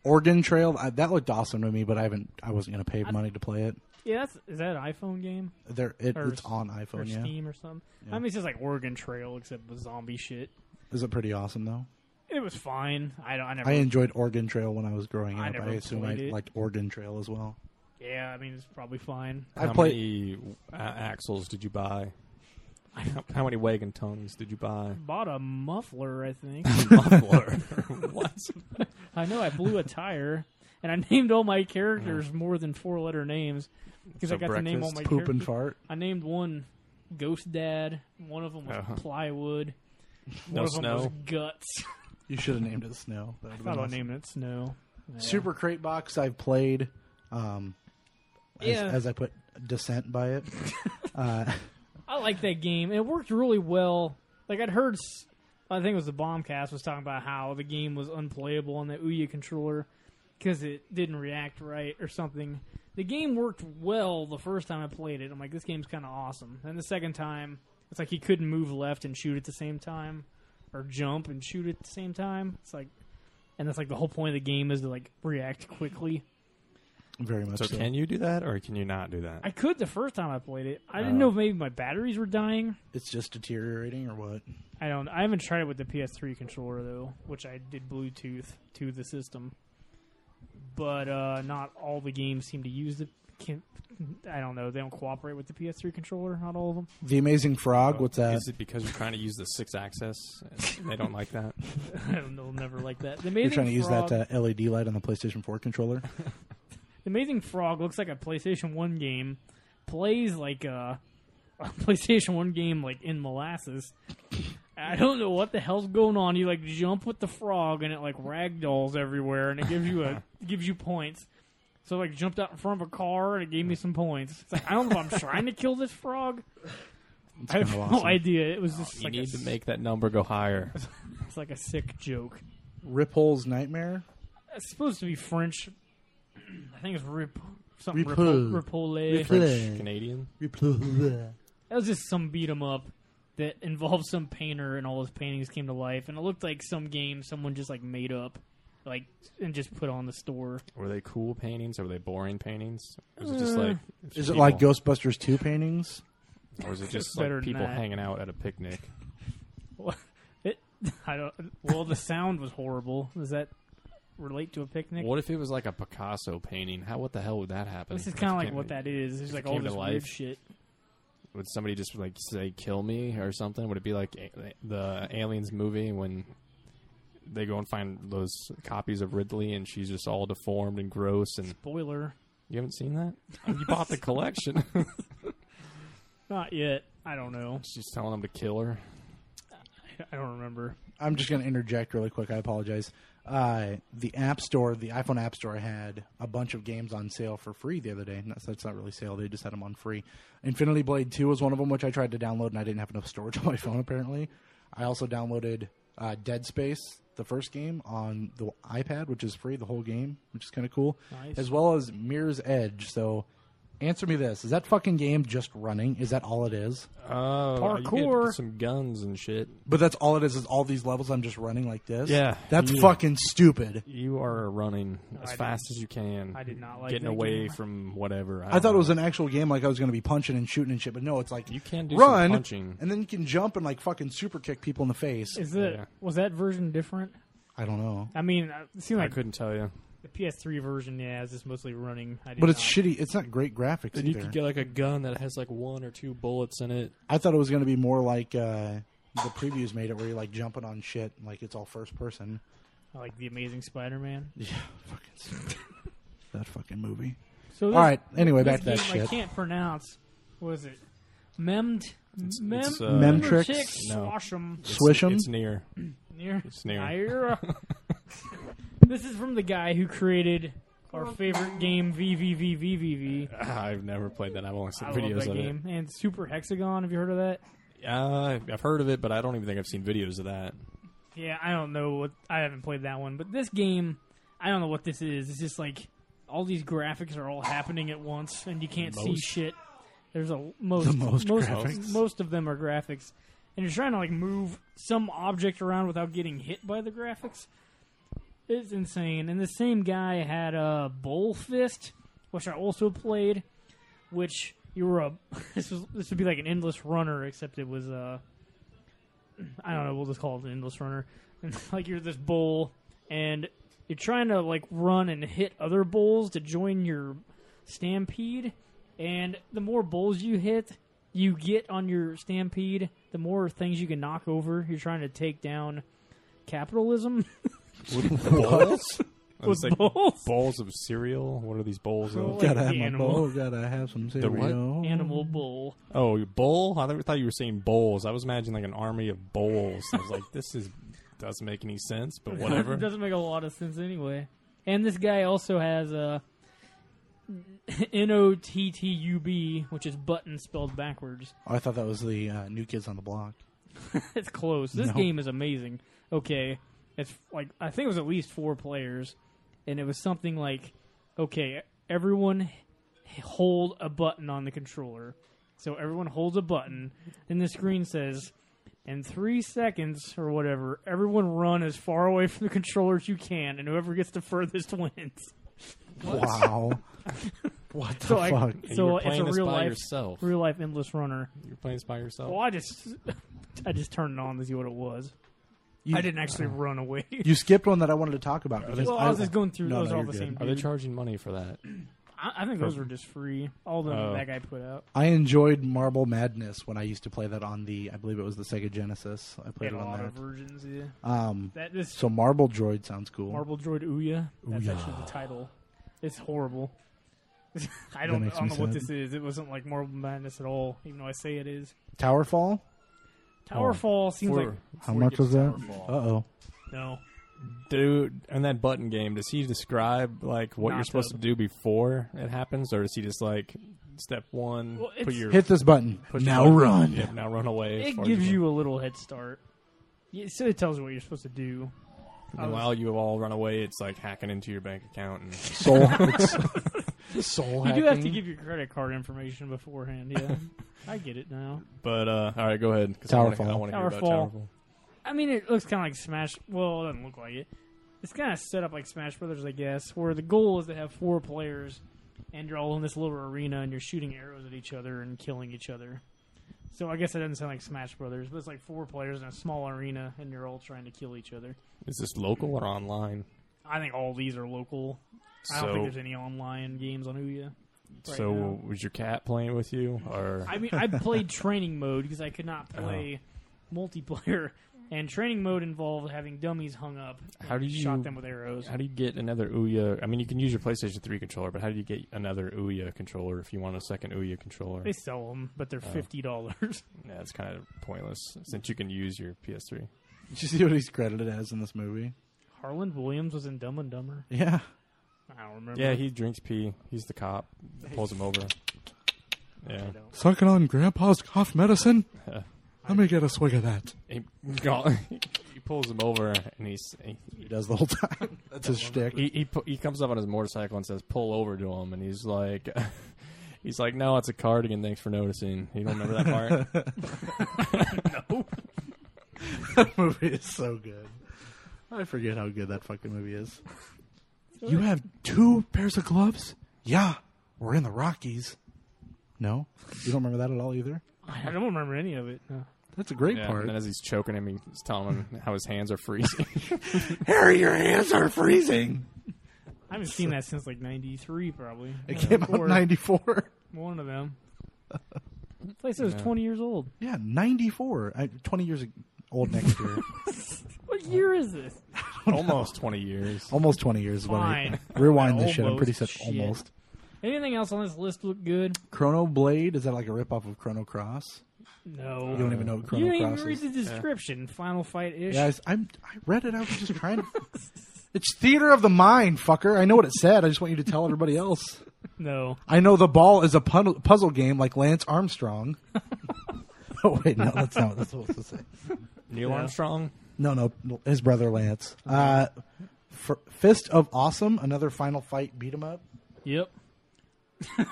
[SPEAKER 4] Oregon Trail. I, that looked awesome to me, but I haven't. I wasn't gonna pay money to play it.
[SPEAKER 1] yeah, that's is that an iPhone game
[SPEAKER 4] There, it,
[SPEAKER 1] Or
[SPEAKER 4] it's on
[SPEAKER 1] or
[SPEAKER 5] Oh,
[SPEAKER 4] iPhone. Yeah,
[SPEAKER 1] Steam or something? I mean, it's just like Oregon Trail except with zombie shit.
[SPEAKER 4] is it pretty awesome though?
[SPEAKER 1] It was fine. I don't. I never.
[SPEAKER 4] I enjoyed Oregon Trail when I was growing
[SPEAKER 1] I
[SPEAKER 4] up. I,
[SPEAKER 1] never
[SPEAKER 4] assume I
[SPEAKER 1] played it.
[SPEAKER 4] liked Oregon Trail as well.
[SPEAKER 1] yeah, I mean, it's probably fine.
[SPEAKER 4] I
[SPEAKER 5] how
[SPEAKER 4] played.
[SPEAKER 5] many uh, axles did you buy? How, how many wagon tongues did you buy?
[SPEAKER 1] bought a muffler, I think.
[SPEAKER 5] Muffler. what?
[SPEAKER 1] I know I blew a tire, and I named all my characters more than four letter names because
[SPEAKER 5] So
[SPEAKER 1] I got to name all my
[SPEAKER 5] breakfast,
[SPEAKER 4] Poop and
[SPEAKER 1] characters.
[SPEAKER 4] fart.
[SPEAKER 1] I named one Ghost Dad. One of them was
[SPEAKER 5] Uh-huh.
[SPEAKER 1] Plywood. One
[SPEAKER 5] No
[SPEAKER 1] of them was
[SPEAKER 5] snow.
[SPEAKER 1] Guts.
[SPEAKER 4] You should have named it Snow. That
[SPEAKER 1] I
[SPEAKER 4] would've
[SPEAKER 1] thought
[SPEAKER 4] been
[SPEAKER 1] I
[SPEAKER 4] awesome.
[SPEAKER 1] named it Snow. Yeah.
[SPEAKER 4] Super Crate Box. I've played. Um, as,
[SPEAKER 1] Yeah.
[SPEAKER 4] as I put Descent by it. uh,
[SPEAKER 1] I like that game. It worked really well. Like I'd heard, s- I think it was the Bombcast was talking about how the game was unplayable on the Ouya controller because it didn't react right or something. The game worked well the first time I played it. I'm like, this game's kind of awesome. And the second time, it's like he couldn't move left and shoot at the same time, or jump and shoot at the same time. It's like, and that's like the whole point of the game is to like react quickly.
[SPEAKER 4] Very much
[SPEAKER 5] So
[SPEAKER 4] so.
[SPEAKER 5] can you do that or can you not do that?
[SPEAKER 1] I could the first time I played it. I didn't know if maybe my batteries were dying.
[SPEAKER 4] It's just deteriorating or what?
[SPEAKER 1] I don't. I haven't tried it with the PS3 controller though, which I did Bluetooth to the system. But uh, not all the games seem to use the. Can, I don't know. They don't cooperate with the PS3 controller. Not all of them.
[SPEAKER 4] The Amazing Frog, what's that?
[SPEAKER 5] Is it because you're trying to use the six axis? and They don't like that.
[SPEAKER 1] I don't know. Never like that. The
[SPEAKER 4] You're
[SPEAKER 1] amazing
[SPEAKER 4] trying to use
[SPEAKER 1] frog,
[SPEAKER 4] that uh, LED light on the PlayStation 4 controller?
[SPEAKER 1] The Amazing Frog looks like a PlayStation One game. Plays like a, a PlayStation One game, like in molasses. I don't know what the hell's going on. You like jump with the frog, and it like ragdolls everywhere, and it gives you a gives you points. So like jumped out in front of a car, and it gave me some points. It's like I don't know if I'm trying to kill this frog. I have
[SPEAKER 4] kinda
[SPEAKER 1] no
[SPEAKER 4] awesome.
[SPEAKER 1] idea. It was just
[SPEAKER 5] You
[SPEAKER 1] like a,
[SPEAKER 5] need to
[SPEAKER 1] s-
[SPEAKER 5] make that number go higher.
[SPEAKER 1] it's like a sick joke.
[SPEAKER 4] Riphole's Nightmare?
[SPEAKER 1] It's supposed to be French. I think it's rip something
[SPEAKER 4] Ripple.
[SPEAKER 1] Ripple, Ripole.
[SPEAKER 5] French Canadian.
[SPEAKER 1] That was just some beat 'em up that involved some painter, and all his paintings came to life. And it looked like some game someone just like made up, like and just put on the store.
[SPEAKER 5] Were they cool paintings or were they boring paintings? Was it just like
[SPEAKER 4] Uh, Is it like Ghostbusters 2 paintings?
[SPEAKER 5] or was it just
[SPEAKER 1] Better
[SPEAKER 5] like
[SPEAKER 1] than
[SPEAKER 5] people
[SPEAKER 1] that.
[SPEAKER 5] hanging out at a picnic?
[SPEAKER 1] It, I don't. Well, the sound was horrible. Does that relate to a picnic?
[SPEAKER 5] What if it was like a Picasso painting? How what the hell would that happen?
[SPEAKER 1] This is
[SPEAKER 5] If
[SPEAKER 1] kind
[SPEAKER 5] it
[SPEAKER 1] of like
[SPEAKER 5] came-
[SPEAKER 1] what that is. It's like
[SPEAKER 5] it
[SPEAKER 1] all
[SPEAKER 5] came to
[SPEAKER 1] this weird
[SPEAKER 5] life.
[SPEAKER 1] shit.
[SPEAKER 5] Would somebody just like say "kill me" or something? Would it be like a- the Aliens movie when they go and find those copies of Ridley and she's just all deformed and gross? And
[SPEAKER 1] Spoiler.
[SPEAKER 5] you haven't seen that? You bought the collection.
[SPEAKER 1] Not yet. I don't know.
[SPEAKER 5] she's telling them to kill her.
[SPEAKER 1] I don't remember.
[SPEAKER 4] I'm just going to interject really quick. I apologize. Uh, the App Store, the iPhone App Store, had a bunch of games on sale for free the other day. And That's, that's not really sale; they just had them on free. Infinity Blade Two was one of them, which I tried to download and I didn't have enough storage on my phone. Apparently, I also downloaded uh, Dead Space, the first game, on the iPad, which is free, the whole game, which is kind of cool,
[SPEAKER 1] Nice.
[SPEAKER 4] as well as Mirror's Edge. So, answer me this: Is that fucking game just running? Is that all it is?
[SPEAKER 5] Oh,
[SPEAKER 1] you get Parkour.
[SPEAKER 5] some guns and shit.
[SPEAKER 4] But that's all it is. Is all these levels I'm just running like this?
[SPEAKER 5] Yeah.
[SPEAKER 4] that's
[SPEAKER 5] Yeah.
[SPEAKER 4] fucking stupid.
[SPEAKER 5] You are running as
[SPEAKER 1] I
[SPEAKER 5] fast as you can.
[SPEAKER 1] I did not like
[SPEAKER 5] getting
[SPEAKER 1] that
[SPEAKER 5] away
[SPEAKER 1] game.
[SPEAKER 5] from whatever.
[SPEAKER 4] I thought it was an actual game, like I was going to be punching and shooting and shit. But no, it's like
[SPEAKER 5] You can do some
[SPEAKER 4] run,
[SPEAKER 5] punching.
[SPEAKER 4] and then you can jump and like fucking super kick people in the face.
[SPEAKER 1] Is it?
[SPEAKER 5] Yeah.
[SPEAKER 1] Was that version different?
[SPEAKER 4] I don't know,
[SPEAKER 1] I mean, uh, it seemed
[SPEAKER 5] I
[SPEAKER 1] like
[SPEAKER 5] couldn't tell you.
[SPEAKER 1] the PS3 version. Yeah, is just mostly running. I did
[SPEAKER 4] but it's
[SPEAKER 1] not.
[SPEAKER 4] shitty. It's not great graphics
[SPEAKER 5] Then
[SPEAKER 4] either.
[SPEAKER 5] you could get like a gun that has like one or two bullets in it.
[SPEAKER 4] I thought it was going to be more like uh, the previews made it, where you're like jumping on shit, like it's all first person.
[SPEAKER 1] I like the Amazing Spider-Man.
[SPEAKER 4] Yeah, fucking that fucking movie.
[SPEAKER 1] So
[SPEAKER 4] All right. Anyway, back
[SPEAKER 1] This
[SPEAKER 4] to that
[SPEAKER 1] game I
[SPEAKER 4] shit.
[SPEAKER 1] can't pronounce. What is it? Memmed. Mem-
[SPEAKER 5] it's, uh,
[SPEAKER 4] Memtrix?
[SPEAKER 5] No.
[SPEAKER 1] Swashum.
[SPEAKER 5] It's-
[SPEAKER 4] Swish 'em?
[SPEAKER 5] It's near.
[SPEAKER 1] Near.
[SPEAKER 5] near.
[SPEAKER 1] Ira. this is from the guy who created our favorite game VVVVVV.
[SPEAKER 5] I've never played that. I've only seen
[SPEAKER 1] I love
[SPEAKER 5] videos
[SPEAKER 1] that
[SPEAKER 5] of
[SPEAKER 1] game. And Super Hexagon. Have you heard of that?
[SPEAKER 5] it. Uh, I've heard of it, but I don't even think I've seen videos of that.
[SPEAKER 1] Yeah, I don't know what I haven't played that one, but this game, I don't know what this is. It's just like all these graphics are all happening at once, and you can't see
[SPEAKER 5] Most?
[SPEAKER 1] shit. There's a most
[SPEAKER 4] most
[SPEAKER 1] most,
[SPEAKER 4] graphics.
[SPEAKER 1] most of them are graphics, and you're trying to like move some object around without getting hit by the graphics. It's insane. And the same guy had a uh, Bull Fist, which I also played, which you were a this was this would be like an endless runner, except it was uh I don't know, we'll just call it an endless runner. And like you're this bull and you're trying to like run and hit other bulls to join your stampede and the more bulls you hit you get on your stampede, the more things you can knock over. You're trying to take down capitalism
[SPEAKER 5] Bowls?
[SPEAKER 1] with bulls.
[SPEAKER 5] bowls of cereal. What are these bowls of?
[SPEAKER 1] Like
[SPEAKER 4] gotta have
[SPEAKER 1] the
[SPEAKER 4] my
[SPEAKER 1] animal.
[SPEAKER 4] bowl. Gotta have some
[SPEAKER 5] what?
[SPEAKER 4] cereal.
[SPEAKER 1] Animal bull.
[SPEAKER 5] Oh, your bowl? I thought you were saying bowls. I was imagining like an army of bowls. I was like, this is doesn't make any sense, but whatever.
[SPEAKER 1] It doesn't make a lot of sense anyway. And this guy also has a N O T T U B, which is button spelled backwards.
[SPEAKER 4] Oh, I thought that was the uh, New Kids on the Block.
[SPEAKER 1] It's close. This
[SPEAKER 4] No.
[SPEAKER 1] game is amazing. Okay, it's like I think it was at least four players, and it was something like, okay, everyone h- hold a button on the controller. So everyone holds a button, and the screen says, in three seconds or whatever, everyone run as far away from the controller as you can, and whoever gets the furthest wins.
[SPEAKER 4] Wow. what the
[SPEAKER 1] So I,
[SPEAKER 4] fuck?
[SPEAKER 5] And you
[SPEAKER 1] so
[SPEAKER 5] were
[SPEAKER 1] it's
[SPEAKER 5] playing
[SPEAKER 1] a
[SPEAKER 5] this
[SPEAKER 1] real
[SPEAKER 5] by
[SPEAKER 1] life,
[SPEAKER 5] yourself.
[SPEAKER 1] real life endless runner.
[SPEAKER 5] You're playing this by yourself.
[SPEAKER 1] Well, I just, I just turned it on to see what it was. I didn't actually run away.
[SPEAKER 4] You skipped one that I wanted to talk about. Because
[SPEAKER 1] well, I, was just going through
[SPEAKER 4] No,
[SPEAKER 1] those
[SPEAKER 4] no,
[SPEAKER 1] all
[SPEAKER 4] you're good.
[SPEAKER 1] the same.
[SPEAKER 5] Are they
[SPEAKER 1] dude.
[SPEAKER 5] charging money for that?
[SPEAKER 1] I, I think those were just free. All the
[SPEAKER 5] Oh.
[SPEAKER 1] that guy put out.
[SPEAKER 4] I enjoyed Marble Madness when I used to play that on the, I believe it was the Sega Genesis. I
[SPEAKER 1] They
[SPEAKER 4] played
[SPEAKER 1] had
[SPEAKER 4] it
[SPEAKER 1] a lot of
[SPEAKER 4] on
[SPEAKER 1] versions. Yeah.
[SPEAKER 4] that. Um,
[SPEAKER 1] That this
[SPEAKER 4] so Marble Droid sounds cool.
[SPEAKER 1] Marble Droid Ouya. That's
[SPEAKER 4] Ouya.
[SPEAKER 1] actually the title. It's horrible. I don't, I
[SPEAKER 4] makes
[SPEAKER 1] don't
[SPEAKER 4] me
[SPEAKER 1] know what
[SPEAKER 4] sad.
[SPEAKER 1] this is. It wasn't like Marble Madness at all, even though I say it is.
[SPEAKER 4] Towerfall? Oh,
[SPEAKER 1] Towerfall seems like
[SPEAKER 4] How much was that? Uh oh.
[SPEAKER 1] no.
[SPEAKER 5] Dude, and that button game, does he describe like what
[SPEAKER 1] Not
[SPEAKER 5] you're supposed
[SPEAKER 1] to.
[SPEAKER 5] to do before it happens, or does he just like step one,
[SPEAKER 1] Well,
[SPEAKER 5] put
[SPEAKER 1] it's-
[SPEAKER 5] your
[SPEAKER 4] Hit this button.
[SPEAKER 5] push
[SPEAKER 4] now
[SPEAKER 5] button,
[SPEAKER 4] run.
[SPEAKER 5] yep, now run away. as
[SPEAKER 1] It
[SPEAKER 5] far as
[SPEAKER 1] gives
[SPEAKER 5] can.
[SPEAKER 1] you a little head start. Yeah, so it tells you what you're supposed to do. I
[SPEAKER 5] And
[SPEAKER 1] was-
[SPEAKER 5] while you have all run away, it's like hacking into your bank account and
[SPEAKER 4] Soul. soul
[SPEAKER 1] You
[SPEAKER 4] hacking.
[SPEAKER 1] do have to give your credit card information beforehand. Yeah, I get it now.
[SPEAKER 5] But uh, all right, go ahead. 'cause I wanna-
[SPEAKER 4] Towerfall.
[SPEAKER 5] I want to hear about
[SPEAKER 1] Towerfall.
[SPEAKER 5] Towerfall.
[SPEAKER 1] I mean, it looks kind of like Smash. Well, it doesn't look like it. It's kind of set up like Smash Brothers, I guess, where the goal is to have four players, and you're all in this little arena, and you're shooting arrows at each other and killing each other. So I guess that doesn't sound like Smash Brothers, but it's like four players in a small arena, and you're all trying to kill each other.
[SPEAKER 5] Is this local or online?
[SPEAKER 1] I think all these are local. I don't
[SPEAKER 5] so,
[SPEAKER 1] think there's any online games on Ouya. right
[SPEAKER 5] so
[SPEAKER 1] now.
[SPEAKER 5] was your cat playing with you, or
[SPEAKER 1] I mean, I played training mode because I could not
[SPEAKER 5] Oh.
[SPEAKER 1] play multiplayer, and training mode involved having dummies hung up. and
[SPEAKER 5] How do you-
[SPEAKER 1] shot them with arrows?
[SPEAKER 5] how do you get another Ouya? I mean, you can use your PlayStation 3 controller, but how do you get another Ouya controller if you want a second Ouya controller?
[SPEAKER 1] They sell them, but they're
[SPEAKER 4] Oh.
[SPEAKER 1] fifty dollars.
[SPEAKER 5] Yeah, it's kind of pointless since you can use your PS3.
[SPEAKER 4] Did you see what he's credited as in this movie?
[SPEAKER 1] Harlan Williams was in Dumb and Dumber.
[SPEAKER 4] Yeah.
[SPEAKER 1] I don't remember.
[SPEAKER 5] Yeah, he drinks pee. He's the cop. Pulls him over. Yeah.
[SPEAKER 2] Sucking on Grandpa's cough medicine?
[SPEAKER 5] Yeah.
[SPEAKER 2] Let me get a swig of that.
[SPEAKER 5] He, he pulls him over and he's, he
[SPEAKER 4] He does the whole time. That's his shtick.
[SPEAKER 5] he he, pu- he comes up on his motorcycle and says, "Pull over to him," and he's like, he's like, "No, it's a cardigan. Thanks for noticing." You don't remember that part?
[SPEAKER 4] that movie is so good. I forget how good that fucking movie is. You have two pairs of gloves? Yeah, we're in the Rockies. No, you don't remember that at all either.
[SPEAKER 1] I don't remember any of it. No.
[SPEAKER 4] That's a great
[SPEAKER 5] yeah.
[SPEAKER 4] part.
[SPEAKER 5] And then as he's choking him, he's telling him how his hands are freezing.
[SPEAKER 4] Harry, your hands are freezing.
[SPEAKER 1] I haven't seen that since like '93, probably.
[SPEAKER 4] It came out
[SPEAKER 1] Or
[SPEAKER 4] ninety four.
[SPEAKER 1] One of them. Place was 20 years old.
[SPEAKER 4] Yeah, ninety four. Twenty years old next year. Oh.
[SPEAKER 1] What year is this?
[SPEAKER 5] Almost twenty years.
[SPEAKER 4] almost twenty years. is what I-
[SPEAKER 1] Fine.
[SPEAKER 4] Rewind this shit. I'm
[SPEAKER 1] Almost
[SPEAKER 4] pretty set.
[SPEAKER 1] shit.
[SPEAKER 4] Almost.
[SPEAKER 1] Anything else on this list look good?
[SPEAKER 4] Chrono Blade is that like a rip off of Chrono Cross?
[SPEAKER 1] No.
[SPEAKER 4] You don't even know what
[SPEAKER 1] You
[SPEAKER 4] Chrono
[SPEAKER 1] didn't even
[SPEAKER 4] Cross
[SPEAKER 1] read
[SPEAKER 4] is.
[SPEAKER 1] the description. Final fight ish.
[SPEAKER 4] Yeah, I, s- I'm, I read it. I was just trying to. It's theater of the mind, fucker. I know what it said. I just want you to tell everybody else.
[SPEAKER 1] No.
[SPEAKER 4] I know the ball is a pun- puzzle game like Lance Armstrong. oh wait, no, that's not what that's supposed to say.
[SPEAKER 5] Neil Armstrong.
[SPEAKER 4] No, no, his brother Lance. Uh, F- Fist of Awesome, another Final Fight beat 'em up.
[SPEAKER 1] Yep.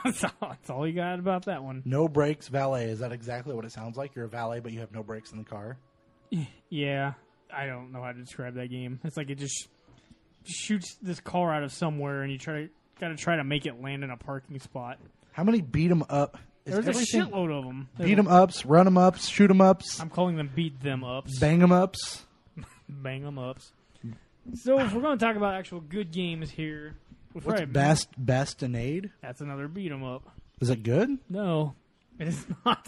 [SPEAKER 1] that's, all, that's all you got about that one.
[SPEAKER 4] No brakes, valet. Is that exactly what it sounds like? You're a valet, but you have no brakes in the car.
[SPEAKER 1] Yeah, I don't know how to describe that game. It's like it just shoots this car out of somewhere, and you try to got to try to make it land in a parking spot.
[SPEAKER 4] How many beat 'em up? Is
[SPEAKER 1] There's a
[SPEAKER 4] everything-
[SPEAKER 1] shitload of them.
[SPEAKER 4] beat 'em ups, run 'em ups, shoot 'em ups,
[SPEAKER 1] I'm calling them beat them ups, bang,
[SPEAKER 4] bang 'em ups.
[SPEAKER 1] them ups. So if we're going to talk about actual good games here, we'll
[SPEAKER 4] What's
[SPEAKER 1] try to-
[SPEAKER 4] best bastinade?
[SPEAKER 1] That's another beat them up.
[SPEAKER 4] Is it good?
[SPEAKER 1] No, it is not.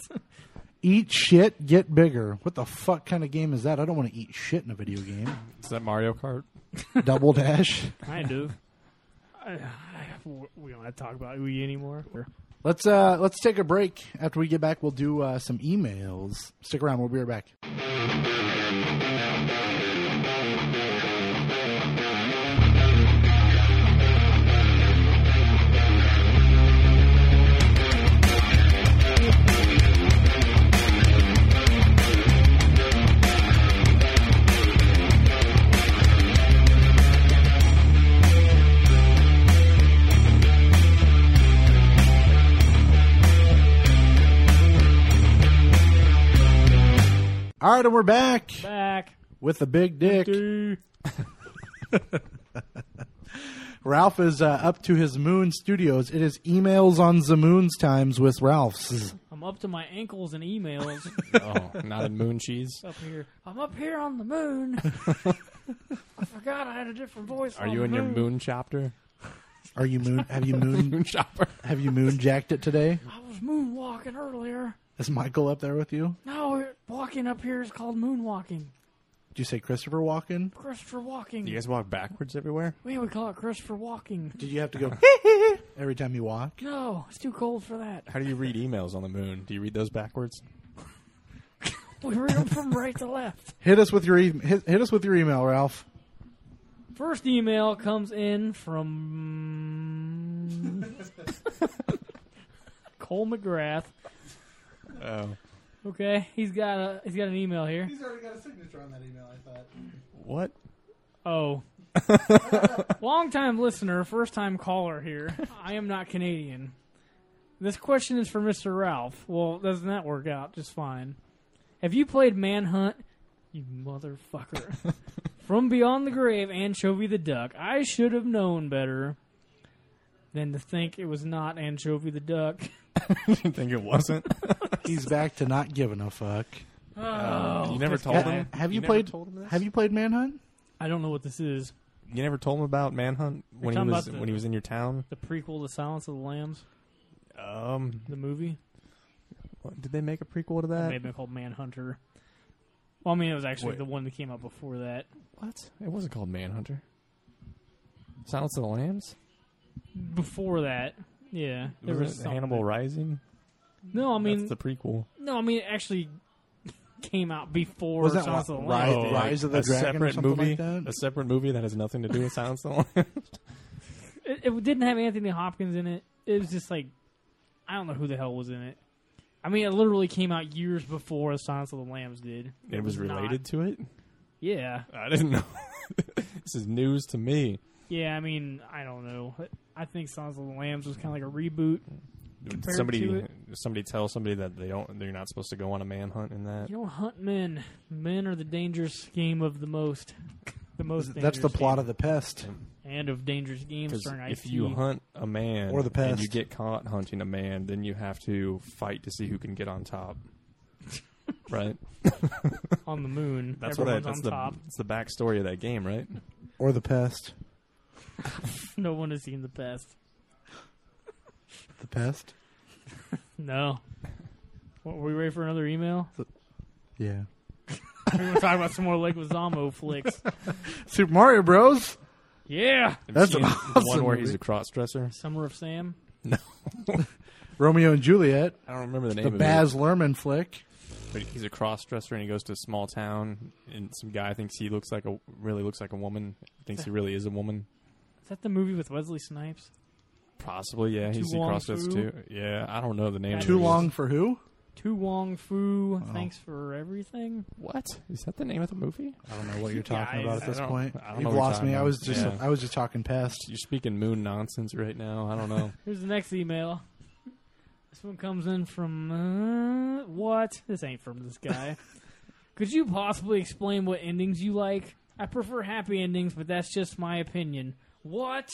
[SPEAKER 4] Eat shit, get bigger. What the fuck kind of game is that? I don't want to eat shit in a video game.
[SPEAKER 5] Is that Mario Kart?
[SPEAKER 4] Double dash.
[SPEAKER 1] kind of. I, I, we don't have to talk about Ouya anymore.
[SPEAKER 4] Let's uh let's take a break. After we get back, we'll do uh, some emails. Stick around. We'll be right back. All right, and we're back
[SPEAKER 1] Back.
[SPEAKER 4] with the big dick.
[SPEAKER 1] Doo.
[SPEAKER 4] Ralph is uh, up to his moon studios. It is emails on the moon's times with Ralph's.
[SPEAKER 1] I'm up to my ankles in emails
[SPEAKER 5] Oh, not in moon cheese.
[SPEAKER 1] up here. I'm up here on the moon. I forgot I had a different voice.
[SPEAKER 5] Are
[SPEAKER 1] on
[SPEAKER 5] you
[SPEAKER 1] the
[SPEAKER 5] in your moon chapter?
[SPEAKER 4] Are you moon? Have you moon?
[SPEAKER 5] Moon chopper.
[SPEAKER 4] Have you moon jacked it today?
[SPEAKER 1] I was moonwalking earlier.
[SPEAKER 4] Is Michael up there with you?
[SPEAKER 1] No, walking up here is called moonwalking.
[SPEAKER 4] Did you say Christopher Walken?
[SPEAKER 1] Christopher walking.
[SPEAKER 5] You guys walk backwards everywhere.
[SPEAKER 1] We would call it Christopher walking.
[SPEAKER 4] Did you have to go every time you walk?
[SPEAKER 1] No, it's too cold for that.
[SPEAKER 5] How do you read emails on the moon? Do you read those backwards?
[SPEAKER 1] We read them from right to left.
[SPEAKER 4] Hit us with your e- hit, hit us with your email, Ralph.
[SPEAKER 1] First email comes in from Cole McGrath.
[SPEAKER 5] Oh,
[SPEAKER 1] Okay, he's got a he's got an email here.
[SPEAKER 4] He's already got a signature on that email. I thought.
[SPEAKER 5] what?
[SPEAKER 1] Oh. Long time listener, first time caller here. I am not Canadian. This question is for Mr. Ralph. Well, doesn't that work out just fine? Have you played Manhunt? You motherfucker. From Beyond the Grave, Anchovy the Duck. I should have known better than to think it was not Anchovy the Duck.
[SPEAKER 5] Didn't think it wasn't.
[SPEAKER 4] He's back to not giving a fuck.
[SPEAKER 5] Um,
[SPEAKER 1] Oh,
[SPEAKER 5] you never told
[SPEAKER 4] Ha-
[SPEAKER 5] him.
[SPEAKER 4] have you,
[SPEAKER 5] never
[SPEAKER 4] played?
[SPEAKER 5] told him this?
[SPEAKER 4] Have you played Manhunt?
[SPEAKER 1] I don't know what this is.
[SPEAKER 5] You never told him about Manhunt when he
[SPEAKER 1] talking
[SPEAKER 5] was
[SPEAKER 1] about the-
[SPEAKER 5] when he was in your town.
[SPEAKER 1] The prequel to Silence of the Lambs,
[SPEAKER 5] Um,
[SPEAKER 1] the movie.
[SPEAKER 5] what- did they make a prequel to that?
[SPEAKER 1] may have been called Manhunter. Well, I mean, it was actually
[SPEAKER 5] Uh, Wait.
[SPEAKER 1] the one that came out before that.
[SPEAKER 5] What? It wasn't called Manhunter. Silence of the Lambs.
[SPEAKER 1] Before that, yeah, there
[SPEAKER 5] was,
[SPEAKER 1] was,
[SPEAKER 5] it
[SPEAKER 1] something.
[SPEAKER 5] Hannibal Rising?
[SPEAKER 1] No, I mean,
[SPEAKER 5] That's the prequel.
[SPEAKER 1] no, I mean, it actually came out before
[SPEAKER 4] Was that
[SPEAKER 1] Silence
[SPEAKER 4] what-
[SPEAKER 1] of the
[SPEAKER 4] Rise-
[SPEAKER 1] Lambs.
[SPEAKER 4] Oh, Rise of the
[SPEAKER 5] a
[SPEAKER 4] Dragon or
[SPEAKER 5] separate
[SPEAKER 4] something
[SPEAKER 5] movie,
[SPEAKER 4] like that?
[SPEAKER 5] a separate movie that has nothing to do with Silence of the Lambs.
[SPEAKER 1] It, it didn't have Anthony Hopkins in it. It was just like I don't know who the hell was in it. I mean, it literally came out years before Silence of the Lambs did.
[SPEAKER 5] It was
[SPEAKER 1] not-
[SPEAKER 5] related to it.
[SPEAKER 1] Yeah,
[SPEAKER 5] I didn't know. this is news to me.
[SPEAKER 1] yeah. I mean, I don't know. I think Silence of the Lambs was kind of like a reboot. Compared
[SPEAKER 5] somebody,
[SPEAKER 1] to it-
[SPEAKER 5] somebody tell somebody that they don't. They're not supposed to go on a manhunt in that.
[SPEAKER 1] You don't hunt men. Men are the dangerous game of the most. The most.
[SPEAKER 4] That's the
[SPEAKER 1] dangerous
[SPEAKER 4] plot
[SPEAKER 1] game.
[SPEAKER 4] of the pest.
[SPEAKER 1] and of dangerous games
[SPEAKER 5] 'Cause
[SPEAKER 1] starring
[SPEAKER 5] if
[SPEAKER 1] Ice-T.
[SPEAKER 5] you hunt a man
[SPEAKER 4] Or the
[SPEAKER 5] and you
[SPEAKER 4] pest.
[SPEAKER 5] get caught hunting a man, then you have to fight to see who can get on top. right.
[SPEAKER 1] on the moon,
[SPEAKER 5] That's what I,
[SPEAKER 1] everyone's
[SPEAKER 5] that's
[SPEAKER 1] on top.
[SPEAKER 5] the that's the backstory of that game, right?
[SPEAKER 4] Or the pest.
[SPEAKER 1] No one has seen the best.
[SPEAKER 4] The pest.
[SPEAKER 1] No. What, were we ready for another email?
[SPEAKER 4] Yeah.
[SPEAKER 1] we want to talk about some more Leguizamo flicks.
[SPEAKER 4] Super Mario Bros.
[SPEAKER 1] Yeah.
[SPEAKER 5] Have you
[SPEAKER 4] That's
[SPEAKER 5] seen
[SPEAKER 4] an
[SPEAKER 5] the
[SPEAKER 4] awesome
[SPEAKER 5] one where he's
[SPEAKER 4] movie.
[SPEAKER 5] a cross dresser.
[SPEAKER 1] Summer of Sam.
[SPEAKER 4] Romeo and Juliet.
[SPEAKER 5] I don't remember the name
[SPEAKER 4] The
[SPEAKER 5] of
[SPEAKER 4] Baz Luhrmann flick.
[SPEAKER 5] it. But he's a cross dresser and he goes to a small town and some guy thinks he looks like a really looks like a woman. Thinks he really is a woman.
[SPEAKER 1] Is that the movie with Wesley Snipes?
[SPEAKER 5] Possibly, yeah. He's
[SPEAKER 1] Too
[SPEAKER 5] a
[SPEAKER 1] long
[SPEAKER 5] cross dresser
[SPEAKER 1] foo?
[SPEAKER 5] too. Yeah, I don't know the name. of
[SPEAKER 4] Too
[SPEAKER 5] it.
[SPEAKER 4] long for who?
[SPEAKER 1] Tu Wong Fu. Thanks for everything.
[SPEAKER 5] What is that the name of the movie?
[SPEAKER 4] I don't know what you're
[SPEAKER 1] Yeah,
[SPEAKER 4] talking
[SPEAKER 1] I-
[SPEAKER 4] about at
[SPEAKER 5] I
[SPEAKER 4] this
[SPEAKER 5] don't-
[SPEAKER 4] point.
[SPEAKER 5] I don't know
[SPEAKER 4] You've
[SPEAKER 5] what you're
[SPEAKER 4] lost me.
[SPEAKER 5] talking
[SPEAKER 4] I was
[SPEAKER 5] about.
[SPEAKER 4] just
[SPEAKER 5] Yeah.
[SPEAKER 4] I was just talking pest.
[SPEAKER 5] You're speaking moon nonsense right now. I don't know.
[SPEAKER 1] Here's the next email. This one comes in from uh, what? This ain't from this guy. Could you possibly explain what endings you like? I prefer happy endings, but that's just my opinion. What?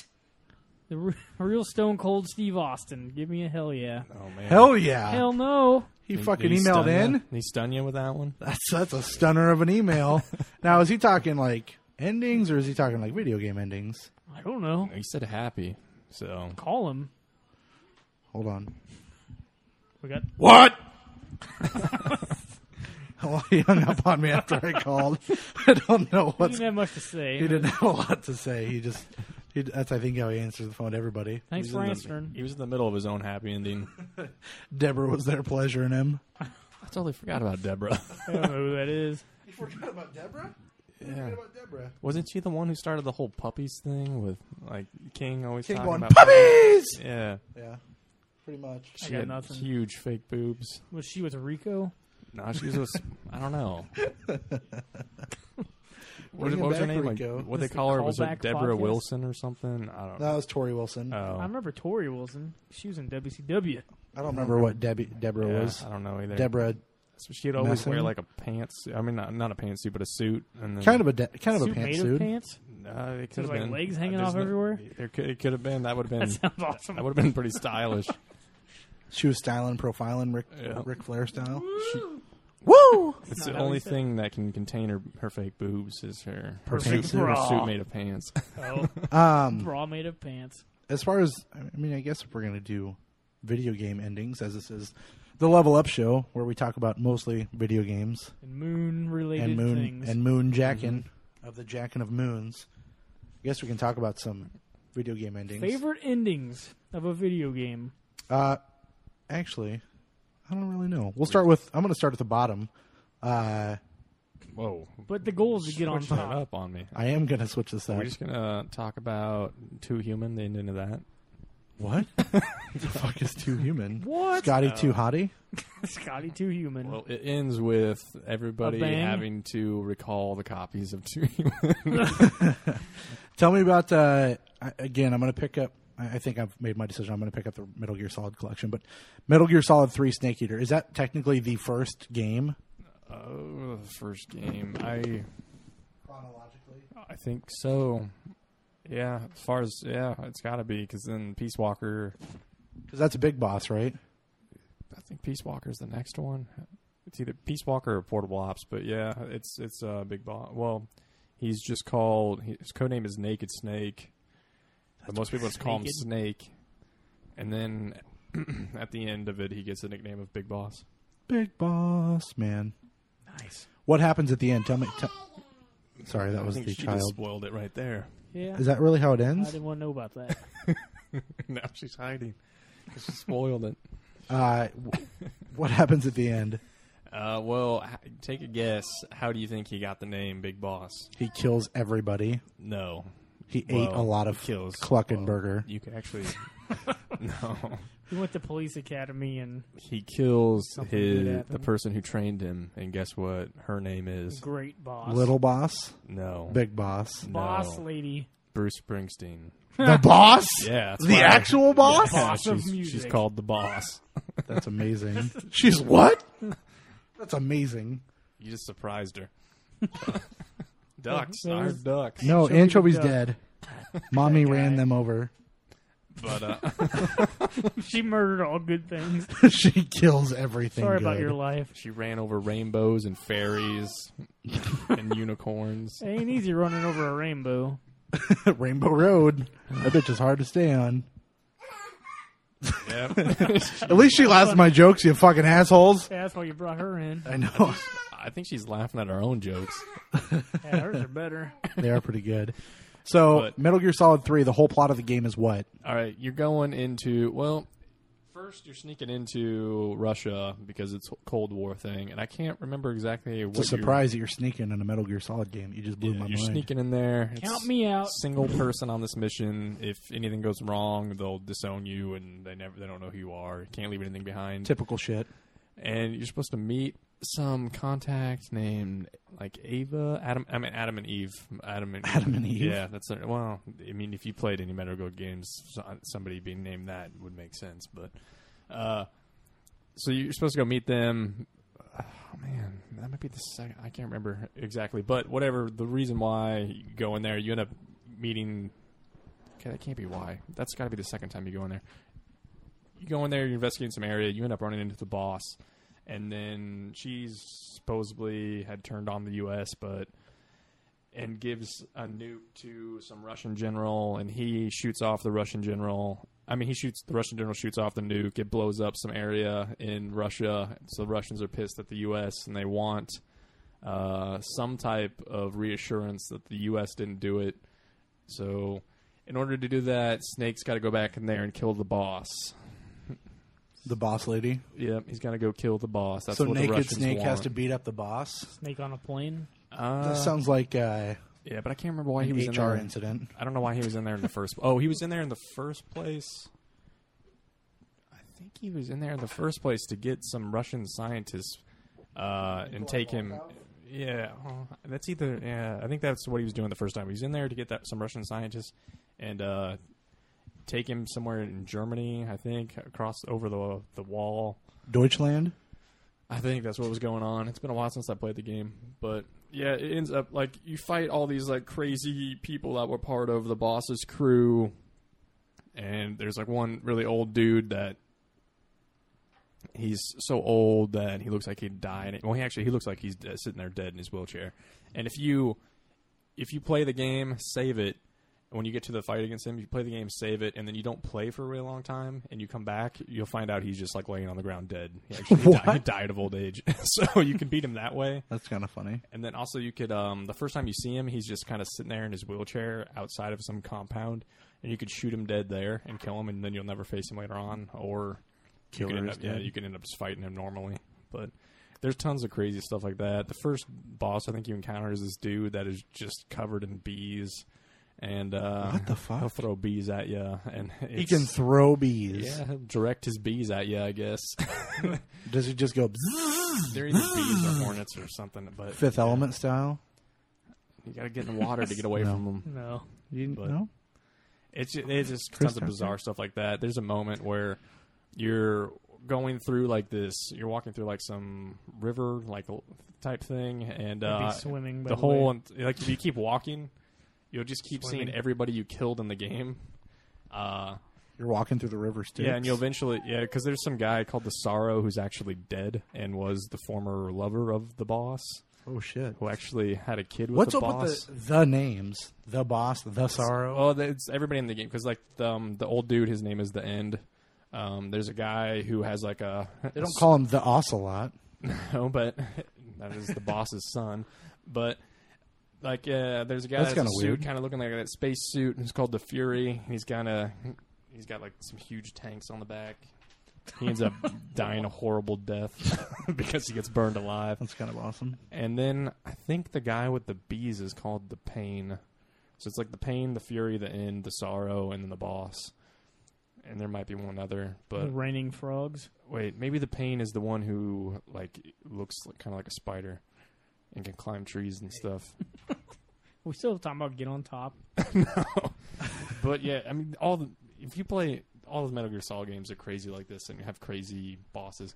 [SPEAKER 1] The re- real Stone Cold Steve Austin. Give me a hell yeah.
[SPEAKER 5] Oh man,
[SPEAKER 4] Hell yeah.
[SPEAKER 1] Hell no.
[SPEAKER 4] He
[SPEAKER 5] Did-
[SPEAKER 4] fucking
[SPEAKER 5] did he
[SPEAKER 4] emailed
[SPEAKER 5] stun ya?
[SPEAKER 4] in.
[SPEAKER 5] Did He stun you with that one.
[SPEAKER 4] That's that's a stunner of an email. now is he talking like endings or is he talking like video game endings?
[SPEAKER 1] I don't know.
[SPEAKER 5] He said happy. So
[SPEAKER 1] Call him.
[SPEAKER 4] Hold on.
[SPEAKER 1] We got
[SPEAKER 5] what?
[SPEAKER 4] Well, he hung up on me after I called. I don't know
[SPEAKER 1] he
[SPEAKER 4] what's
[SPEAKER 1] didn't have much to say.
[SPEAKER 4] he didn't have a lot to say. He just he, that's I think how he answers the phone to everybody.
[SPEAKER 1] Thanks for answering.
[SPEAKER 5] He was in the middle of his own happy ending.
[SPEAKER 4] Deborah was there pleasuring him.
[SPEAKER 5] I totally forgot about Deborah.
[SPEAKER 1] I don't know who that is.
[SPEAKER 4] You forgot about Deborah?
[SPEAKER 5] yeah.
[SPEAKER 4] About Deborah.
[SPEAKER 5] Wasn't she the one who started the whole puppies thing with like King always
[SPEAKER 4] King
[SPEAKER 5] talking
[SPEAKER 4] going
[SPEAKER 5] about
[SPEAKER 4] puppies.
[SPEAKER 5] Yeah,
[SPEAKER 4] Yeah. Pretty much.
[SPEAKER 5] she
[SPEAKER 1] got
[SPEAKER 5] had
[SPEAKER 1] nothing.
[SPEAKER 5] huge fake boobs.
[SPEAKER 1] Was she with Rico?
[SPEAKER 5] No, she was. a s- I don't know. What,
[SPEAKER 4] Bring him
[SPEAKER 5] what was her
[SPEAKER 4] back,
[SPEAKER 5] name? Like,
[SPEAKER 4] Rico.
[SPEAKER 5] what they
[SPEAKER 1] This the
[SPEAKER 5] call her? Was it
[SPEAKER 1] callback
[SPEAKER 5] Deborah
[SPEAKER 1] podcast?
[SPEAKER 5] Wilson or something? I don't
[SPEAKER 4] That
[SPEAKER 5] know.
[SPEAKER 4] was Tori
[SPEAKER 5] Oh.
[SPEAKER 4] Wilson.
[SPEAKER 1] I remember Tori Wilson. She was in WCW.
[SPEAKER 4] I don't remember what Debbie Deborah
[SPEAKER 5] Uh, Yeah, uh,
[SPEAKER 4] was.
[SPEAKER 5] I don't know either.
[SPEAKER 4] Deborah
[SPEAKER 5] So she'd always
[SPEAKER 4] Messing?
[SPEAKER 5] wear like a pants. I mean, not, not a pantsuit, but a suit. And then,
[SPEAKER 4] Kind of a de- kind of a
[SPEAKER 1] Suit made
[SPEAKER 4] pantsuit.
[SPEAKER 1] of pants.
[SPEAKER 5] Uh, it
[SPEAKER 1] So
[SPEAKER 5] could have
[SPEAKER 1] there's, like,
[SPEAKER 5] been
[SPEAKER 1] legs hanging
[SPEAKER 5] there's
[SPEAKER 1] off everywhere?
[SPEAKER 5] There could, it could have been. That would have been.
[SPEAKER 1] That sounds awesome.
[SPEAKER 5] That would have been pretty stylish.
[SPEAKER 4] She was styling, profiling Rick
[SPEAKER 5] Yeah.
[SPEAKER 4] Ric Flair style.
[SPEAKER 2] Woo!
[SPEAKER 1] not
[SPEAKER 5] it's the
[SPEAKER 1] how
[SPEAKER 5] only
[SPEAKER 1] he said
[SPEAKER 5] thing that can contain her, her fake boobs is her her
[SPEAKER 1] Perfect
[SPEAKER 5] suit, her
[SPEAKER 1] bra.
[SPEAKER 5] suit made of pants.
[SPEAKER 1] Oh,
[SPEAKER 4] Um,
[SPEAKER 1] bra made of pants.
[SPEAKER 4] as far as I mean, I guess if we're gonna do video game endings, as this is the Level Up show where we talk about mostly video games
[SPEAKER 1] And moon related
[SPEAKER 4] and moon
[SPEAKER 1] things. Mm-hmm.
[SPEAKER 4] and moon jacking of the jacking of moons. I guess we can talk about some video game endings.
[SPEAKER 1] Favorite endings of a video game.
[SPEAKER 4] Uh, actually, I don't really know. We'll start with I'm gonna start at the bottom. Uh,
[SPEAKER 5] Whoa!
[SPEAKER 1] But the goal is to get on
[SPEAKER 5] Switch that
[SPEAKER 1] top.
[SPEAKER 5] up on me.
[SPEAKER 4] I am gonna switch this up.
[SPEAKER 5] We're just gonna talk about Too Human. The end into that.
[SPEAKER 4] What? the fuck is too human?
[SPEAKER 1] What?
[SPEAKER 4] Scotty too hottie?
[SPEAKER 1] Scotty too human.
[SPEAKER 5] Well, it ends with everybody
[SPEAKER 1] A bang?
[SPEAKER 5] having to recall the copies of Too Human.
[SPEAKER 4] Tell me about. Uh, I- again, I'm going to pick up. I I think I've made my decision. I'm going to pick up the Metal Gear Solid collection, but Metal Gear Solid Three: Snake Eater is that technically the first game?
[SPEAKER 5] oh, the first game. I
[SPEAKER 4] Chronologically,
[SPEAKER 5] I think so. Yeah, as far as yeah, it's got to be because then Peace Walker.
[SPEAKER 4] because that's a big boss, right?
[SPEAKER 5] I think Peace Walker's the next one. It's either Peace Walker or Portable Ops, but yeah, it's it's uh, Big Boss. Well, he's just called his codename is Naked Snake, but most people just call him
[SPEAKER 1] Naked.
[SPEAKER 5] Snake. And then at the end of it, he gets the nickname of Big Boss.
[SPEAKER 4] Big boss, man.
[SPEAKER 1] nice.
[SPEAKER 4] What happens at the end? Tell me. Tell, sorry, that
[SPEAKER 5] I
[SPEAKER 4] was
[SPEAKER 5] think
[SPEAKER 4] the
[SPEAKER 5] she just
[SPEAKER 4] child.
[SPEAKER 5] spoiled it right there.
[SPEAKER 1] Yeah.
[SPEAKER 4] Is that really how it
[SPEAKER 1] I
[SPEAKER 4] ends?
[SPEAKER 1] didn't want to know about that.
[SPEAKER 5] now she's hiding. 'Cause She spoiled it.
[SPEAKER 4] Uh, w- what happens at the end?
[SPEAKER 5] Uh, well, h- take a guess. How do you think he got the name Big Boss?
[SPEAKER 4] He kills everybody.
[SPEAKER 5] No,
[SPEAKER 4] He ate
[SPEAKER 5] Well,
[SPEAKER 4] a lot of
[SPEAKER 5] he kills.
[SPEAKER 4] Cluckenberger.
[SPEAKER 5] you can actually. no,
[SPEAKER 1] He went to police academy and
[SPEAKER 5] he kills
[SPEAKER 1] Something good
[SPEAKER 5] his the
[SPEAKER 1] happened.
[SPEAKER 5] person who trained him, and guess what? Her name is
[SPEAKER 1] great boss.
[SPEAKER 4] Little boss,
[SPEAKER 5] no
[SPEAKER 4] big boss,
[SPEAKER 1] boss
[SPEAKER 5] no.
[SPEAKER 1] lady.
[SPEAKER 5] Bruce Springsteen.
[SPEAKER 4] the boss.
[SPEAKER 5] Yeah, that's
[SPEAKER 4] The
[SPEAKER 5] why-
[SPEAKER 4] actual boss?
[SPEAKER 5] Yeah,
[SPEAKER 1] Boss of
[SPEAKER 5] she's, she's
[SPEAKER 1] music.
[SPEAKER 5] called the boss.
[SPEAKER 4] That's amazing. She's what? That's amazing.
[SPEAKER 5] You just surprised her. ducks
[SPEAKER 1] That
[SPEAKER 5] are
[SPEAKER 1] was-
[SPEAKER 5] ducks,
[SPEAKER 4] No,
[SPEAKER 1] She'll be
[SPEAKER 4] anchovy's
[SPEAKER 1] the duck.
[SPEAKER 4] dead. Mommy ran them over.
[SPEAKER 5] but uh,
[SPEAKER 1] She murdered all good things.
[SPEAKER 4] she kills everything.
[SPEAKER 1] Sorry
[SPEAKER 4] good.
[SPEAKER 1] about your life.
[SPEAKER 5] she ran over rainbows and fairies and unicorns.
[SPEAKER 1] It ain't easy running over a rainbow.
[SPEAKER 4] Rainbow Road. That bitch is hard to stay on.
[SPEAKER 5] Yep.
[SPEAKER 4] At least she laughs at my jokes, you fucking assholes.
[SPEAKER 1] Yeah, that's why you brought her in.
[SPEAKER 4] I know
[SPEAKER 5] I think she's laughing at her own jokes.
[SPEAKER 1] Yeah, hers are better.
[SPEAKER 4] they are pretty good. So,
[SPEAKER 5] But-
[SPEAKER 4] Metal Gear Solid Three. The whole plot of the game is what?
[SPEAKER 5] All right, you're going into well. First, you're sneaking into Russia because it's Cold War thing, and I can't remember exactly what
[SPEAKER 4] It's a surprise that you're sneaking in a Metal Gear Solid game. You just blew
[SPEAKER 5] You're, yeah,
[SPEAKER 4] my
[SPEAKER 5] you're
[SPEAKER 4] mind.
[SPEAKER 5] sneaking in there. It's
[SPEAKER 1] Count me out.
[SPEAKER 5] Single person on this mission. If anything goes wrong, they'll disown you, and they never they don't know who you are. You can't leave anything behind.
[SPEAKER 4] Typical shit.
[SPEAKER 5] And you're supposed to meet some contact named like Ava, Adam. I mean Adam and Eve. Adam and
[SPEAKER 4] Adam and Eve?
[SPEAKER 5] Yeah, that's their, well. I mean, if you played any Metal Gear games, so- uh, somebody being named that would make sense. But uh, so you're supposed to go meet them. Oh man, that might be the second. I can't remember exactly, but whatever. The reason why you go in there, you end up meeting. Okay, that can't be why. That's got to be the second time you go in there. You go in there, you're investigating some area. You end up running into the boss, and then she's supposedly had turned on the U.S., but and gives a nuke to some Russian general, and he shoots off the Russian general. I mean, he shoots the Russian general shoots off the nuke. It blows up some area in Russia, so the Russians are pissed at the U.S. and they want uh, some type of reassurance that the U.S. didn't do it. So, in order to do that, Snake's got to go back in there and kill the boss.
[SPEAKER 4] The boss lady.
[SPEAKER 5] Yep, he's got to go kill the boss. That's
[SPEAKER 4] so
[SPEAKER 5] what the
[SPEAKER 4] naked
[SPEAKER 5] Russians
[SPEAKER 4] snake
[SPEAKER 5] want.
[SPEAKER 4] has to beat up the boss.
[SPEAKER 1] Snake on a plane.
[SPEAKER 5] Uh,
[SPEAKER 4] That sounds like uh,
[SPEAKER 5] yeah, but I can't remember why he
[SPEAKER 4] an
[SPEAKER 5] was in there.
[SPEAKER 4] HR incident.
[SPEAKER 5] I don't know why he was in there in the first. Oh, he was in there in the first place. I think he was in there in the first place to get some Russian scientists uh, and take him. Yeah, oh, that's either. Yeah, I think that's what he was doing the first time. He was in there to get that some Russian scientists and uh, take him somewhere in Germany. I think across over the the wall.
[SPEAKER 4] Deutschland.
[SPEAKER 5] I think that's what was going on. It's been a while since I played the game, but yeah, it ends up like you fight all these like crazy people that were part of the boss's crew, and there's like one really old dude that he's so old that he looks like he died. Well, he actually he looks like he's uh, sitting there dead in his wheelchair. And if you if you play the game, save it. When you get to the fight against him, you play the game, save it, and then you don't play for a really long time, and you come back, you'll find out he's just like laying on the ground dead. He actually
[SPEAKER 4] What?
[SPEAKER 5] died, he died of old age. so you can beat him that way.
[SPEAKER 4] That's kind of funny.
[SPEAKER 5] And then also you could um the first time you see him, he's just kind of sitting there in his wheelchair outside of some compound, and you could shoot him dead there and kill him, and then you'll never face him later on. Or you
[SPEAKER 4] Killer
[SPEAKER 5] could end
[SPEAKER 4] is
[SPEAKER 5] up, yeah,
[SPEAKER 4] dead.
[SPEAKER 5] you can end up just fighting him normally. But there's tons of crazy stuff like that. The first boss I think you encounter is this dude that is just covered in bees, and uh,
[SPEAKER 4] What the fuck?
[SPEAKER 5] He'll throw bees at you, and
[SPEAKER 4] He
[SPEAKER 5] it's-
[SPEAKER 4] can throw bees.
[SPEAKER 5] yeah, he'll direct his bees at you. I guess
[SPEAKER 4] Does he just go bzzz,
[SPEAKER 5] they're either bees or hornets or something. But
[SPEAKER 4] Fifth Element style?
[SPEAKER 5] you gotta get in the water to get away
[SPEAKER 4] No.
[SPEAKER 5] from them.
[SPEAKER 1] No.
[SPEAKER 4] You didn't
[SPEAKER 5] But-
[SPEAKER 4] know?
[SPEAKER 5] It's just, it's just
[SPEAKER 4] Chris
[SPEAKER 5] tons of
[SPEAKER 4] Tucker?
[SPEAKER 5] bizarre stuff like that. There's a moment where you're going through like this. You're walking through like some river like l- type thing, and
[SPEAKER 1] I'd be
[SPEAKER 5] uh,
[SPEAKER 1] swimming. By
[SPEAKER 5] the
[SPEAKER 1] the
[SPEAKER 5] whole
[SPEAKER 1] way.
[SPEAKER 5] and, like if you keep walking, you'll just keep seeing
[SPEAKER 1] Swimming.
[SPEAKER 5] everybody you killed in the game. Uh,
[SPEAKER 4] You're walking through the river Styx.
[SPEAKER 5] yeah, and you'll eventually yeah, because there's some guy called the Sorrow who's actually dead and was the former lover of the boss
[SPEAKER 4] Oh, shit.
[SPEAKER 5] who actually had a kid with
[SPEAKER 4] What's
[SPEAKER 5] the
[SPEAKER 4] up
[SPEAKER 5] boss. oh,
[SPEAKER 4] with the, the names? The Boss, The Sorrow?
[SPEAKER 5] Well, th- it's everybody in the game because like the, um, the old dude, his name is the End. Um, there's a guy who has like a
[SPEAKER 4] They don't call him The Ocelot.
[SPEAKER 5] no, but that is the boss's son. But like, uh, there's a guy
[SPEAKER 4] That's
[SPEAKER 5] that's,
[SPEAKER 4] kinda
[SPEAKER 5] a suit,
[SPEAKER 4] weird.
[SPEAKER 5] kind of looking like that space suit. and It's called the Fury. He's got a he's got like some huge tanks on the back. He ends up dying a horrible death because he gets burned alive.
[SPEAKER 4] That's kind of awesome.
[SPEAKER 5] And then I think the guy with the bees is called the Pain. So it's like the pain, the fury, the end, the sorrow, and then the boss. And there might be one other, but
[SPEAKER 1] the raining frogs.
[SPEAKER 5] wait, maybe the pain is the one who like looks like, kind of like a spider and can climb trees and stuff.
[SPEAKER 1] We still talking about get on top.
[SPEAKER 5] but yeah, I mean, all the if you play all the Metal Gear Solid games are crazy like this and have crazy bosses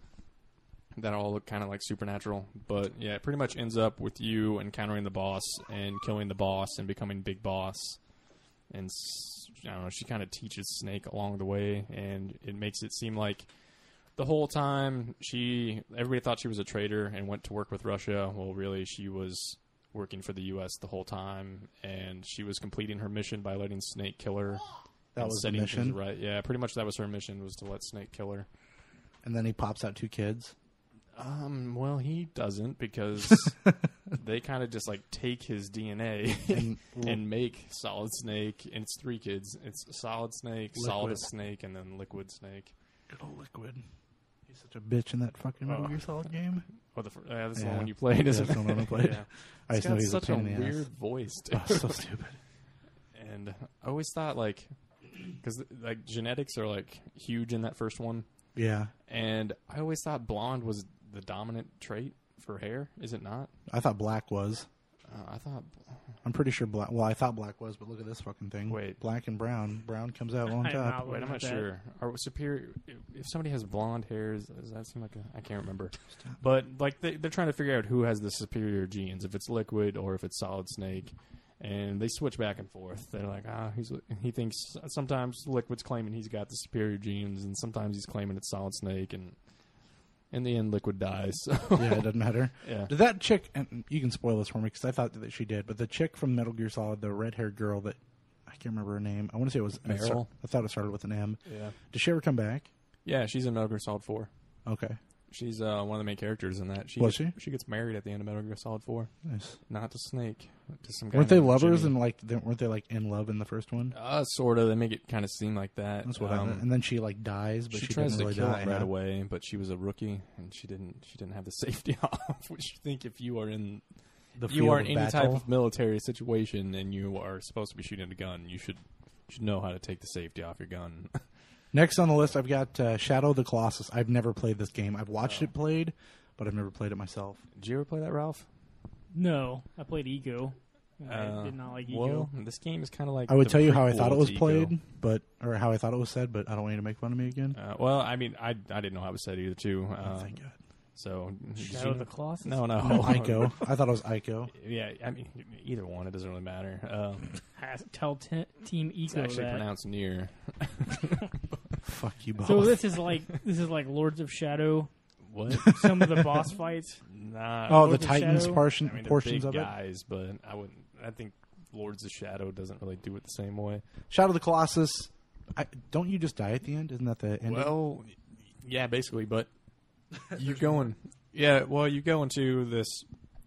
[SPEAKER 5] that all look kind of like supernatural. But yeah, it pretty much ends up with you encountering the boss and killing the boss and becoming big boss. And s- I don't know, she kind of teaches Snake along the way, and it makes it seem like the whole time she everybody thought she was a traitor and went to work with Russia. Well, really, she was working for the U.S. the whole time, and she was completing her mission by letting Snake kill her.
[SPEAKER 4] That
[SPEAKER 5] and
[SPEAKER 4] was the
[SPEAKER 5] setting
[SPEAKER 4] mission.
[SPEAKER 5] things right? Yeah, pretty much that was her mission was to let Snake kill her.
[SPEAKER 4] And then he pops out two kids.
[SPEAKER 5] Um, well, he doesn't because they kind of just like take his DNA
[SPEAKER 4] And-
[SPEAKER 5] and make Solid Snake, and it's three kids. It's Solid Snake, Solid
[SPEAKER 4] Liquid.
[SPEAKER 5] Snake, and then Liquid Snake.
[SPEAKER 4] Good old Liquid. He's such a bitch in that fucking Metal
[SPEAKER 5] Oh.
[SPEAKER 4] Gear Solid game.
[SPEAKER 5] Oh, the fir- uh, that's the
[SPEAKER 4] Yeah.
[SPEAKER 5] one you played, isn't
[SPEAKER 4] that's the
[SPEAKER 5] it?
[SPEAKER 4] one I played.
[SPEAKER 5] yeah.
[SPEAKER 4] I
[SPEAKER 5] He's
[SPEAKER 4] just know
[SPEAKER 5] got
[SPEAKER 4] he's a
[SPEAKER 5] such
[SPEAKER 4] pain
[SPEAKER 5] a
[SPEAKER 4] in the
[SPEAKER 5] weird
[SPEAKER 4] ass.
[SPEAKER 5] voice, too.
[SPEAKER 4] Oh, so stupid.
[SPEAKER 5] and I always thought like, because like genetics are like huge in that first one,
[SPEAKER 4] Yeah.
[SPEAKER 5] and I always thought blonde was the dominant trait for hair. Is it not?
[SPEAKER 4] I thought black was.
[SPEAKER 5] Uh, I thought
[SPEAKER 4] I'm pretty sure black. Well, I thought black was, but look at this fucking thing.
[SPEAKER 5] Wait.
[SPEAKER 4] black and brown. Brown comes out on
[SPEAKER 1] I am
[SPEAKER 4] top.
[SPEAKER 1] Oh, not
[SPEAKER 5] Wait, I'm not
[SPEAKER 1] Like that.
[SPEAKER 5] sure. Are superior? If somebody has blonde hairs, does that seem like a? I can't remember. But like they, they're trying to figure out who has the superior genes, if it's liquid or if it's solid snake, and they switch back and forth. They're like, ah, he's he thinks sometimes liquid's claiming he's got the superior genes, and sometimes he's claiming it's solid snake, and in the end, liquid dies. So,
[SPEAKER 4] yeah, it doesn't matter.
[SPEAKER 5] yeah.
[SPEAKER 4] Did that chick? And you can spoil this for me because I thought that she did. But the chick from Metal Gear Solid, the red-haired girl that I can't remember her name. I want to say it was I
[SPEAKER 5] Meryl?
[SPEAKER 4] start- I thought it started with an M.
[SPEAKER 5] yeah,
[SPEAKER 4] Did she ever come back?
[SPEAKER 5] yeah. She's in Metal Gear Solid Four.
[SPEAKER 4] Okay,
[SPEAKER 5] She's uh, one of the main characters in that. She
[SPEAKER 4] Was
[SPEAKER 5] gets, she gets married at the end of Metal Gear Solid Four,
[SPEAKER 4] nice.
[SPEAKER 5] not to Snake, to some guy.
[SPEAKER 4] Weren't they
[SPEAKER 5] named
[SPEAKER 4] lovers
[SPEAKER 5] Jimmy.
[SPEAKER 4] and like they, weren't they like in love in the first one?
[SPEAKER 5] Uh, sort of. They make it kind of seem like that.
[SPEAKER 4] That's what I
[SPEAKER 5] Um,
[SPEAKER 4] meant. And then she like dies, but
[SPEAKER 5] she,
[SPEAKER 4] she,
[SPEAKER 5] tries
[SPEAKER 4] didn't
[SPEAKER 5] to
[SPEAKER 4] really
[SPEAKER 5] kill
[SPEAKER 4] die
[SPEAKER 5] him right
[SPEAKER 4] huh?
[SPEAKER 5] away, but she was a rookie and she didn't. She didn't have the safety off. Which you think if you are in
[SPEAKER 4] The
[SPEAKER 5] you
[SPEAKER 4] field
[SPEAKER 5] are
[SPEAKER 4] of
[SPEAKER 5] in any
[SPEAKER 4] battle.
[SPEAKER 5] type of military situation and you are supposed to be shooting a gun, you should you should know how to take the safety off your gun.
[SPEAKER 4] Next on the list, I've got uh, Shadow of the Colossus. I've never played this game. I've watched it played, but I've never played it myself.
[SPEAKER 5] Did you ever play that, Ralph?
[SPEAKER 1] No, I played Ego. and
[SPEAKER 5] Uh,
[SPEAKER 1] I did not like Ego.
[SPEAKER 5] Well, this game is kind of like
[SPEAKER 4] I would
[SPEAKER 5] the
[SPEAKER 4] tell you how I
[SPEAKER 5] prequel
[SPEAKER 4] thought it was
[SPEAKER 5] to Ego.
[SPEAKER 4] played, but or how I thought it was said, but I don't want you to make fun of me again.
[SPEAKER 5] Uh, well, I mean, I I didn't know how it was said either. Too.
[SPEAKER 4] Oh,
[SPEAKER 5] Uh,
[SPEAKER 4] Thank God.
[SPEAKER 5] So did
[SPEAKER 1] Shadow
[SPEAKER 5] you-
[SPEAKER 1] of the Colossus.
[SPEAKER 5] no, no,
[SPEAKER 4] Oh, Ico. I thought it was Ico.
[SPEAKER 5] Yeah, I mean either one. It doesn't really matter. Um,
[SPEAKER 1] Has- Tell te- Team
[SPEAKER 5] it's
[SPEAKER 1] Eco
[SPEAKER 5] actually
[SPEAKER 1] that.
[SPEAKER 5] pronounced near.
[SPEAKER 4] Fuck you both.
[SPEAKER 1] So this is like this is like Lords of Shadow.
[SPEAKER 5] What?
[SPEAKER 1] Some of the boss fights.
[SPEAKER 5] nah.
[SPEAKER 4] oh, the
[SPEAKER 1] Lords of
[SPEAKER 4] Titans
[SPEAKER 1] Shadow?
[SPEAKER 4] portion,
[SPEAKER 5] I mean, they're
[SPEAKER 4] portions of
[SPEAKER 5] big
[SPEAKER 4] it.
[SPEAKER 5] guys, but I wouldn't. I think Lords of Shadow doesn't really do it the same way.
[SPEAKER 4] Shadow of the Colossus. I, don't you just die at the end? Isn't that the end?
[SPEAKER 5] Well, yeah, basically, but you going? Yeah, well, you go into this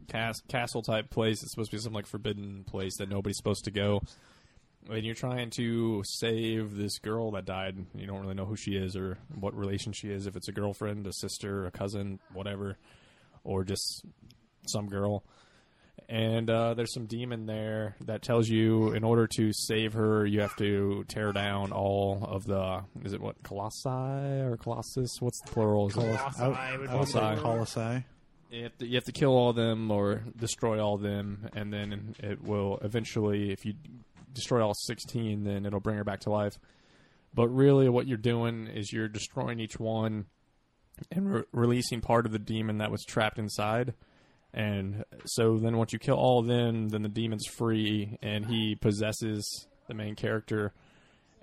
[SPEAKER 5] cas- castle type place. It's supposed to be some like forbidden place that nobody's supposed to go. And you're trying to save this girl that died. You don't really know who she is or what relation she is. If it's a girlfriend, a sister, a cousin, whatever, or just some girl. And uh, there's some demon there that tells you in order to save her, you have to tear down all of the. Is it what? Colossi or Colossus? What's the plural? Is it-
[SPEAKER 1] Colossi
[SPEAKER 4] I,
[SPEAKER 1] would
[SPEAKER 4] I would say
[SPEAKER 5] Colossi.
[SPEAKER 4] Colossi.
[SPEAKER 5] you have, to, you have to kill all of them or destroy all of them, and then it will eventually, if you destroy all 16, then it'll bring her back to life. But really, what you're doing is you're destroying each one and re- releasing part of the demon that was trapped inside. And so then, once you kill all of them, then the demon's free and he possesses the main character.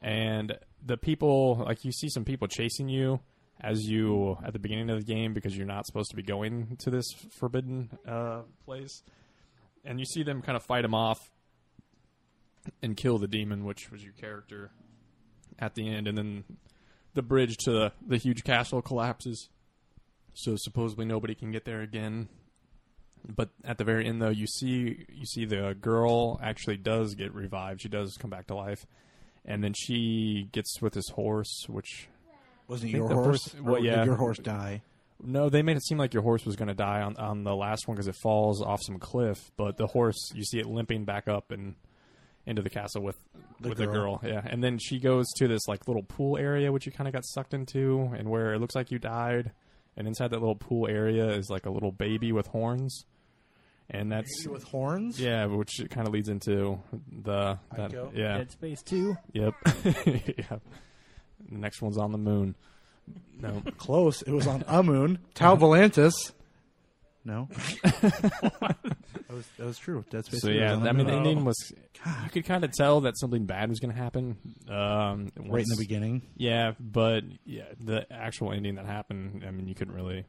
[SPEAKER 5] And the people, like, you see some people chasing you as you at the beginning of the game because you're not supposed to be going to this forbidden uh, place. And you see them kind of fight him off and kill the demon, which was your character at the end. And then the bridge to the, the huge castle collapses. So supposedly nobody can get there again. But at the very end, though, you see you see the girl actually does get revived. She does come back to life, and then she gets with this horse, which
[SPEAKER 4] Wasn't it
[SPEAKER 5] think
[SPEAKER 4] your
[SPEAKER 5] the
[SPEAKER 4] horse?
[SPEAKER 5] first- well,
[SPEAKER 4] Or
[SPEAKER 5] yeah.
[SPEAKER 4] Did your horse die?
[SPEAKER 5] No, they made it seem like your horse was going to die on, on the last one because it falls off some cliff. But the horse, you see it limping back up and into the castle with
[SPEAKER 4] The
[SPEAKER 5] with
[SPEAKER 4] girl.
[SPEAKER 5] the girl. Yeah, and then she goes to this like little pool area which you kind of got sucked into, and where it looks like you died. And inside that little pool area is like a little baby with horns, and that's
[SPEAKER 4] With horns?
[SPEAKER 5] yeah, which kind of leads into the that,
[SPEAKER 4] Ico?
[SPEAKER 5] yeah
[SPEAKER 1] Dead Space Two.
[SPEAKER 5] yep yep. The next one's on the moon. No.
[SPEAKER 4] Close. It was on Amun. Tau Volantis. No. that, was, that was true. Dead Space
[SPEAKER 5] So
[SPEAKER 4] 3 was
[SPEAKER 5] yeah,
[SPEAKER 4] on
[SPEAKER 5] I mean, the
[SPEAKER 4] Amun.
[SPEAKER 5] ending was you could kind of tell that something bad was going to happen. Um,
[SPEAKER 4] right in the
[SPEAKER 5] once-
[SPEAKER 4] beginning.
[SPEAKER 5] Yeah, but yeah, the actual ending that happened. I mean, you couldn't really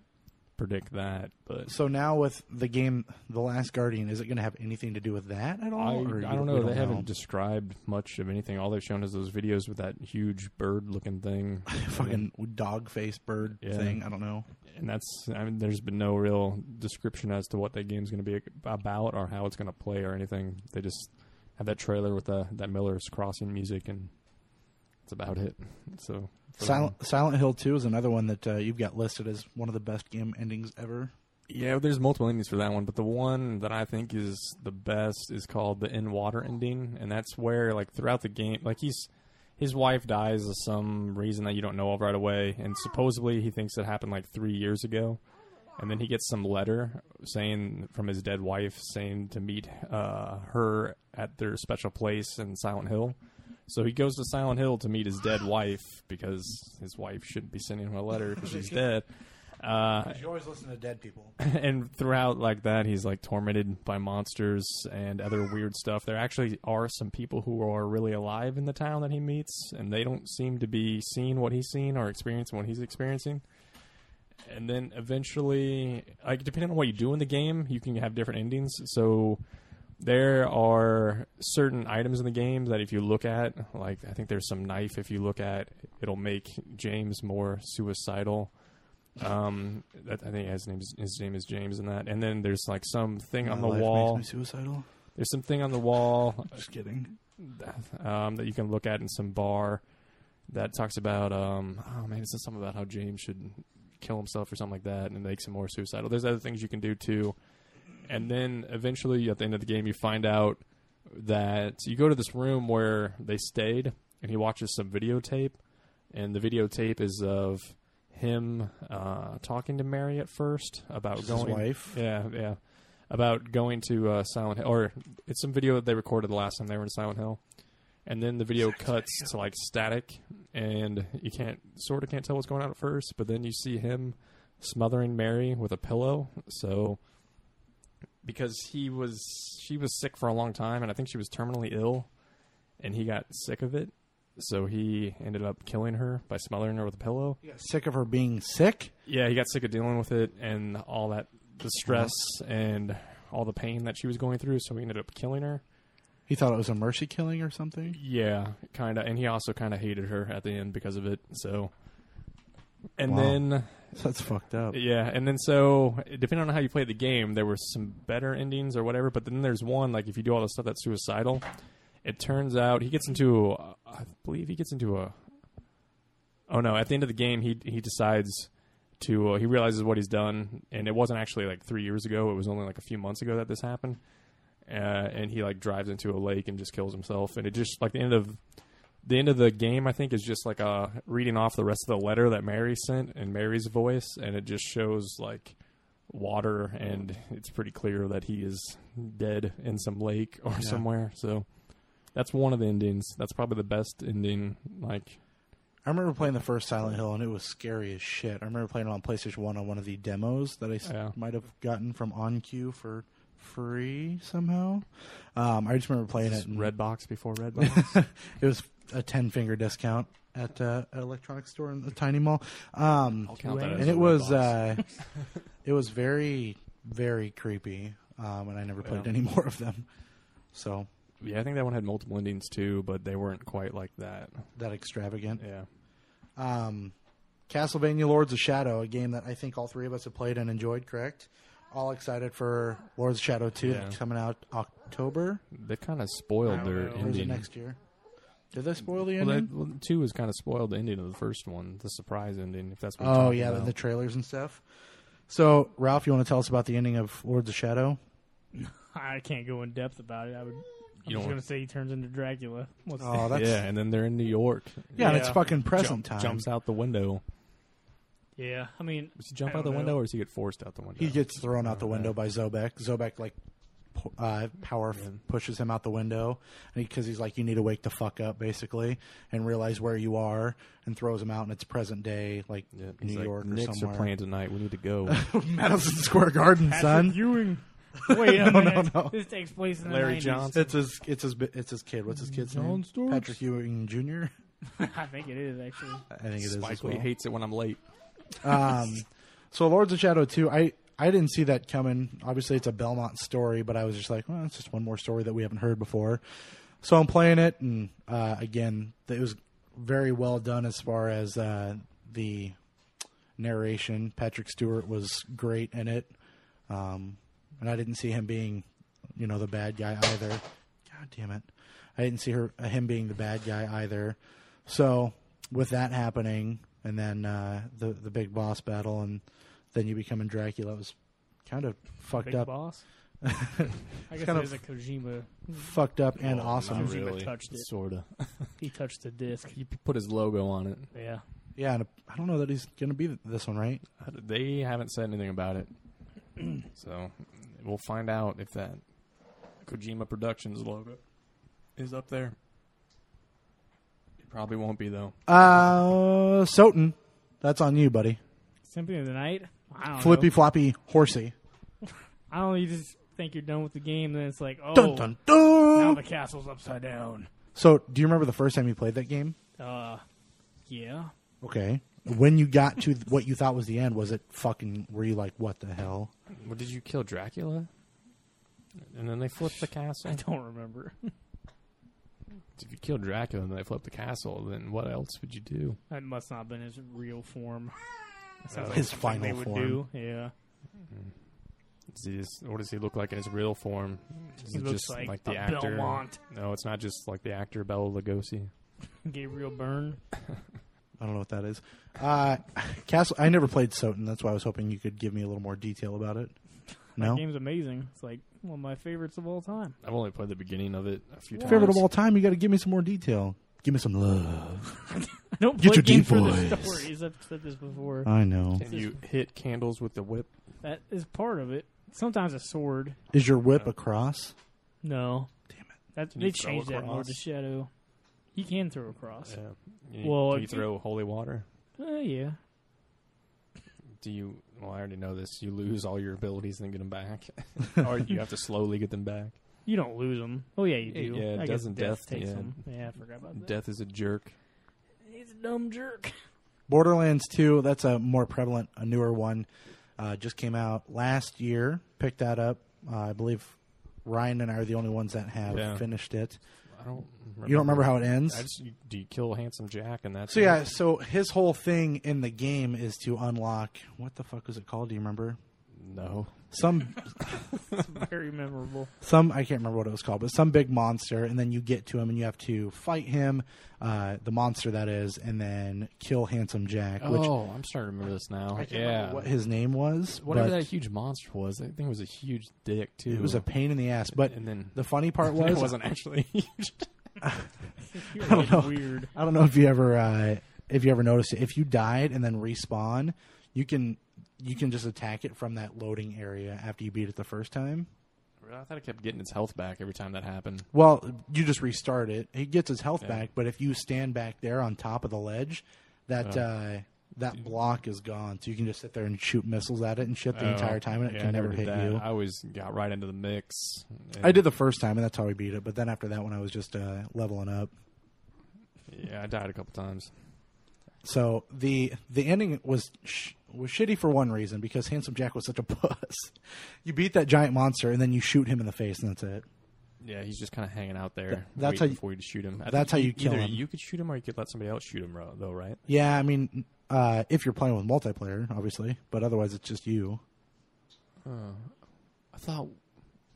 [SPEAKER 5] predict that. But
[SPEAKER 4] So now with the game, The Last Guardian, is it going to have anything to do with that at all?
[SPEAKER 5] I,
[SPEAKER 4] Or you-
[SPEAKER 5] I don't know.
[SPEAKER 4] we
[SPEAKER 5] They haven't described much of anything. All they've shown is those videos with that huge bird-looking thing.
[SPEAKER 4] fucking dog face bird
[SPEAKER 5] Yeah.
[SPEAKER 4] thing. I don't know.
[SPEAKER 5] and that's I mean, there's been no real description as to what that game's going to be about or how it's going to play or anything. They just have that trailer with the, that Miller's Crossing music, and that's about it. So for
[SPEAKER 4] Silent, Silent Hill 2 is another one that uh, you've got listed as one of the best game endings ever.
[SPEAKER 5] Yeah, there's multiple endings for that one, but the one that I think is the best is called the in water ending, and that's where like throughout the game, like he's his wife dies of some reason that you don't know of right away, and supposedly he thinks it happened like three years ago, and then he gets some letter saying from his dead wife saying to meet uh, her at their special place in Silent Hill. So he goes to Silent Hill to meet his dead wife because his wife shouldn't be sending him a letter because she's dead. Uh,
[SPEAKER 4] You always listen to dead people.
[SPEAKER 5] and throughout like that he's like tormented by monsters and other weird stuff there actually are some people who are really alive in the town that he meets and they don't seem to be seeing what he's seeing or experiencing what he's experiencing and then eventually like depending on what you do in the game you can have different endings so there are certain items in the game that if you look at like i think there's some knife if you look at it'll make james more suicidal um that, i think his name is his name is james in that and then there's like something on the wall
[SPEAKER 4] suicidal.
[SPEAKER 5] there's something on the wall
[SPEAKER 4] Just kidding.
[SPEAKER 5] um, that you can look at in some bar that talks about um, oh man, it says something about how James should kill himself or something like that, and it makes him more suicidal. There's other things you can do too, and then eventually at the end of the game, you find out that you go to this room where they stayed, and he watches some videotape, and the videotape is of him uh, talking to Mary at first about
[SPEAKER 4] His
[SPEAKER 5] Oh, going
[SPEAKER 4] wife.
[SPEAKER 5] yeah, yeah. About going to uh, Silent Hill, or it's some video that they recorded the last time they were in Silent Hill, and then the video cuts to like static, and you can't sort of can't tell what's going on at first, but then you see him smothering Mary with a pillow. So because he was she was sick for a long time and I think she was terminally ill and he got sick of it. So he ended up killing her by smothering her with a pillow.
[SPEAKER 4] Sick of her being sick.
[SPEAKER 5] Yeah, he got sick of dealing with it and all that the stress and all the pain that she was going through, so he ended up killing her.
[SPEAKER 4] He thought it was a mercy killing or something.
[SPEAKER 5] Yeah, kind of. And he also kind of hated her at the end because of it. So, and
[SPEAKER 4] Wow.
[SPEAKER 5] then
[SPEAKER 4] That's fucked up.
[SPEAKER 5] yeah, and then so depending on how you play the game, there were some better endings or whatever. But then there's one like if you do all the stuff that's suicidal, it turns out he gets into uh, I believe he gets into a. Oh no! At the end of the game, he he decides to uh, he realizes what he's done, and it wasn't actually like three years ago. It was only like a few months ago that this happened. Uh, and he like drives into a lake and just kills himself. And it just like the end of the end of the game, I think, is just like uh, reading off the rest of the letter that Mary sent in Mary's voice, and it just shows like water, and it's pretty clear that he is dead in some lake or somewhere. So that's one of the endings. That's probably the best ending. Like,
[SPEAKER 4] I remember playing the first Silent Hill and it was scary as shit. I remember playing it on PlayStation One on one of the demos that I s-
[SPEAKER 5] Yeah.
[SPEAKER 4] might have gotten from OnQ for free somehow. Um, I just remember playing it. and-
[SPEAKER 5] Red Box before Red Box.
[SPEAKER 4] It was a ten finger discount at uh, an electronics store in the tiny mall. Um,
[SPEAKER 5] count that as
[SPEAKER 4] and it
[SPEAKER 5] a Red
[SPEAKER 4] was
[SPEAKER 5] Box.
[SPEAKER 4] uh, it was very very creepy. Um, and I never played
[SPEAKER 5] Yeah.
[SPEAKER 4] any more of them. So
[SPEAKER 5] yeah, I think that one had multiple endings too, but they weren't quite like that.
[SPEAKER 4] that extravagant.
[SPEAKER 5] Yeah.
[SPEAKER 4] Um, Castlevania Lords of Shadow, a game that I think all three of us have played and enjoyed, correct? All excited for Lords of Shadow 2
[SPEAKER 5] Yeah.
[SPEAKER 4] that's coming out October
[SPEAKER 5] They kind of spoiled their
[SPEAKER 4] or is it
[SPEAKER 5] ending.
[SPEAKER 4] next year? Did they spoil the
[SPEAKER 5] well,
[SPEAKER 4] ending?
[SPEAKER 5] that, well, two was kind of spoiled the ending of the first one, the surprise ending. If that's what you're
[SPEAKER 4] oh,
[SPEAKER 5] talking
[SPEAKER 4] yeah, the,
[SPEAKER 5] about.
[SPEAKER 4] the trailers and stuff. So, Ralph, you want to tell us about the ending of Lords of Shadow?
[SPEAKER 1] I can't go in depth about it. I would. I'm
[SPEAKER 5] You
[SPEAKER 1] just
[SPEAKER 5] don't-
[SPEAKER 1] gonna say he turns into Dracula. What's
[SPEAKER 4] Oh, that's
[SPEAKER 5] yeah,
[SPEAKER 4] yeah,
[SPEAKER 5] and then they're in New York.
[SPEAKER 4] and it's
[SPEAKER 1] Yeah.
[SPEAKER 4] fucking present time.
[SPEAKER 5] Jumps out the window.
[SPEAKER 1] yeah. I mean,
[SPEAKER 5] Does he jump
[SPEAKER 1] I
[SPEAKER 5] out the
[SPEAKER 1] don't know.
[SPEAKER 5] window, or does he get forced out the window?
[SPEAKER 4] He gets thrown out the window by Zobek. Zobek like pu- uh, power f- pushes him out the window because he's like, "You need to wake the fuck up," basically, and realize where you are, and throws him out. And it's present day, like
[SPEAKER 5] Yeah, he's
[SPEAKER 4] New
[SPEAKER 5] like,
[SPEAKER 4] York or
[SPEAKER 5] Knicks
[SPEAKER 4] somewhere.
[SPEAKER 5] are playing tonight. We need to go.
[SPEAKER 4] Madison Square Garden,
[SPEAKER 1] Patrick
[SPEAKER 4] son.
[SPEAKER 1] Ewing. Wait a
[SPEAKER 4] No, no,
[SPEAKER 1] minute.
[SPEAKER 4] no.
[SPEAKER 1] This takes place in the
[SPEAKER 5] Larry
[SPEAKER 1] 90s.
[SPEAKER 5] Johnson.
[SPEAKER 4] It's his. It's his. bi- It's his kid. What's his kid's name?
[SPEAKER 1] John Storch?
[SPEAKER 4] Patrick Ewing Jr.
[SPEAKER 1] I think it is actually.
[SPEAKER 4] I think it is.
[SPEAKER 5] Spike
[SPEAKER 4] as well.
[SPEAKER 5] Lee hates it when I'm late.
[SPEAKER 4] Um, so Lords of Shadow 2, I, I didn't see that coming. Obviously, it's a Belmont story, but I was just like, well, it's just one more story that we haven't heard before. So I'm playing it, and uh, again, it was very well done as far as uh, the narration. Patrick Stewart was great in it, um, and I didn't see him being, you know, the bad guy either. God damn it, I didn't see her uh, him being the bad guy either. So with that happening, and then uh, the the big boss battle, and then you becoming Dracula it was kind of fucked
[SPEAKER 1] Big
[SPEAKER 4] up,
[SPEAKER 1] Boss. I guess
[SPEAKER 4] kind
[SPEAKER 1] it
[SPEAKER 4] of-
[SPEAKER 1] is a Kojima.
[SPEAKER 4] fucked up and
[SPEAKER 5] Well,
[SPEAKER 4] awesome.
[SPEAKER 5] Oh, not really.
[SPEAKER 1] touched it.
[SPEAKER 5] Sorta.
[SPEAKER 1] He touched the disc.
[SPEAKER 5] He p- put his logo on it.
[SPEAKER 1] Yeah.
[SPEAKER 4] Yeah, and I don't know that he's gonna be this one, right?
[SPEAKER 5] They haven't said anything about it, so we'll find out if that Kojima Productions logo is up there. It probably won't be though.
[SPEAKER 4] Uh, Soten, that's on you, buddy.
[SPEAKER 1] Symphony of the Night. I don't
[SPEAKER 4] Flippy
[SPEAKER 1] know.
[SPEAKER 4] floppy horsey.
[SPEAKER 1] I don't. know, You just think you're done with the game, then it's like, oh,
[SPEAKER 4] Dun dun dun.
[SPEAKER 1] now the castle's upside down.
[SPEAKER 4] So, do you remember the first time you played that game?
[SPEAKER 1] Uh, yeah.
[SPEAKER 4] Okay. When you got to th- what you thought was the end, was it fucking? Were you like, what the hell?
[SPEAKER 5] Well, did you kill Dracula? And then they flipped the castle.
[SPEAKER 1] I don't remember.
[SPEAKER 5] If you kill Dracula and they flip the castle, then what else would you do? Uh,
[SPEAKER 1] That must not have been his real form. That sounds
[SPEAKER 4] His
[SPEAKER 1] something
[SPEAKER 4] final
[SPEAKER 1] they would
[SPEAKER 4] form.
[SPEAKER 1] Do. Yeah.
[SPEAKER 5] Is he just- what does he look like in his real form? Is
[SPEAKER 1] He
[SPEAKER 5] it
[SPEAKER 1] looks
[SPEAKER 5] just
[SPEAKER 1] like,
[SPEAKER 5] the,
[SPEAKER 1] a
[SPEAKER 5] actor?
[SPEAKER 1] Belmont.
[SPEAKER 5] No, it's not just like the actor Bela Lugosi.
[SPEAKER 1] Gabriel Byrne.
[SPEAKER 4] I don't know what that is. Uh, Castle. I never played Soten. That's why I was hoping you could give me a little more detail about it.
[SPEAKER 1] That
[SPEAKER 4] No.
[SPEAKER 1] game's amazing. It's like one of my favorites of all time.
[SPEAKER 5] I've only played the beginning of it a few times.
[SPEAKER 4] Favorite of all time. You got to give me some more detail. Give me some love.
[SPEAKER 1] I don't
[SPEAKER 4] Get
[SPEAKER 1] play
[SPEAKER 4] your
[SPEAKER 1] games for
[SPEAKER 4] deep
[SPEAKER 1] the
[SPEAKER 4] voice.
[SPEAKER 1] stories. I've said this before.
[SPEAKER 4] I know.
[SPEAKER 5] And you hit candles with the whip.
[SPEAKER 1] That is part of it. Sometimes a sword.
[SPEAKER 4] Is your whip a cross?
[SPEAKER 1] No. Damn
[SPEAKER 4] it.
[SPEAKER 1] That,
[SPEAKER 5] Can
[SPEAKER 1] they
[SPEAKER 5] you throw
[SPEAKER 1] changed that in Lord of
[SPEAKER 5] across?
[SPEAKER 1] Shadow. You can throw across.
[SPEAKER 5] Yeah. You,
[SPEAKER 1] Well,
[SPEAKER 5] can you
[SPEAKER 1] if you-
[SPEAKER 5] throw holy water?
[SPEAKER 1] Yeah. Uh, yeah.
[SPEAKER 5] do you? Well, I already know this. You lose all your abilities and then get them back, or you have to slowly get them back.
[SPEAKER 1] You don't lose them. Oh yeah, you
[SPEAKER 5] Yeah,
[SPEAKER 1] do.
[SPEAKER 5] yeah,
[SPEAKER 1] I guess
[SPEAKER 5] doesn't
[SPEAKER 1] death
[SPEAKER 5] death-
[SPEAKER 1] takes
[SPEAKER 5] yeah.
[SPEAKER 1] them? Yeah, I forgot about that.
[SPEAKER 5] Death is a jerk.
[SPEAKER 1] He's a dumb jerk.
[SPEAKER 4] Borderlands 2, that's a more prevalent, a newer one. Uh, just came out last year. Picked that up. Uh, I believe Ryan and I are the only ones that have
[SPEAKER 5] Yeah.
[SPEAKER 4] finished it.
[SPEAKER 5] I don't. Remember.
[SPEAKER 4] You don't remember how it ends?
[SPEAKER 5] I just you, do you kill handsome Jack and that's
[SPEAKER 4] so, yeah, so his whole thing in the game is to unlock. What the fuck was it called? Do you remember?
[SPEAKER 5] No.
[SPEAKER 4] Some,
[SPEAKER 1] Very memorable.
[SPEAKER 4] some I can't remember what it was called, but some big monster, and then you get to him and you have to fight him, uh, the monster that is, and then kill Handsome Jack, which
[SPEAKER 5] oh, I'm starting to remember this now.
[SPEAKER 4] I can't
[SPEAKER 5] yeah.
[SPEAKER 4] remember what his name was.
[SPEAKER 5] Whatever
[SPEAKER 4] but
[SPEAKER 5] that huge monster was, I think it was a huge dick too.
[SPEAKER 4] it was a pain in the ass. But
[SPEAKER 5] and then
[SPEAKER 4] the funny part
[SPEAKER 5] it
[SPEAKER 4] was
[SPEAKER 5] wasn't actually huge.
[SPEAKER 1] You're
[SPEAKER 4] don't know.
[SPEAKER 1] weird.
[SPEAKER 4] I don't know if you ever uh, if you ever noticed it. If you died and then respawn, you can you can just attack it from that loading area after you beat it the first time.
[SPEAKER 5] I thought it kept getting its health back every time that happened.
[SPEAKER 4] Well, you just restart it. He gets his health
[SPEAKER 5] Yeah.
[SPEAKER 4] back, but if you stand back there on top of the ledge, that
[SPEAKER 5] Oh.
[SPEAKER 4] uh, that block is gone. So you can just sit there and shoot missiles at it and shit the
[SPEAKER 5] Oh,
[SPEAKER 4] entire time, and it
[SPEAKER 5] yeah, I
[SPEAKER 4] can never
[SPEAKER 5] did
[SPEAKER 4] hit
[SPEAKER 5] that.
[SPEAKER 4] you.
[SPEAKER 5] I always got right into the mix. and-
[SPEAKER 4] I did the first time, and that's how we beat it. But then after that one, I was just uh, leveling up.
[SPEAKER 5] Yeah, I died a couple times.
[SPEAKER 4] So the the ending was sh- was shitty for one reason because Handsome Jack was such a puss. You beat that giant monster and then you shoot him in the face and that's it.
[SPEAKER 5] Yeah, he's just kind of hanging out there.
[SPEAKER 4] that's
[SPEAKER 5] waiting
[SPEAKER 4] how you-
[SPEAKER 5] before you shoot him. I
[SPEAKER 4] that's
[SPEAKER 5] think
[SPEAKER 4] how you
[SPEAKER 5] e-
[SPEAKER 4] kill
[SPEAKER 5] either
[SPEAKER 4] him.
[SPEAKER 5] You could shoot him, or you could let somebody else shoot him, ro- though, right?
[SPEAKER 4] Yeah, I mean, uh, if you're playing with multiplayer, obviously, but otherwise it's just you.
[SPEAKER 5] I thought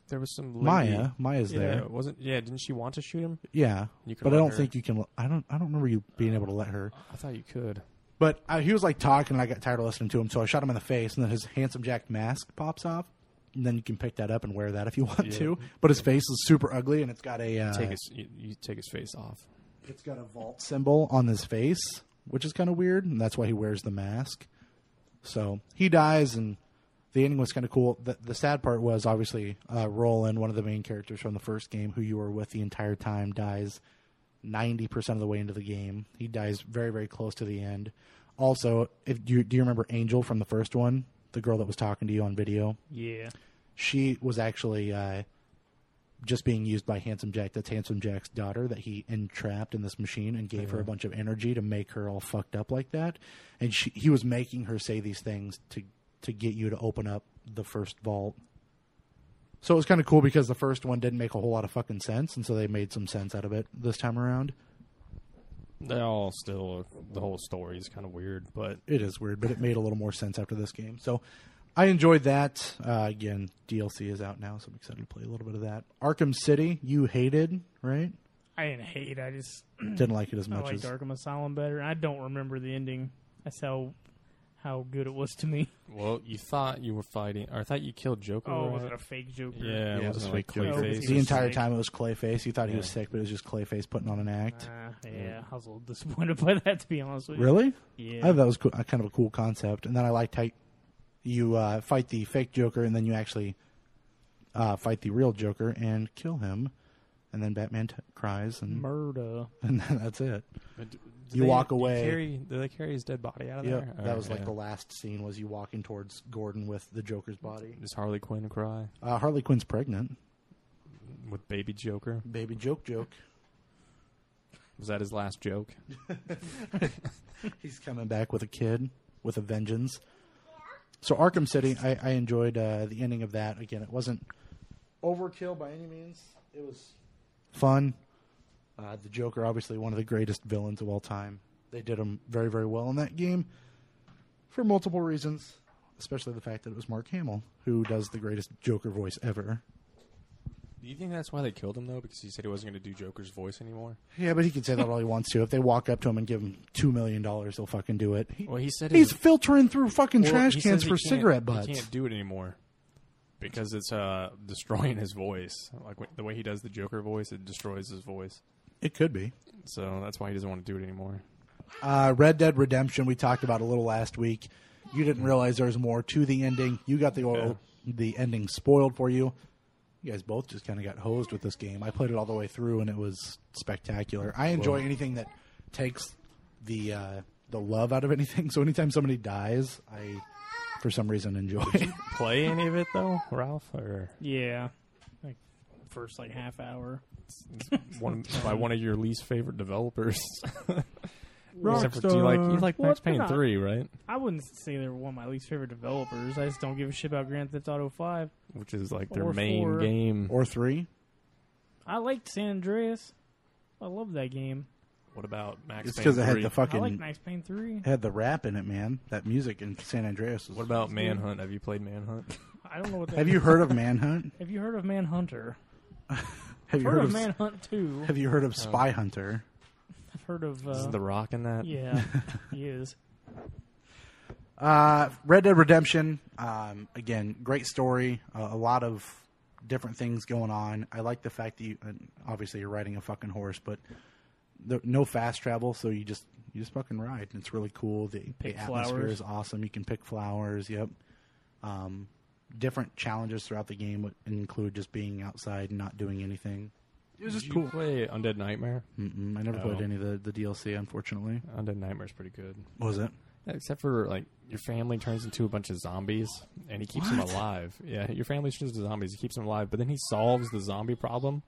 [SPEAKER 5] there was some lady-
[SPEAKER 4] Maya, Maya's
[SPEAKER 5] Yeah,
[SPEAKER 4] there.
[SPEAKER 5] it wasn't yeah? Didn't she want to shoot him?
[SPEAKER 4] Yeah,
[SPEAKER 5] You can
[SPEAKER 4] but I
[SPEAKER 5] let
[SPEAKER 4] don't
[SPEAKER 5] her-
[SPEAKER 4] think you can. I don't. I don't remember you being able to let her.
[SPEAKER 5] I thought you could.
[SPEAKER 4] But uh, he was like talking, and I got tired of listening to him, so I shot him in the face, and then his handsome Jack mask pops off, and then you can pick that up and wear that if you want
[SPEAKER 5] Yeah.
[SPEAKER 4] to. But his face is super ugly, and it's got a uh,
[SPEAKER 5] Take his you, you take his face off.
[SPEAKER 4] it's got a vault symbol on his face, which is kind of weird, and that's why he wears the mask. So he dies, and the ending was kind of cool. The, the sad part was obviously uh, Roland, one of the main characters from the first game, who you were with the entire time, dies ninety percent of the way into the game. He dies very, very close to the end. Also, if do you, do you remember Angel from the first one, the girl that was talking to you on video?
[SPEAKER 1] Yeah.
[SPEAKER 4] she was actually uh, just being used by Handsome Jack. That's Handsome Jack's daughter that he entrapped in this machine and gave her a bunch of energy to make her all fucked up like that. And she, he was making her say these things to to get you to open up the first vault. So it was kind of cool because the first one didn't make a whole lot of fucking sense, and so they made some sense out of it this time around.
[SPEAKER 5] They all still the whole story is kind of weird, but
[SPEAKER 4] It is weird, but it made a little more sense after this game. So I enjoyed that. Uh, again, DLC is out now, so I'm excited to play a little bit of that. Arkham City, you hated, right?
[SPEAKER 1] I didn't hate. I just
[SPEAKER 4] Didn't like it as
[SPEAKER 1] Mm. I
[SPEAKER 4] much
[SPEAKER 1] liked
[SPEAKER 4] as
[SPEAKER 1] Arkham Asylum better. I don't remember the ending. That's how how good it was to me.
[SPEAKER 5] well, you thought you were fighting, or I thought you killed Joker.
[SPEAKER 1] Oh,
[SPEAKER 5] right?
[SPEAKER 1] was it a fake Joker?
[SPEAKER 5] yeah, it
[SPEAKER 4] Yeah, it was
[SPEAKER 5] wasn't like
[SPEAKER 4] fake Joker.
[SPEAKER 5] Clayface.
[SPEAKER 1] He
[SPEAKER 4] the
[SPEAKER 1] was
[SPEAKER 4] entire
[SPEAKER 1] sick.
[SPEAKER 4] time it was Clayface. You thought he was
[SPEAKER 5] Yeah.
[SPEAKER 4] sick, but it was just Clayface putting on an act.
[SPEAKER 1] Uh, yeah, I was a little disappointed by that, to be honest with you.
[SPEAKER 4] really? I
[SPEAKER 1] Yeah.
[SPEAKER 4] thought that was cool, uh, kind of a cool concept. And then I liked how you uh, fight the fake Joker, and then you actually uh, fight the real Joker and kill him. And then Batman t- cries, and,
[SPEAKER 1] Murder.
[SPEAKER 4] and then that's it.
[SPEAKER 5] But d- do
[SPEAKER 4] You
[SPEAKER 5] they-
[SPEAKER 4] walk
[SPEAKER 5] do you
[SPEAKER 4] away.
[SPEAKER 5] Carry, do they carry his dead body out of
[SPEAKER 4] Yeah,
[SPEAKER 5] there?
[SPEAKER 4] that
[SPEAKER 5] Or-
[SPEAKER 4] was like
[SPEAKER 5] yeah.
[SPEAKER 4] the last scene was you walking towards Gordon with the Joker's body.
[SPEAKER 5] Does Harley Quinn cry
[SPEAKER 4] Uh, Harley Quinn's pregnant.
[SPEAKER 5] with Baby Joker?
[SPEAKER 4] Baby joke joke.
[SPEAKER 5] Was that his last joke?
[SPEAKER 4] He's coming back with a kid with a vengeance. So Arkham City, I, I enjoyed uh, the ending of that. Again, it wasn't overkill by any means. It was fun. Uh, the Joker, obviously one of the greatest villains of all time. They did him very, very well in that game for multiple reasons, especially the fact that it was Mark Hamill who does the greatest Joker voice ever.
[SPEAKER 5] Do you think that's why they killed him though? Because he said he wasn't going to do Joker's voice anymore.
[SPEAKER 4] Yeah, but he can say that all he wants to. If they walk up to him and give him two million dollars, they'll fucking do it. He-
[SPEAKER 5] Well, he said
[SPEAKER 4] he's
[SPEAKER 5] he-
[SPEAKER 4] filtering through fucking
[SPEAKER 5] Well,
[SPEAKER 4] trash
[SPEAKER 5] he
[SPEAKER 4] cans
[SPEAKER 5] says he
[SPEAKER 4] for
[SPEAKER 5] can't-
[SPEAKER 4] cigarette
[SPEAKER 5] He
[SPEAKER 4] butts.
[SPEAKER 5] can't do it anymore because it's uh, destroying his voice. Like wh- the way he does the Joker voice, it destroys his voice.
[SPEAKER 4] It could be.
[SPEAKER 5] So that's why he doesn't want to do it anymore.
[SPEAKER 4] Uh, Red Dead Redemption we talked about a little last week. You didn't realize there was more to the ending. You got the oil, the ending spoiled for you. You guys both just kind of got hosed with this game. I played it all the way through and it was spectacular. I enjoy anything that takes the uh, the love out of anything. So anytime somebody dies, I for some reason enjoy.
[SPEAKER 5] Play any of it though, Ralph? Or
[SPEAKER 1] Yeah. Like first like half hour.
[SPEAKER 5] one by one of your least favorite developers? Except for,
[SPEAKER 1] Rockstar.
[SPEAKER 5] do you like you like
[SPEAKER 1] Well,
[SPEAKER 5] Max
[SPEAKER 1] it's
[SPEAKER 5] Payne
[SPEAKER 1] not-
[SPEAKER 5] three, right?
[SPEAKER 1] I wouldn't say they're one of my least favorite developers. I just don't give a shit about Grand Theft Auto Five.
[SPEAKER 5] Which is like their
[SPEAKER 1] Or
[SPEAKER 5] main
[SPEAKER 1] four.
[SPEAKER 5] game.
[SPEAKER 4] or three.
[SPEAKER 1] I liked San Andreas. I love that game.
[SPEAKER 5] What about Max?
[SPEAKER 4] It's
[SPEAKER 5] Payne
[SPEAKER 4] because it had
[SPEAKER 5] 3?
[SPEAKER 4] the
[SPEAKER 1] I like
[SPEAKER 4] fucking
[SPEAKER 1] Max Payne Three.
[SPEAKER 4] had the rap in it, man. That music in San Andreas. Was,
[SPEAKER 5] What about Manhunt? Have you played Manhunt?
[SPEAKER 1] I don't know what. That
[SPEAKER 4] Have you heard of Manhunt?
[SPEAKER 1] Have you heard of Manhunter?
[SPEAKER 4] Have you
[SPEAKER 1] Heard,
[SPEAKER 4] heard,
[SPEAKER 1] of
[SPEAKER 4] of
[SPEAKER 1] Manhunt Two?
[SPEAKER 4] Have you heard of Spy Hunter?
[SPEAKER 1] I've heard of.
[SPEAKER 5] Is
[SPEAKER 1] Uh,
[SPEAKER 5] the Rock in that?
[SPEAKER 1] yeah, he is.
[SPEAKER 4] Uh, Red Dead Redemption. Um, again, great story. Uh, a lot of different things going on. I like the fact that you and obviously you're riding a fucking horse, but there, no fast travel, so you just you just fucking ride, and it's really cool. The, the
[SPEAKER 1] Pick
[SPEAKER 4] atmosphere
[SPEAKER 1] flowers.
[SPEAKER 4] is awesome. You can pick flowers. Yep. Um, different challenges throughout the game would include just being outside and not doing anything. It was
[SPEAKER 5] Did
[SPEAKER 4] just
[SPEAKER 5] you
[SPEAKER 4] cool.
[SPEAKER 5] play Undead Nightmare?
[SPEAKER 1] Hmm.
[SPEAKER 4] Mm-mm, I never
[SPEAKER 5] Oh.
[SPEAKER 4] played any of the, the DLC, unfortunately.
[SPEAKER 5] Undead Nightmare's pretty good.
[SPEAKER 4] What was it?
[SPEAKER 5] Except for like your family turns into a bunch of zombies, and he keeps them alive. Yeah, your family turns into zombies. He keeps them alive, but then he solves the zombie problem,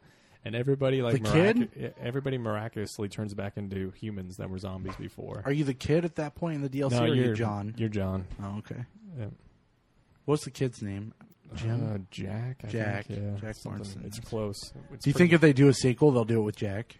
[SPEAKER 5] and everybody like
[SPEAKER 4] The kid?
[SPEAKER 5] yeah, everybody miraculously turns back into humans that were zombies before.
[SPEAKER 4] Are you the kid at that point in the DLC, or are you John?
[SPEAKER 5] You're John.
[SPEAKER 4] Oh, okay.
[SPEAKER 5] Yeah.
[SPEAKER 4] What's the kid's name? Jim.
[SPEAKER 5] Uh, Jack. I
[SPEAKER 4] Jack.
[SPEAKER 5] Think, yeah,
[SPEAKER 4] Jack
[SPEAKER 5] something.
[SPEAKER 4] Morrison.
[SPEAKER 5] It's close. It's
[SPEAKER 4] Do you
[SPEAKER 5] pretty-
[SPEAKER 4] think if they do a sequel, they'll do it with Jack?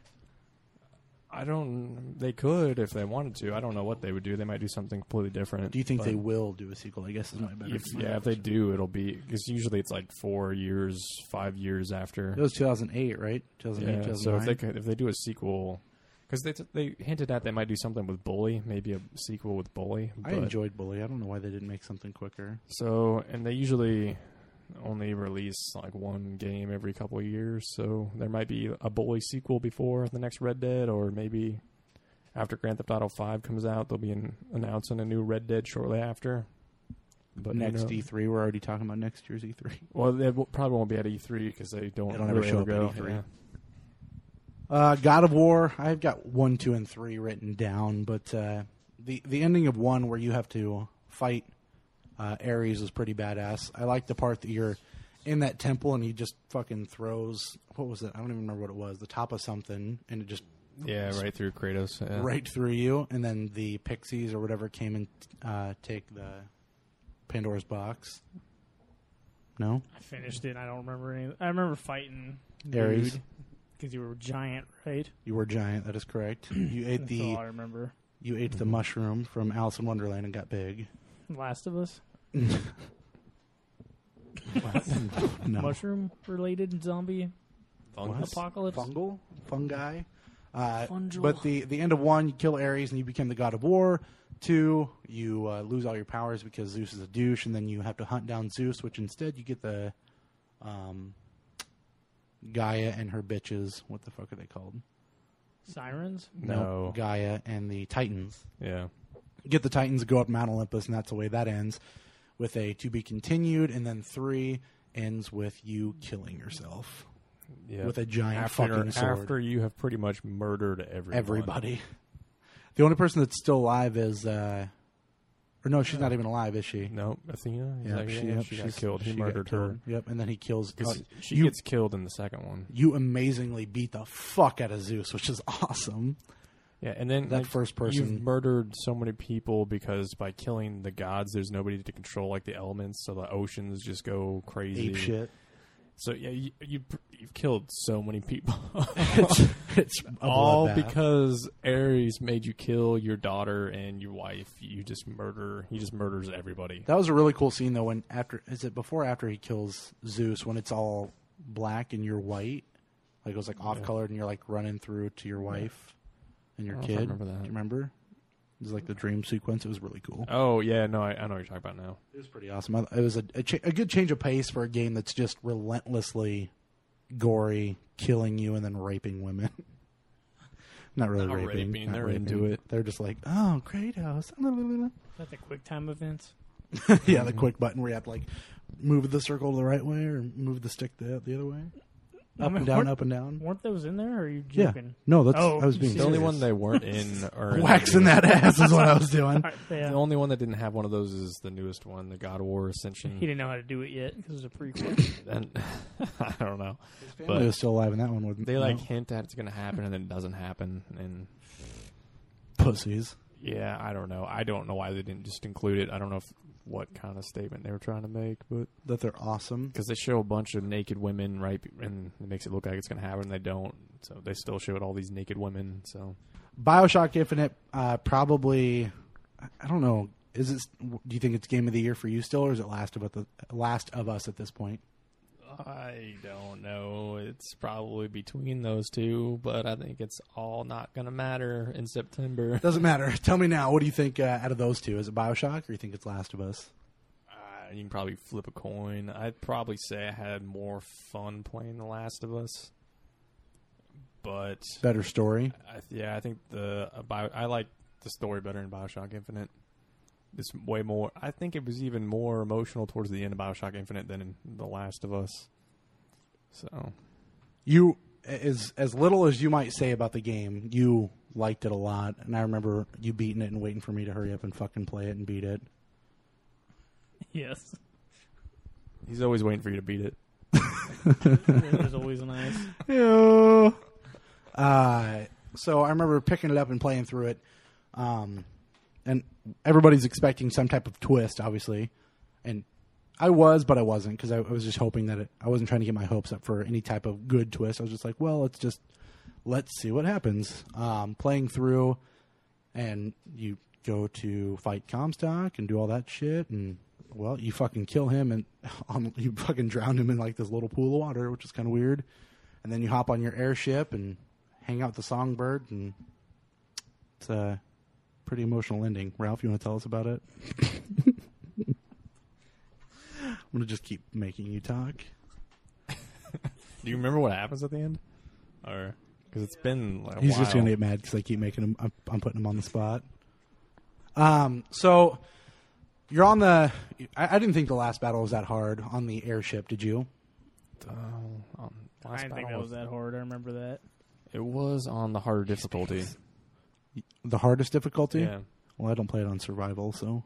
[SPEAKER 5] I don't? They could if they wanted to. I don't know what they would do. They might do something completely different.
[SPEAKER 4] Do you think
[SPEAKER 5] but-
[SPEAKER 4] they will do a sequel? I guess is my better.
[SPEAKER 5] If, yeah, if they do, it'll be because usually it's like four years, five years after.
[SPEAKER 4] it was 2008, right? 2008,
[SPEAKER 5] Yeah,
[SPEAKER 4] 2009.
[SPEAKER 5] so if they could, if they do a sequel, because they t- they hinted at they might do something with Bully, maybe a sequel with Bully.
[SPEAKER 4] I
[SPEAKER 5] but-
[SPEAKER 4] enjoyed Bully. I don't know why they didn't make something quicker.
[SPEAKER 5] So and they usually only release like one game every couple of years, so there might be a Bully sequel before the next Red Dead, or maybe after Grand Theft Auto Five comes out, they'll be an- announcing a new Red Dead shortly after. But
[SPEAKER 4] But
[SPEAKER 5] who
[SPEAKER 4] next E
[SPEAKER 5] knows?
[SPEAKER 4] E3, we're already talking about next year's E E3.
[SPEAKER 5] Well, they w- probably won't be at E3 because they don't.
[SPEAKER 4] They don't ever
[SPEAKER 5] really
[SPEAKER 4] show up at E
[SPEAKER 5] go.
[SPEAKER 4] E3.
[SPEAKER 5] Yeah.
[SPEAKER 4] Uh, God of War. I've got one, two, and three written down, but uh, the the ending of one where you have to fight uh, Ares was pretty badass. I like the part that you're in that temple and he just fucking throws what was it? I don't even remember what it was. The top of something, and it just
[SPEAKER 5] Yeah, right through Kratos. Yeah.
[SPEAKER 4] right through you, and then the pixies or whatever came and uh, take the Pandora's box. No,
[SPEAKER 1] I finished it. I don't remember any. I remember fighting
[SPEAKER 4] Ares,
[SPEAKER 1] because you were giant, right?
[SPEAKER 4] you were giant. That is correct. You ate
[SPEAKER 1] That's
[SPEAKER 4] the
[SPEAKER 1] all I remember.
[SPEAKER 4] you ate the mushroom from Alice in Wonderland and got big.
[SPEAKER 1] Last of Us,
[SPEAKER 4] No.
[SPEAKER 1] mushroom related zombie
[SPEAKER 5] Fungus.
[SPEAKER 1] apocalypse.
[SPEAKER 4] fungal fungi. Uh,
[SPEAKER 1] Fungal.
[SPEAKER 4] but the the end of one, you kill Ares and you become the god of war. Two, you uh, lose all your powers because Zeus is a douche, and then you have to hunt down Zeus, which instead you get the um, Gaia and her bitches. What the fuck are they called?
[SPEAKER 1] Sirens.
[SPEAKER 5] No.
[SPEAKER 4] Gaia and the Titans.
[SPEAKER 5] Yeah.
[SPEAKER 4] Get the Titans, go up Mount Olympus, and that's the way that ends. With a to be continued, and then three ends with you killing yourself
[SPEAKER 5] Yeah.
[SPEAKER 4] with a giant
[SPEAKER 5] after,
[SPEAKER 4] fucking sword.
[SPEAKER 5] after you have pretty much murdered everyone.
[SPEAKER 4] everybody. The only person that's still alive is, uh, or no, she's not even alive, is she?
[SPEAKER 5] No, Athena. Is
[SPEAKER 4] Yep,
[SPEAKER 5] that-
[SPEAKER 4] she,
[SPEAKER 5] yeah,
[SPEAKER 4] yep,
[SPEAKER 5] she got
[SPEAKER 4] she's-
[SPEAKER 5] killed. He
[SPEAKER 4] she got
[SPEAKER 5] murdered her.
[SPEAKER 4] killed. Yep, and then he kills.
[SPEAKER 5] Because
[SPEAKER 4] oh,
[SPEAKER 5] she
[SPEAKER 4] you,
[SPEAKER 5] gets killed in the second one.
[SPEAKER 4] you amazingly beat the fuck out of Zeus, which is awesome.
[SPEAKER 5] Yeah, and then
[SPEAKER 4] That
[SPEAKER 5] like,
[SPEAKER 4] first person-
[SPEAKER 5] you've murdered so many people because by killing the gods, there's nobody to control like the elements, so the oceans just go crazy.
[SPEAKER 4] Ape shit.
[SPEAKER 5] So yeah, you, you you've killed so many people.
[SPEAKER 4] It's, it's a
[SPEAKER 5] All
[SPEAKER 4] bloodbath.
[SPEAKER 5] because Ares made you kill your daughter and your wife. You just murder. He just murders everybody.
[SPEAKER 4] that was a really cool scene though. When after is it before or after he kills Zeus? When it's all black and you're white, like it was like off colored, and you're like running through to your wife and your
[SPEAKER 5] I don't know
[SPEAKER 4] kid.
[SPEAKER 5] if I remember that.
[SPEAKER 4] Do you remember? It was like the dream sequence. It was really cool.
[SPEAKER 5] Oh yeah, no, I, I know what you're talking about now.
[SPEAKER 4] It was pretty awesome. I- It was a a, cha- a good change of pace for a game that's just relentlessly gory, killing you and then raping women. Not really
[SPEAKER 5] Not
[SPEAKER 4] raping.
[SPEAKER 5] raping,
[SPEAKER 4] not
[SPEAKER 5] they're
[SPEAKER 4] raping.
[SPEAKER 5] into it.
[SPEAKER 4] They're just like, oh, Kratos.
[SPEAKER 1] That's a quick time events.
[SPEAKER 4] yeah, the quick button where you have to like move the circle the right way or move the stick the the other way. Up and down, up and down.
[SPEAKER 1] Weren't those in there? Or are you
[SPEAKER 4] Yeah.
[SPEAKER 1] joking?
[SPEAKER 4] No, that's
[SPEAKER 1] Oh,
[SPEAKER 4] I was
[SPEAKER 1] you
[SPEAKER 4] being
[SPEAKER 1] see-
[SPEAKER 5] The only
[SPEAKER 4] serious.
[SPEAKER 5] one they weren't in or
[SPEAKER 4] waxing that ass is what I was doing.
[SPEAKER 1] All right, yeah.
[SPEAKER 5] The only one that didn't have one of those is the newest one, the God of War Ascension.
[SPEAKER 1] He didn't know how to do it yet because it's a prequel.
[SPEAKER 5] and I don't know.
[SPEAKER 4] He
[SPEAKER 5] But
[SPEAKER 4] was still alive in that one with
[SPEAKER 5] they like hint that it's going to happen and then it doesn't happen. And
[SPEAKER 4] pussies.
[SPEAKER 5] yeah, I don't know. I don't know why they didn't just include it. I don't know if, what kind of statement they were trying to make, but
[SPEAKER 4] That they're awesome.
[SPEAKER 5] because they show a bunch of naked women, right? And it makes it look like it's going to happen. and They don't. So they still showed all these naked women. So
[SPEAKER 4] Bioshock Infinite uh, probably. I- I don't know. Is it? Do you think it's game of the year for you still, or is it Last of the Last of Us at this point?
[SPEAKER 5] I don't know. It's probably between those two, but I think it's all not going to matter in September.
[SPEAKER 4] Doesn't matter. Tell me now. What do you think uh, out of those two? Is it Bioshock, or you think it's Last of Us?
[SPEAKER 5] Uh, you can probably flip a coin. I'd probably say I had more fun playing The Last of Us, but
[SPEAKER 4] Better story.
[SPEAKER 5] I, yeah, I think the uh, bio, I like the story better in Bioshock Infinite. It's way more. I think it was even more emotional towards the end of Bioshock Infinite than in The Last of Us. So
[SPEAKER 4] You as as little as you might say about the game, you liked it a lot, and I remember you beating it and waiting for me to hurry up and fucking play it and beat it.
[SPEAKER 1] yes,
[SPEAKER 5] he's always waiting for you to beat it.
[SPEAKER 1] there's always an ice.
[SPEAKER 4] Yeah. Uh, so I remember picking it up and playing through it. Um, and everybody's expecting some type of twist, obviously. And I was, but I wasn't because I, I was just hoping that it, I wasn't trying to get my hopes up for any type of good twist. I was just like, well, let's just let's see what happens. Um, playing through, and you go to fight Comstock and do all that shit, and well, you fucking kill him and on, you fucking drown him in like this little pool of water, which is kind of weird. And then you hop on your airship and hang out with the songbird, and it's a pretty emotional ending. Ralph, you want to tell us about it? I'm gonna just keep making you talk.
[SPEAKER 5] Do you remember what happens at the end? Or because it's been like, a
[SPEAKER 4] He's just
[SPEAKER 5] while.
[SPEAKER 4] gonna get mad because I keep making him. I'm, I'm putting him on the spot. Um. So you're on the. I, I didn't think the last battle was that hard on the airship. Did you?
[SPEAKER 5] Oh, um,
[SPEAKER 1] I
[SPEAKER 5] last
[SPEAKER 1] didn't think that
[SPEAKER 5] battle
[SPEAKER 1] was that hard. I remember that.
[SPEAKER 5] It was on the harder difficulty.
[SPEAKER 4] The hardest difficulty.
[SPEAKER 5] Yeah.
[SPEAKER 4] Well, I don't play it on survival, so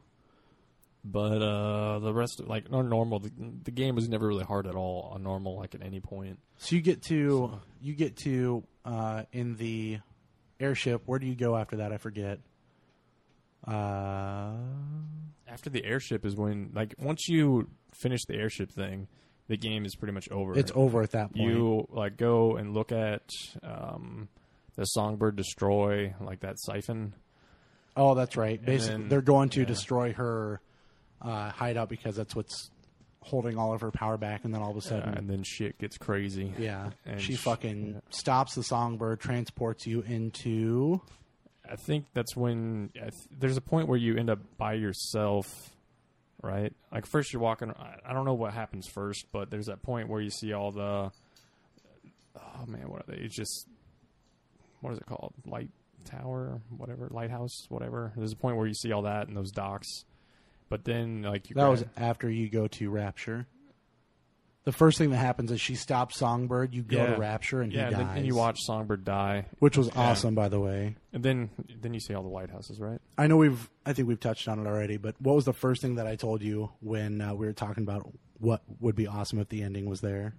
[SPEAKER 5] But uh, the rest, like on normal, the, the game was never really hard at all on normal, like at any point.
[SPEAKER 4] so you get to you get to uh, in the airship. Where do you go after that? I forget. Uh,
[SPEAKER 5] After the airship is when, like, once you finish the airship thing, the game is pretty much over.
[SPEAKER 4] it's over at that point.
[SPEAKER 5] You like go and look at um, the Songbird destroy like that siphon.
[SPEAKER 4] Oh, that's right. Basically,
[SPEAKER 5] then-
[SPEAKER 4] they're going to
[SPEAKER 5] yeah.
[SPEAKER 4] destroy her uh, hideout because that's what's holding all of her power back. And then all of a
[SPEAKER 5] Uh,
[SPEAKER 4] sudden,
[SPEAKER 5] and then shit gets crazy.
[SPEAKER 4] yeah,
[SPEAKER 5] and
[SPEAKER 4] she
[SPEAKER 5] sh-
[SPEAKER 4] fucking
[SPEAKER 5] yeah.
[SPEAKER 4] stops the songbird, transports you into.
[SPEAKER 5] I think that's when I th- there's a point where you end up by yourself, right? Like first you're walking. I I don't know what happens first, but there's that point where you see all the. Oh man, what are they? It's just what is it called? Light tower, whatever, lighthouse, whatever. There's a point where you see all that and those docks, but then like you
[SPEAKER 4] That was
[SPEAKER 5] grab-
[SPEAKER 4] after you go to Rapture. The first thing that happens is she stops Songbird. You go
[SPEAKER 5] Yeah.
[SPEAKER 4] to Rapture, and
[SPEAKER 5] yeah,
[SPEAKER 4] he
[SPEAKER 5] and,
[SPEAKER 4] dies.
[SPEAKER 5] then, and you watch Songbird die,
[SPEAKER 4] which was
[SPEAKER 5] Yeah.
[SPEAKER 4] awesome, by the way.
[SPEAKER 5] and then then you see all the lighthouses, right?
[SPEAKER 4] I know we've, I think we've touched on it already, but what was the first thing that I told you when uh, we were talking about what would be awesome if the ending was there?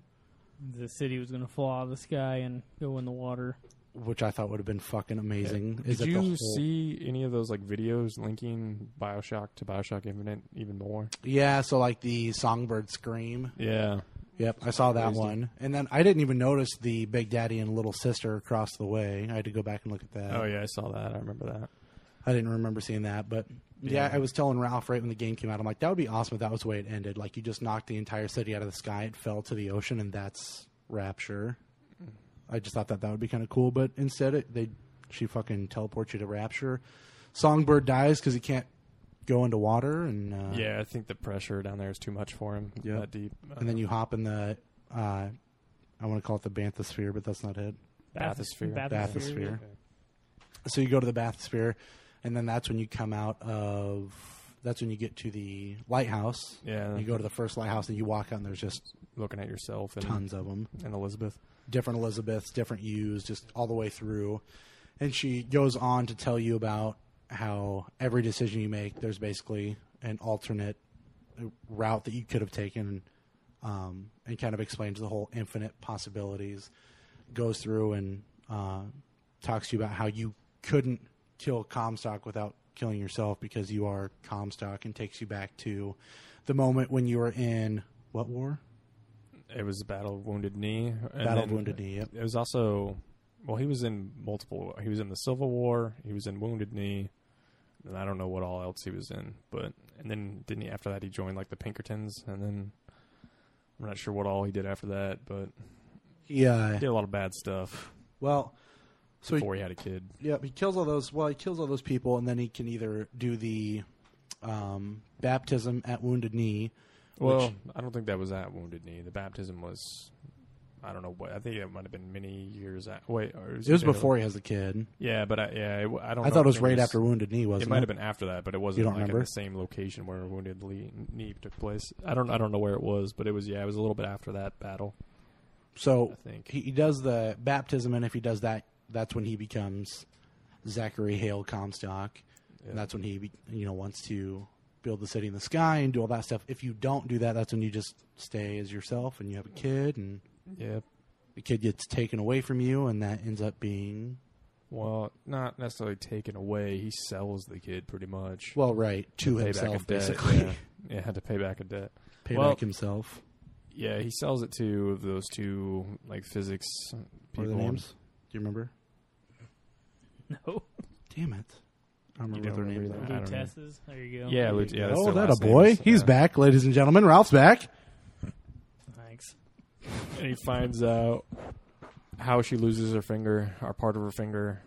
[SPEAKER 1] The city was going to fall out of the sky and go in the water.
[SPEAKER 4] which I thought would have been fucking amazing. Is
[SPEAKER 5] Did
[SPEAKER 4] that the
[SPEAKER 5] you
[SPEAKER 4] whole-
[SPEAKER 5] see any of those like videos linking Bioshock to Bioshock Infinite even more?
[SPEAKER 4] Yeah, so like the songbird scream.
[SPEAKER 5] Yeah,
[SPEAKER 4] Yep, I saw that
[SPEAKER 5] Crazy.
[SPEAKER 4] one, and then I didn't even notice the Big Daddy and Little Sister across the way. I had to go back and look at that.
[SPEAKER 5] Oh yeah, I saw that. I remember that.
[SPEAKER 4] I didn't remember seeing that, but yeah.
[SPEAKER 5] Yeah.
[SPEAKER 4] I was telling Ralph right when the game came out. I'm like, that would be awesome if that was the way it ended. Like you just knocked the entire city out of the sky, it fell to the ocean, and that's Rapture. I just thought that that would be kind of cool, but instead it they she fucking teleports you to Rapture. Songbird dies because he can't go into water, and uh,
[SPEAKER 5] Yeah, I think the pressure down there is too much for him.
[SPEAKER 4] Yeah.
[SPEAKER 5] that deep. Uh,
[SPEAKER 4] and then you hop in the uh, I want to call it the bathysphere, but that's not it.
[SPEAKER 5] bathysphere.
[SPEAKER 4] Bathysphere. So you go to the bathysphere, and then that's when you come out of. That's when you get to the lighthouse.
[SPEAKER 5] Yeah.
[SPEAKER 4] You go to the first lighthouse and you walk out, and there's just
[SPEAKER 5] looking at yourself and,
[SPEAKER 4] tons of them.
[SPEAKER 5] and Elizabeth.
[SPEAKER 4] different Elizabeths, different yous, just all the way through. And she goes on to tell you about how every decision you make, there's basically an alternate route that you could have taken, um, and kind of explains the whole infinite possibilities. Goes through and uh, talks to you about how you couldn't kill Comstock without killing yourself because you are Comstock, and takes you back to the moment when you were in what war?
[SPEAKER 5] It was Battle of Wounded Knee. and
[SPEAKER 4] Battle of
[SPEAKER 5] then
[SPEAKER 4] Wounded Knee. Yep.
[SPEAKER 5] It was also, well, he was in multiple. He was in the Civil War. He was in Wounded Knee, and I don't know what all else he was in. But and then didn't he after that he joined like the Pinkertons, and then I'm not sure what all he did after that, but
[SPEAKER 4] He uh,
[SPEAKER 5] he did a lot of bad stuff
[SPEAKER 4] well. So he
[SPEAKER 5] before he had a kid.
[SPEAKER 4] Yep, he kills all those. Well, he kills all those people, and then he can either do the um, baptism at Wounded Knee.
[SPEAKER 5] Well, I don't think that was at Wounded Knee. The baptism was, I don't know what. I think it might have been many years. At, wait, or
[SPEAKER 4] It was before he has a kid.
[SPEAKER 5] Yeah, but I, yeah, it, w- I don't.
[SPEAKER 4] I
[SPEAKER 5] know
[SPEAKER 4] thought
[SPEAKER 5] if
[SPEAKER 4] it was
[SPEAKER 5] it
[SPEAKER 4] right after Wounded Knee, wasn't it?
[SPEAKER 5] It might have been after that, but it wasn't
[SPEAKER 4] don't
[SPEAKER 5] like at
[SPEAKER 4] remember?
[SPEAKER 5] the same location where Wounded Le- Knee took place. I don't. I don't know where it was, but it was. Yeah, it was a little bit after that battle.
[SPEAKER 4] So
[SPEAKER 5] I think.
[SPEAKER 4] he, he does the baptism, and if he does that, that's when he becomes Zachary Hale Comstock.
[SPEAKER 5] Yeah.
[SPEAKER 4] And that's when he, be, you know, wants to build the city in the sky and do all that stuff. If you don't do that, that's when you just stay as yourself, and you have a kid, and
[SPEAKER 5] Yeah.
[SPEAKER 4] the kid gets taken away from you, and that ends up being
[SPEAKER 5] Well, not necessarily taken away. He sells the kid pretty much.
[SPEAKER 4] well, right to
[SPEAKER 5] Pay back a
[SPEAKER 4] himself,
[SPEAKER 5] debt,
[SPEAKER 4] basically.
[SPEAKER 5] Yeah. yeah, had to pay back a debt.
[SPEAKER 4] pay
[SPEAKER 5] Well-
[SPEAKER 4] back himself.
[SPEAKER 5] Yeah, he sells it to those two like physics people.
[SPEAKER 4] What are the names? Do you remember?
[SPEAKER 1] No.
[SPEAKER 4] Damn it. I don't
[SPEAKER 5] You
[SPEAKER 4] remember their
[SPEAKER 5] don't
[SPEAKER 4] names.
[SPEAKER 5] remember
[SPEAKER 4] now.
[SPEAKER 5] I don't know.
[SPEAKER 1] Lutesses. There you go.
[SPEAKER 5] Yeah, Lut- yeah. That's
[SPEAKER 4] oh,
[SPEAKER 5] their
[SPEAKER 4] that a
[SPEAKER 5] last name.
[SPEAKER 4] boy.
[SPEAKER 5] It's- uh,
[SPEAKER 4] He's
[SPEAKER 5] yeah.
[SPEAKER 4] back, ladies and gentlemen. Ralph's back.
[SPEAKER 1] Thanks.
[SPEAKER 5] and he finds out how she loses her finger or part of her finger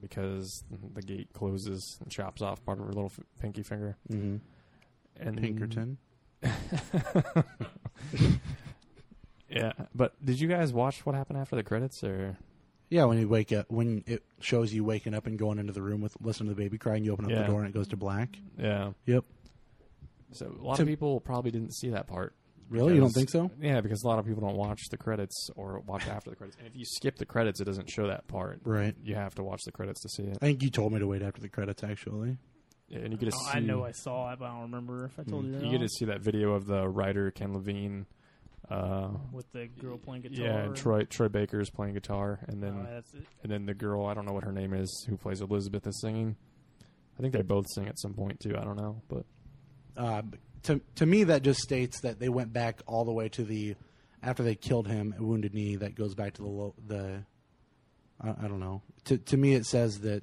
[SPEAKER 5] because the gate closes and chops off part of her little f- pinky finger.
[SPEAKER 4] Mm-hmm.
[SPEAKER 5] And
[SPEAKER 4] Pinkerton.
[SPEAKER 5] yeah. But did you guys watch what happened after the credits? Or
[SPEAKER 4] Yeah, when you wake up, when it shows you waking up and going into the room with listen to the baby crying, you open up
[SPEAKER 5] Yeah.
[SPEAKER 4] the door and it goes to black.
[SPEAKER 5] yeah,
[SPEAKER 4] Yep.
[SPEAKER 5] so a lot
[SPEAKER 4] To-
[SPEAKER 5] of people probably didn't see that part.
[SPEAKER 4] Really? You don't think
[SPEAKER 5] because-
[SPEAKER 4] so?
[SPEAKER 5] Yeah, because a lot of people don't watch the credits or watch after the credits. And if you skip the credits, it doesn't show that part.
[SPEAKER 4] Right.
[SPEAKER 5] You have to watch the credits to see it,
[SPEAKER 4] I think you told me to wait after the credits. Actually,
[SPEAKER 5] and you get to
[SPEAKER 1] Oh,
[SPEAKER 5] see.
[SPEAKER 1] I know I saw it, but I don't remember if I told you.
[SPEAKER 5] you
[SPEAKER 1] or
[SPEAKER 5] get to
[SPEAKER 1] not.
[SPEAKER 5] see that video of the writer Ken Levine. Uh,
[SPEAKER 1] with the girl playing guitar.
[SPEAKER 5] yeah, and Troy Troy Baker is playing guitar, and then
[SPEAKER 1] Oh, that's it.
[SPEAKER 5] and then the girl I don't know what her name is who plays Elizabeth is singing. I think they both sing at some point too. I don't know, but
[SPEAKER 4] uh, b- to to me that just states that they went back all the way to the after they killed him at Wounded Knee. That goes back to the lo- the I, I don't know. To to me, it says that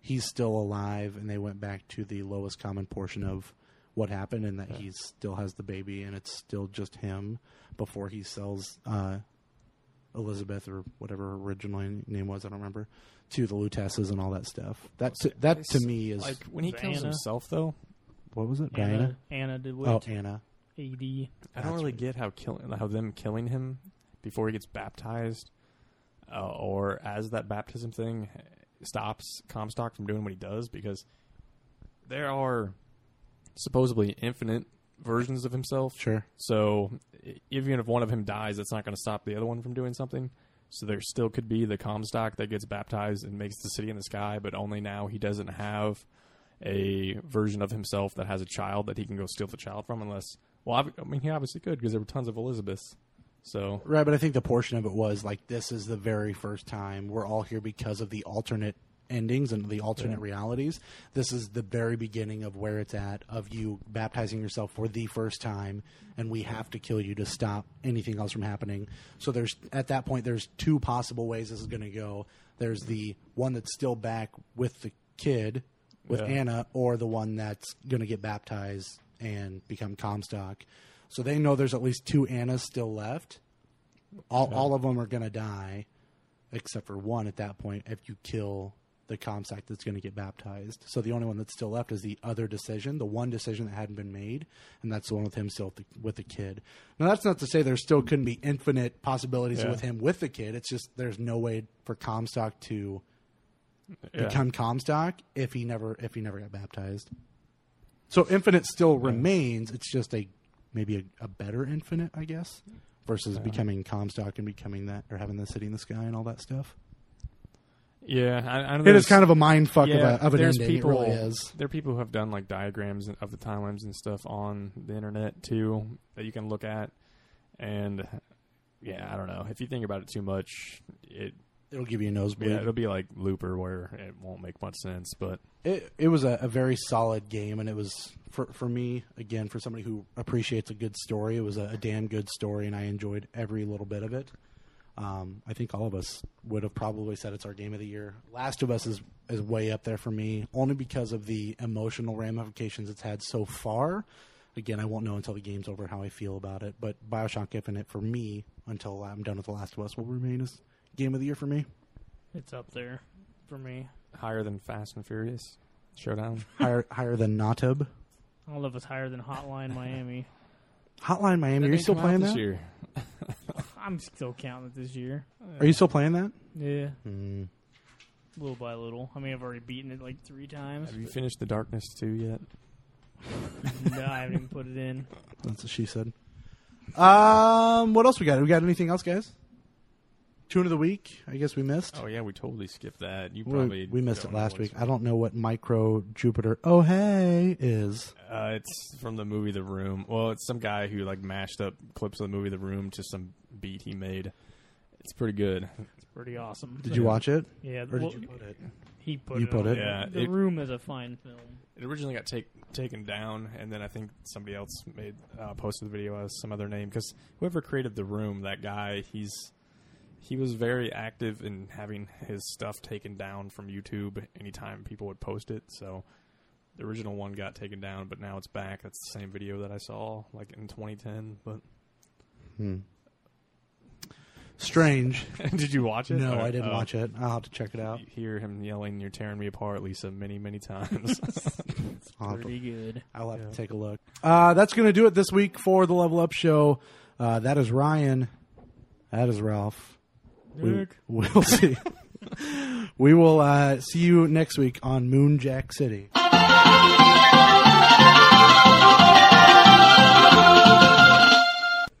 [SPEAKER 4] he's still alive, and they went back to the lowest common portion of what happened, and that he still has the baby, and it's still just him before he sells uh, Elizabeth or whatever her original name was. I don't remember to the Lutesses and all that stuff. That to, that to me is
[SPEAKER 5] like when he kills
[SPEAKER 1] Diana.
[SPEAKER 5] himself though,
[SPEAKER 4] what was it,
[SPEAKER 1] Anna, Anna DeWitt.
[SPEAKER 4] Oh, Anna.
[SPEAKER 1] AD.
[SPEAKER 5] I don't
[SPEAKER 4] That's
[SPEAKER 5] really
[SPEAKER 4] right.
[SPEAKER 5] get how kill how them killing him before he gets baptized, uh, or as that baptism thing stops Comstock from doing what he does because there are supposedly infinite versions of himself.
[SPEAKER 4] Sure.
[SPEAKER 5] So i- even if one of him dies, that's not going to stop the other one from doing something. So there still could be the Comstock that gets baptized and makes the city in the sky, but only now he doesn't have a version of himself that has a child that he can go steal the child from, unless. Well, ob- I mean, he obviously could because there were tons of Elizabeths. So
[SPEAKER 4] Right, but I think the portion of it was like this is the very first time we're all here because of the alternate endings and the alternate realities. This is the very beginning of where it's at of you baptizing yourself for the first time and we have to kill you to stop anything else from happening. So there's at that point there's two possible ways this is going to go. There's the one that's still back with the kid with
[SPEAKER 5] Yeah.
[SPEAKER 4] Anna or the one that's going to get baptized and become Comstock. So they know there's at least two Annas still left. All, all of them are going to die, except for one at that point if you kill the Comstock that's going to get baptized. So the only one that's still left is the other decision, the one decision that hadn't been made, and that's the one with him still with the, with the kid. Now, that's not to say there still couldn't be infinite possibilities
[SPEAKER 5] Yeah.
[SPEAKER 4] with him with the kid. It's just there's no way for Comstock to
[SPEAKER 5] yeah.
[SPEAKER 4] become Comstock if he never if he never got baptized. So infinite still remains. It's just a maybe a, a better infinite, I guess, versus
[SPEAKER 5] Yeah.
[SPEAKER 4] becoming Comstock and becoming that or having the city in the sky and all that stuff.
[SPEAKER 5] Yeah, I, I
[SPEAKER 4] It
[SPEAKER 5] know
[SPEAKER 4] is
[SPEAKER 5] there's-
[SPEAKER 4] kind of a mind fuck
[SPEAKER 5] yeah,
[SPEAKER 4] of, a, of an
[SPEAKER 5] there's
[SPEAKER 4] ending.
[SPEAKER 5] People,
[SPEAKER 4] it really is.
[SPEAKER 5] There are people who have done like diagrams of the timelines and stuff on the internet too that you can look at, and yeah, I don't know. If you think about it too much, it
[SPEAKER 4] It'll give you a nosebleed.
[SPEAKER 5] yeah, it'll be like Looper where it won't make much sense. But
[SPEAKER 4] it, it was a, a very solid game, and it was for for me again for somebody who appreciates a good story. It was a, a damn good story, and I enjoyed every little bit of it. Um, I think all of us would have probably said it's our game of the year. Last of Us is is way up there for me, only because of the emotional ramifications it's had so far. Again, I won't know until the game's over how I feel about it. But Bioshock Infinite for me, until I'm done with The Last of Us, will remain as game of the year for me.
[SPEAKER 1] It's up there for me.
[SPEAKER 5] higher than Fast and Furious Showdown.
[SPEAKER 4] Higher higher than Notub.
[SPEAKER 1] All of us higher than Hotline Miami.
[SPEAKER 4] Hotline Miami,
[SPEAKER 5] That
[SPEAKER 4] are you
[SPEAKER 5] didn't
[SPEAKER 4] still
[SPEAKER 5] come out
[SPEAKER 4] playing
[SPEAKER 5] this
[SPEAKER 4] that?
[SPEAKER 5] year?
[SPEAKER 1] I'm still counting it this year.
[SPEAKER 4] Are you still playing that?
[SPEAKER 1] Yeah,
[SPEAKER 4] Mm.
[SPEAKER 1] little by little. I mean, I've already beaten it like three times.
[SPEAKER 5] Have you finished The Darkness too yet?
[SPEAKER 1] no, I haven't even put it in.
[SPEAKER 4] That's what she said. Um, what else we got? We got anything else, guys? Tune of the week. I guess we missed.
[SPEAKER 5] Oh yeah, we totally skipped that. You
[SPEAKER 4] We-
[SPEAKER 5] probably
[SPEAKER 4] we, missed
[SPEAKER 5] don't
[SPEAKER 4] it
[SPEAKER 5] know
[SPEAKER 4] last
[SPEAKER 5] what's-
[SPEAKER 4] week. I don't know what micro Jupiter. Oh hey is.
[SPEAKER 5] Uh, it's from the movie The Room. Well, it's some guy who like mashed up clips of the movie The Room to some beat he made. It's pretty good.
[SPEAKER 1] It's pretty awesome.
[SPEAKER 4] Did you
[SPEAKER 5] Yeah.
[SPEAKER 4] watch it?
[SPEAKER 1] Yeah,
[SPEAKER 4] Or
[SPEAKER 1] well,
[SPEAKER 4] did you put it?
[SPEAKER 1] he put
[SPEAKER 4] you
[SPEAKER 1] it.
[SPEAKER 4] put
[SPEAKER 1] on.
[SPEAKER 4] it?
[SPEAKER 5] Yeah,
[SPEAKER 1] the
[SPEAKER 5] it-
[SPEAKER 1] Room is a fine film.
[SPEAKER 5] It originally got take, taken down, and then I think somebody else made uh, posted the video as some other name because whoever created The Room, that guy, he's he was very active in having his stuff taken down from YouTube anytime people would post it. So the original one got taken down, but now it's back. That's the same video that I saw like in 2010. But
[SPEAKER 4] Hmm. Strange.
[SPEAKER 5] did you watch it?
[SPEAKER 4] No,
[SPEAKER 5] Or-
[SPEAKER 4] I didn't
[SPEAKER 5] oh.
[SPEAKER 4] watch it. I'll have to check it out.
[SPEAKER 5] You hear him yelling, "You're tearing me apart, Lisa," many, many times.
[SPEAKER 4] I'll have to
[SPEAKER 1] Pretty good.
[SPEAKER 4] I'll have
[SPEAKER 5] Yeah.
[SPEAKER 4] to take a look. Uh, that's going to do it this week for the Level Up Show. Uh, that is Ryan. That is Ralph. We,
[SPEAKER 1] Nick.
[SPEAKER 4] we'll see. we will uh, see you next week on Moonjack City.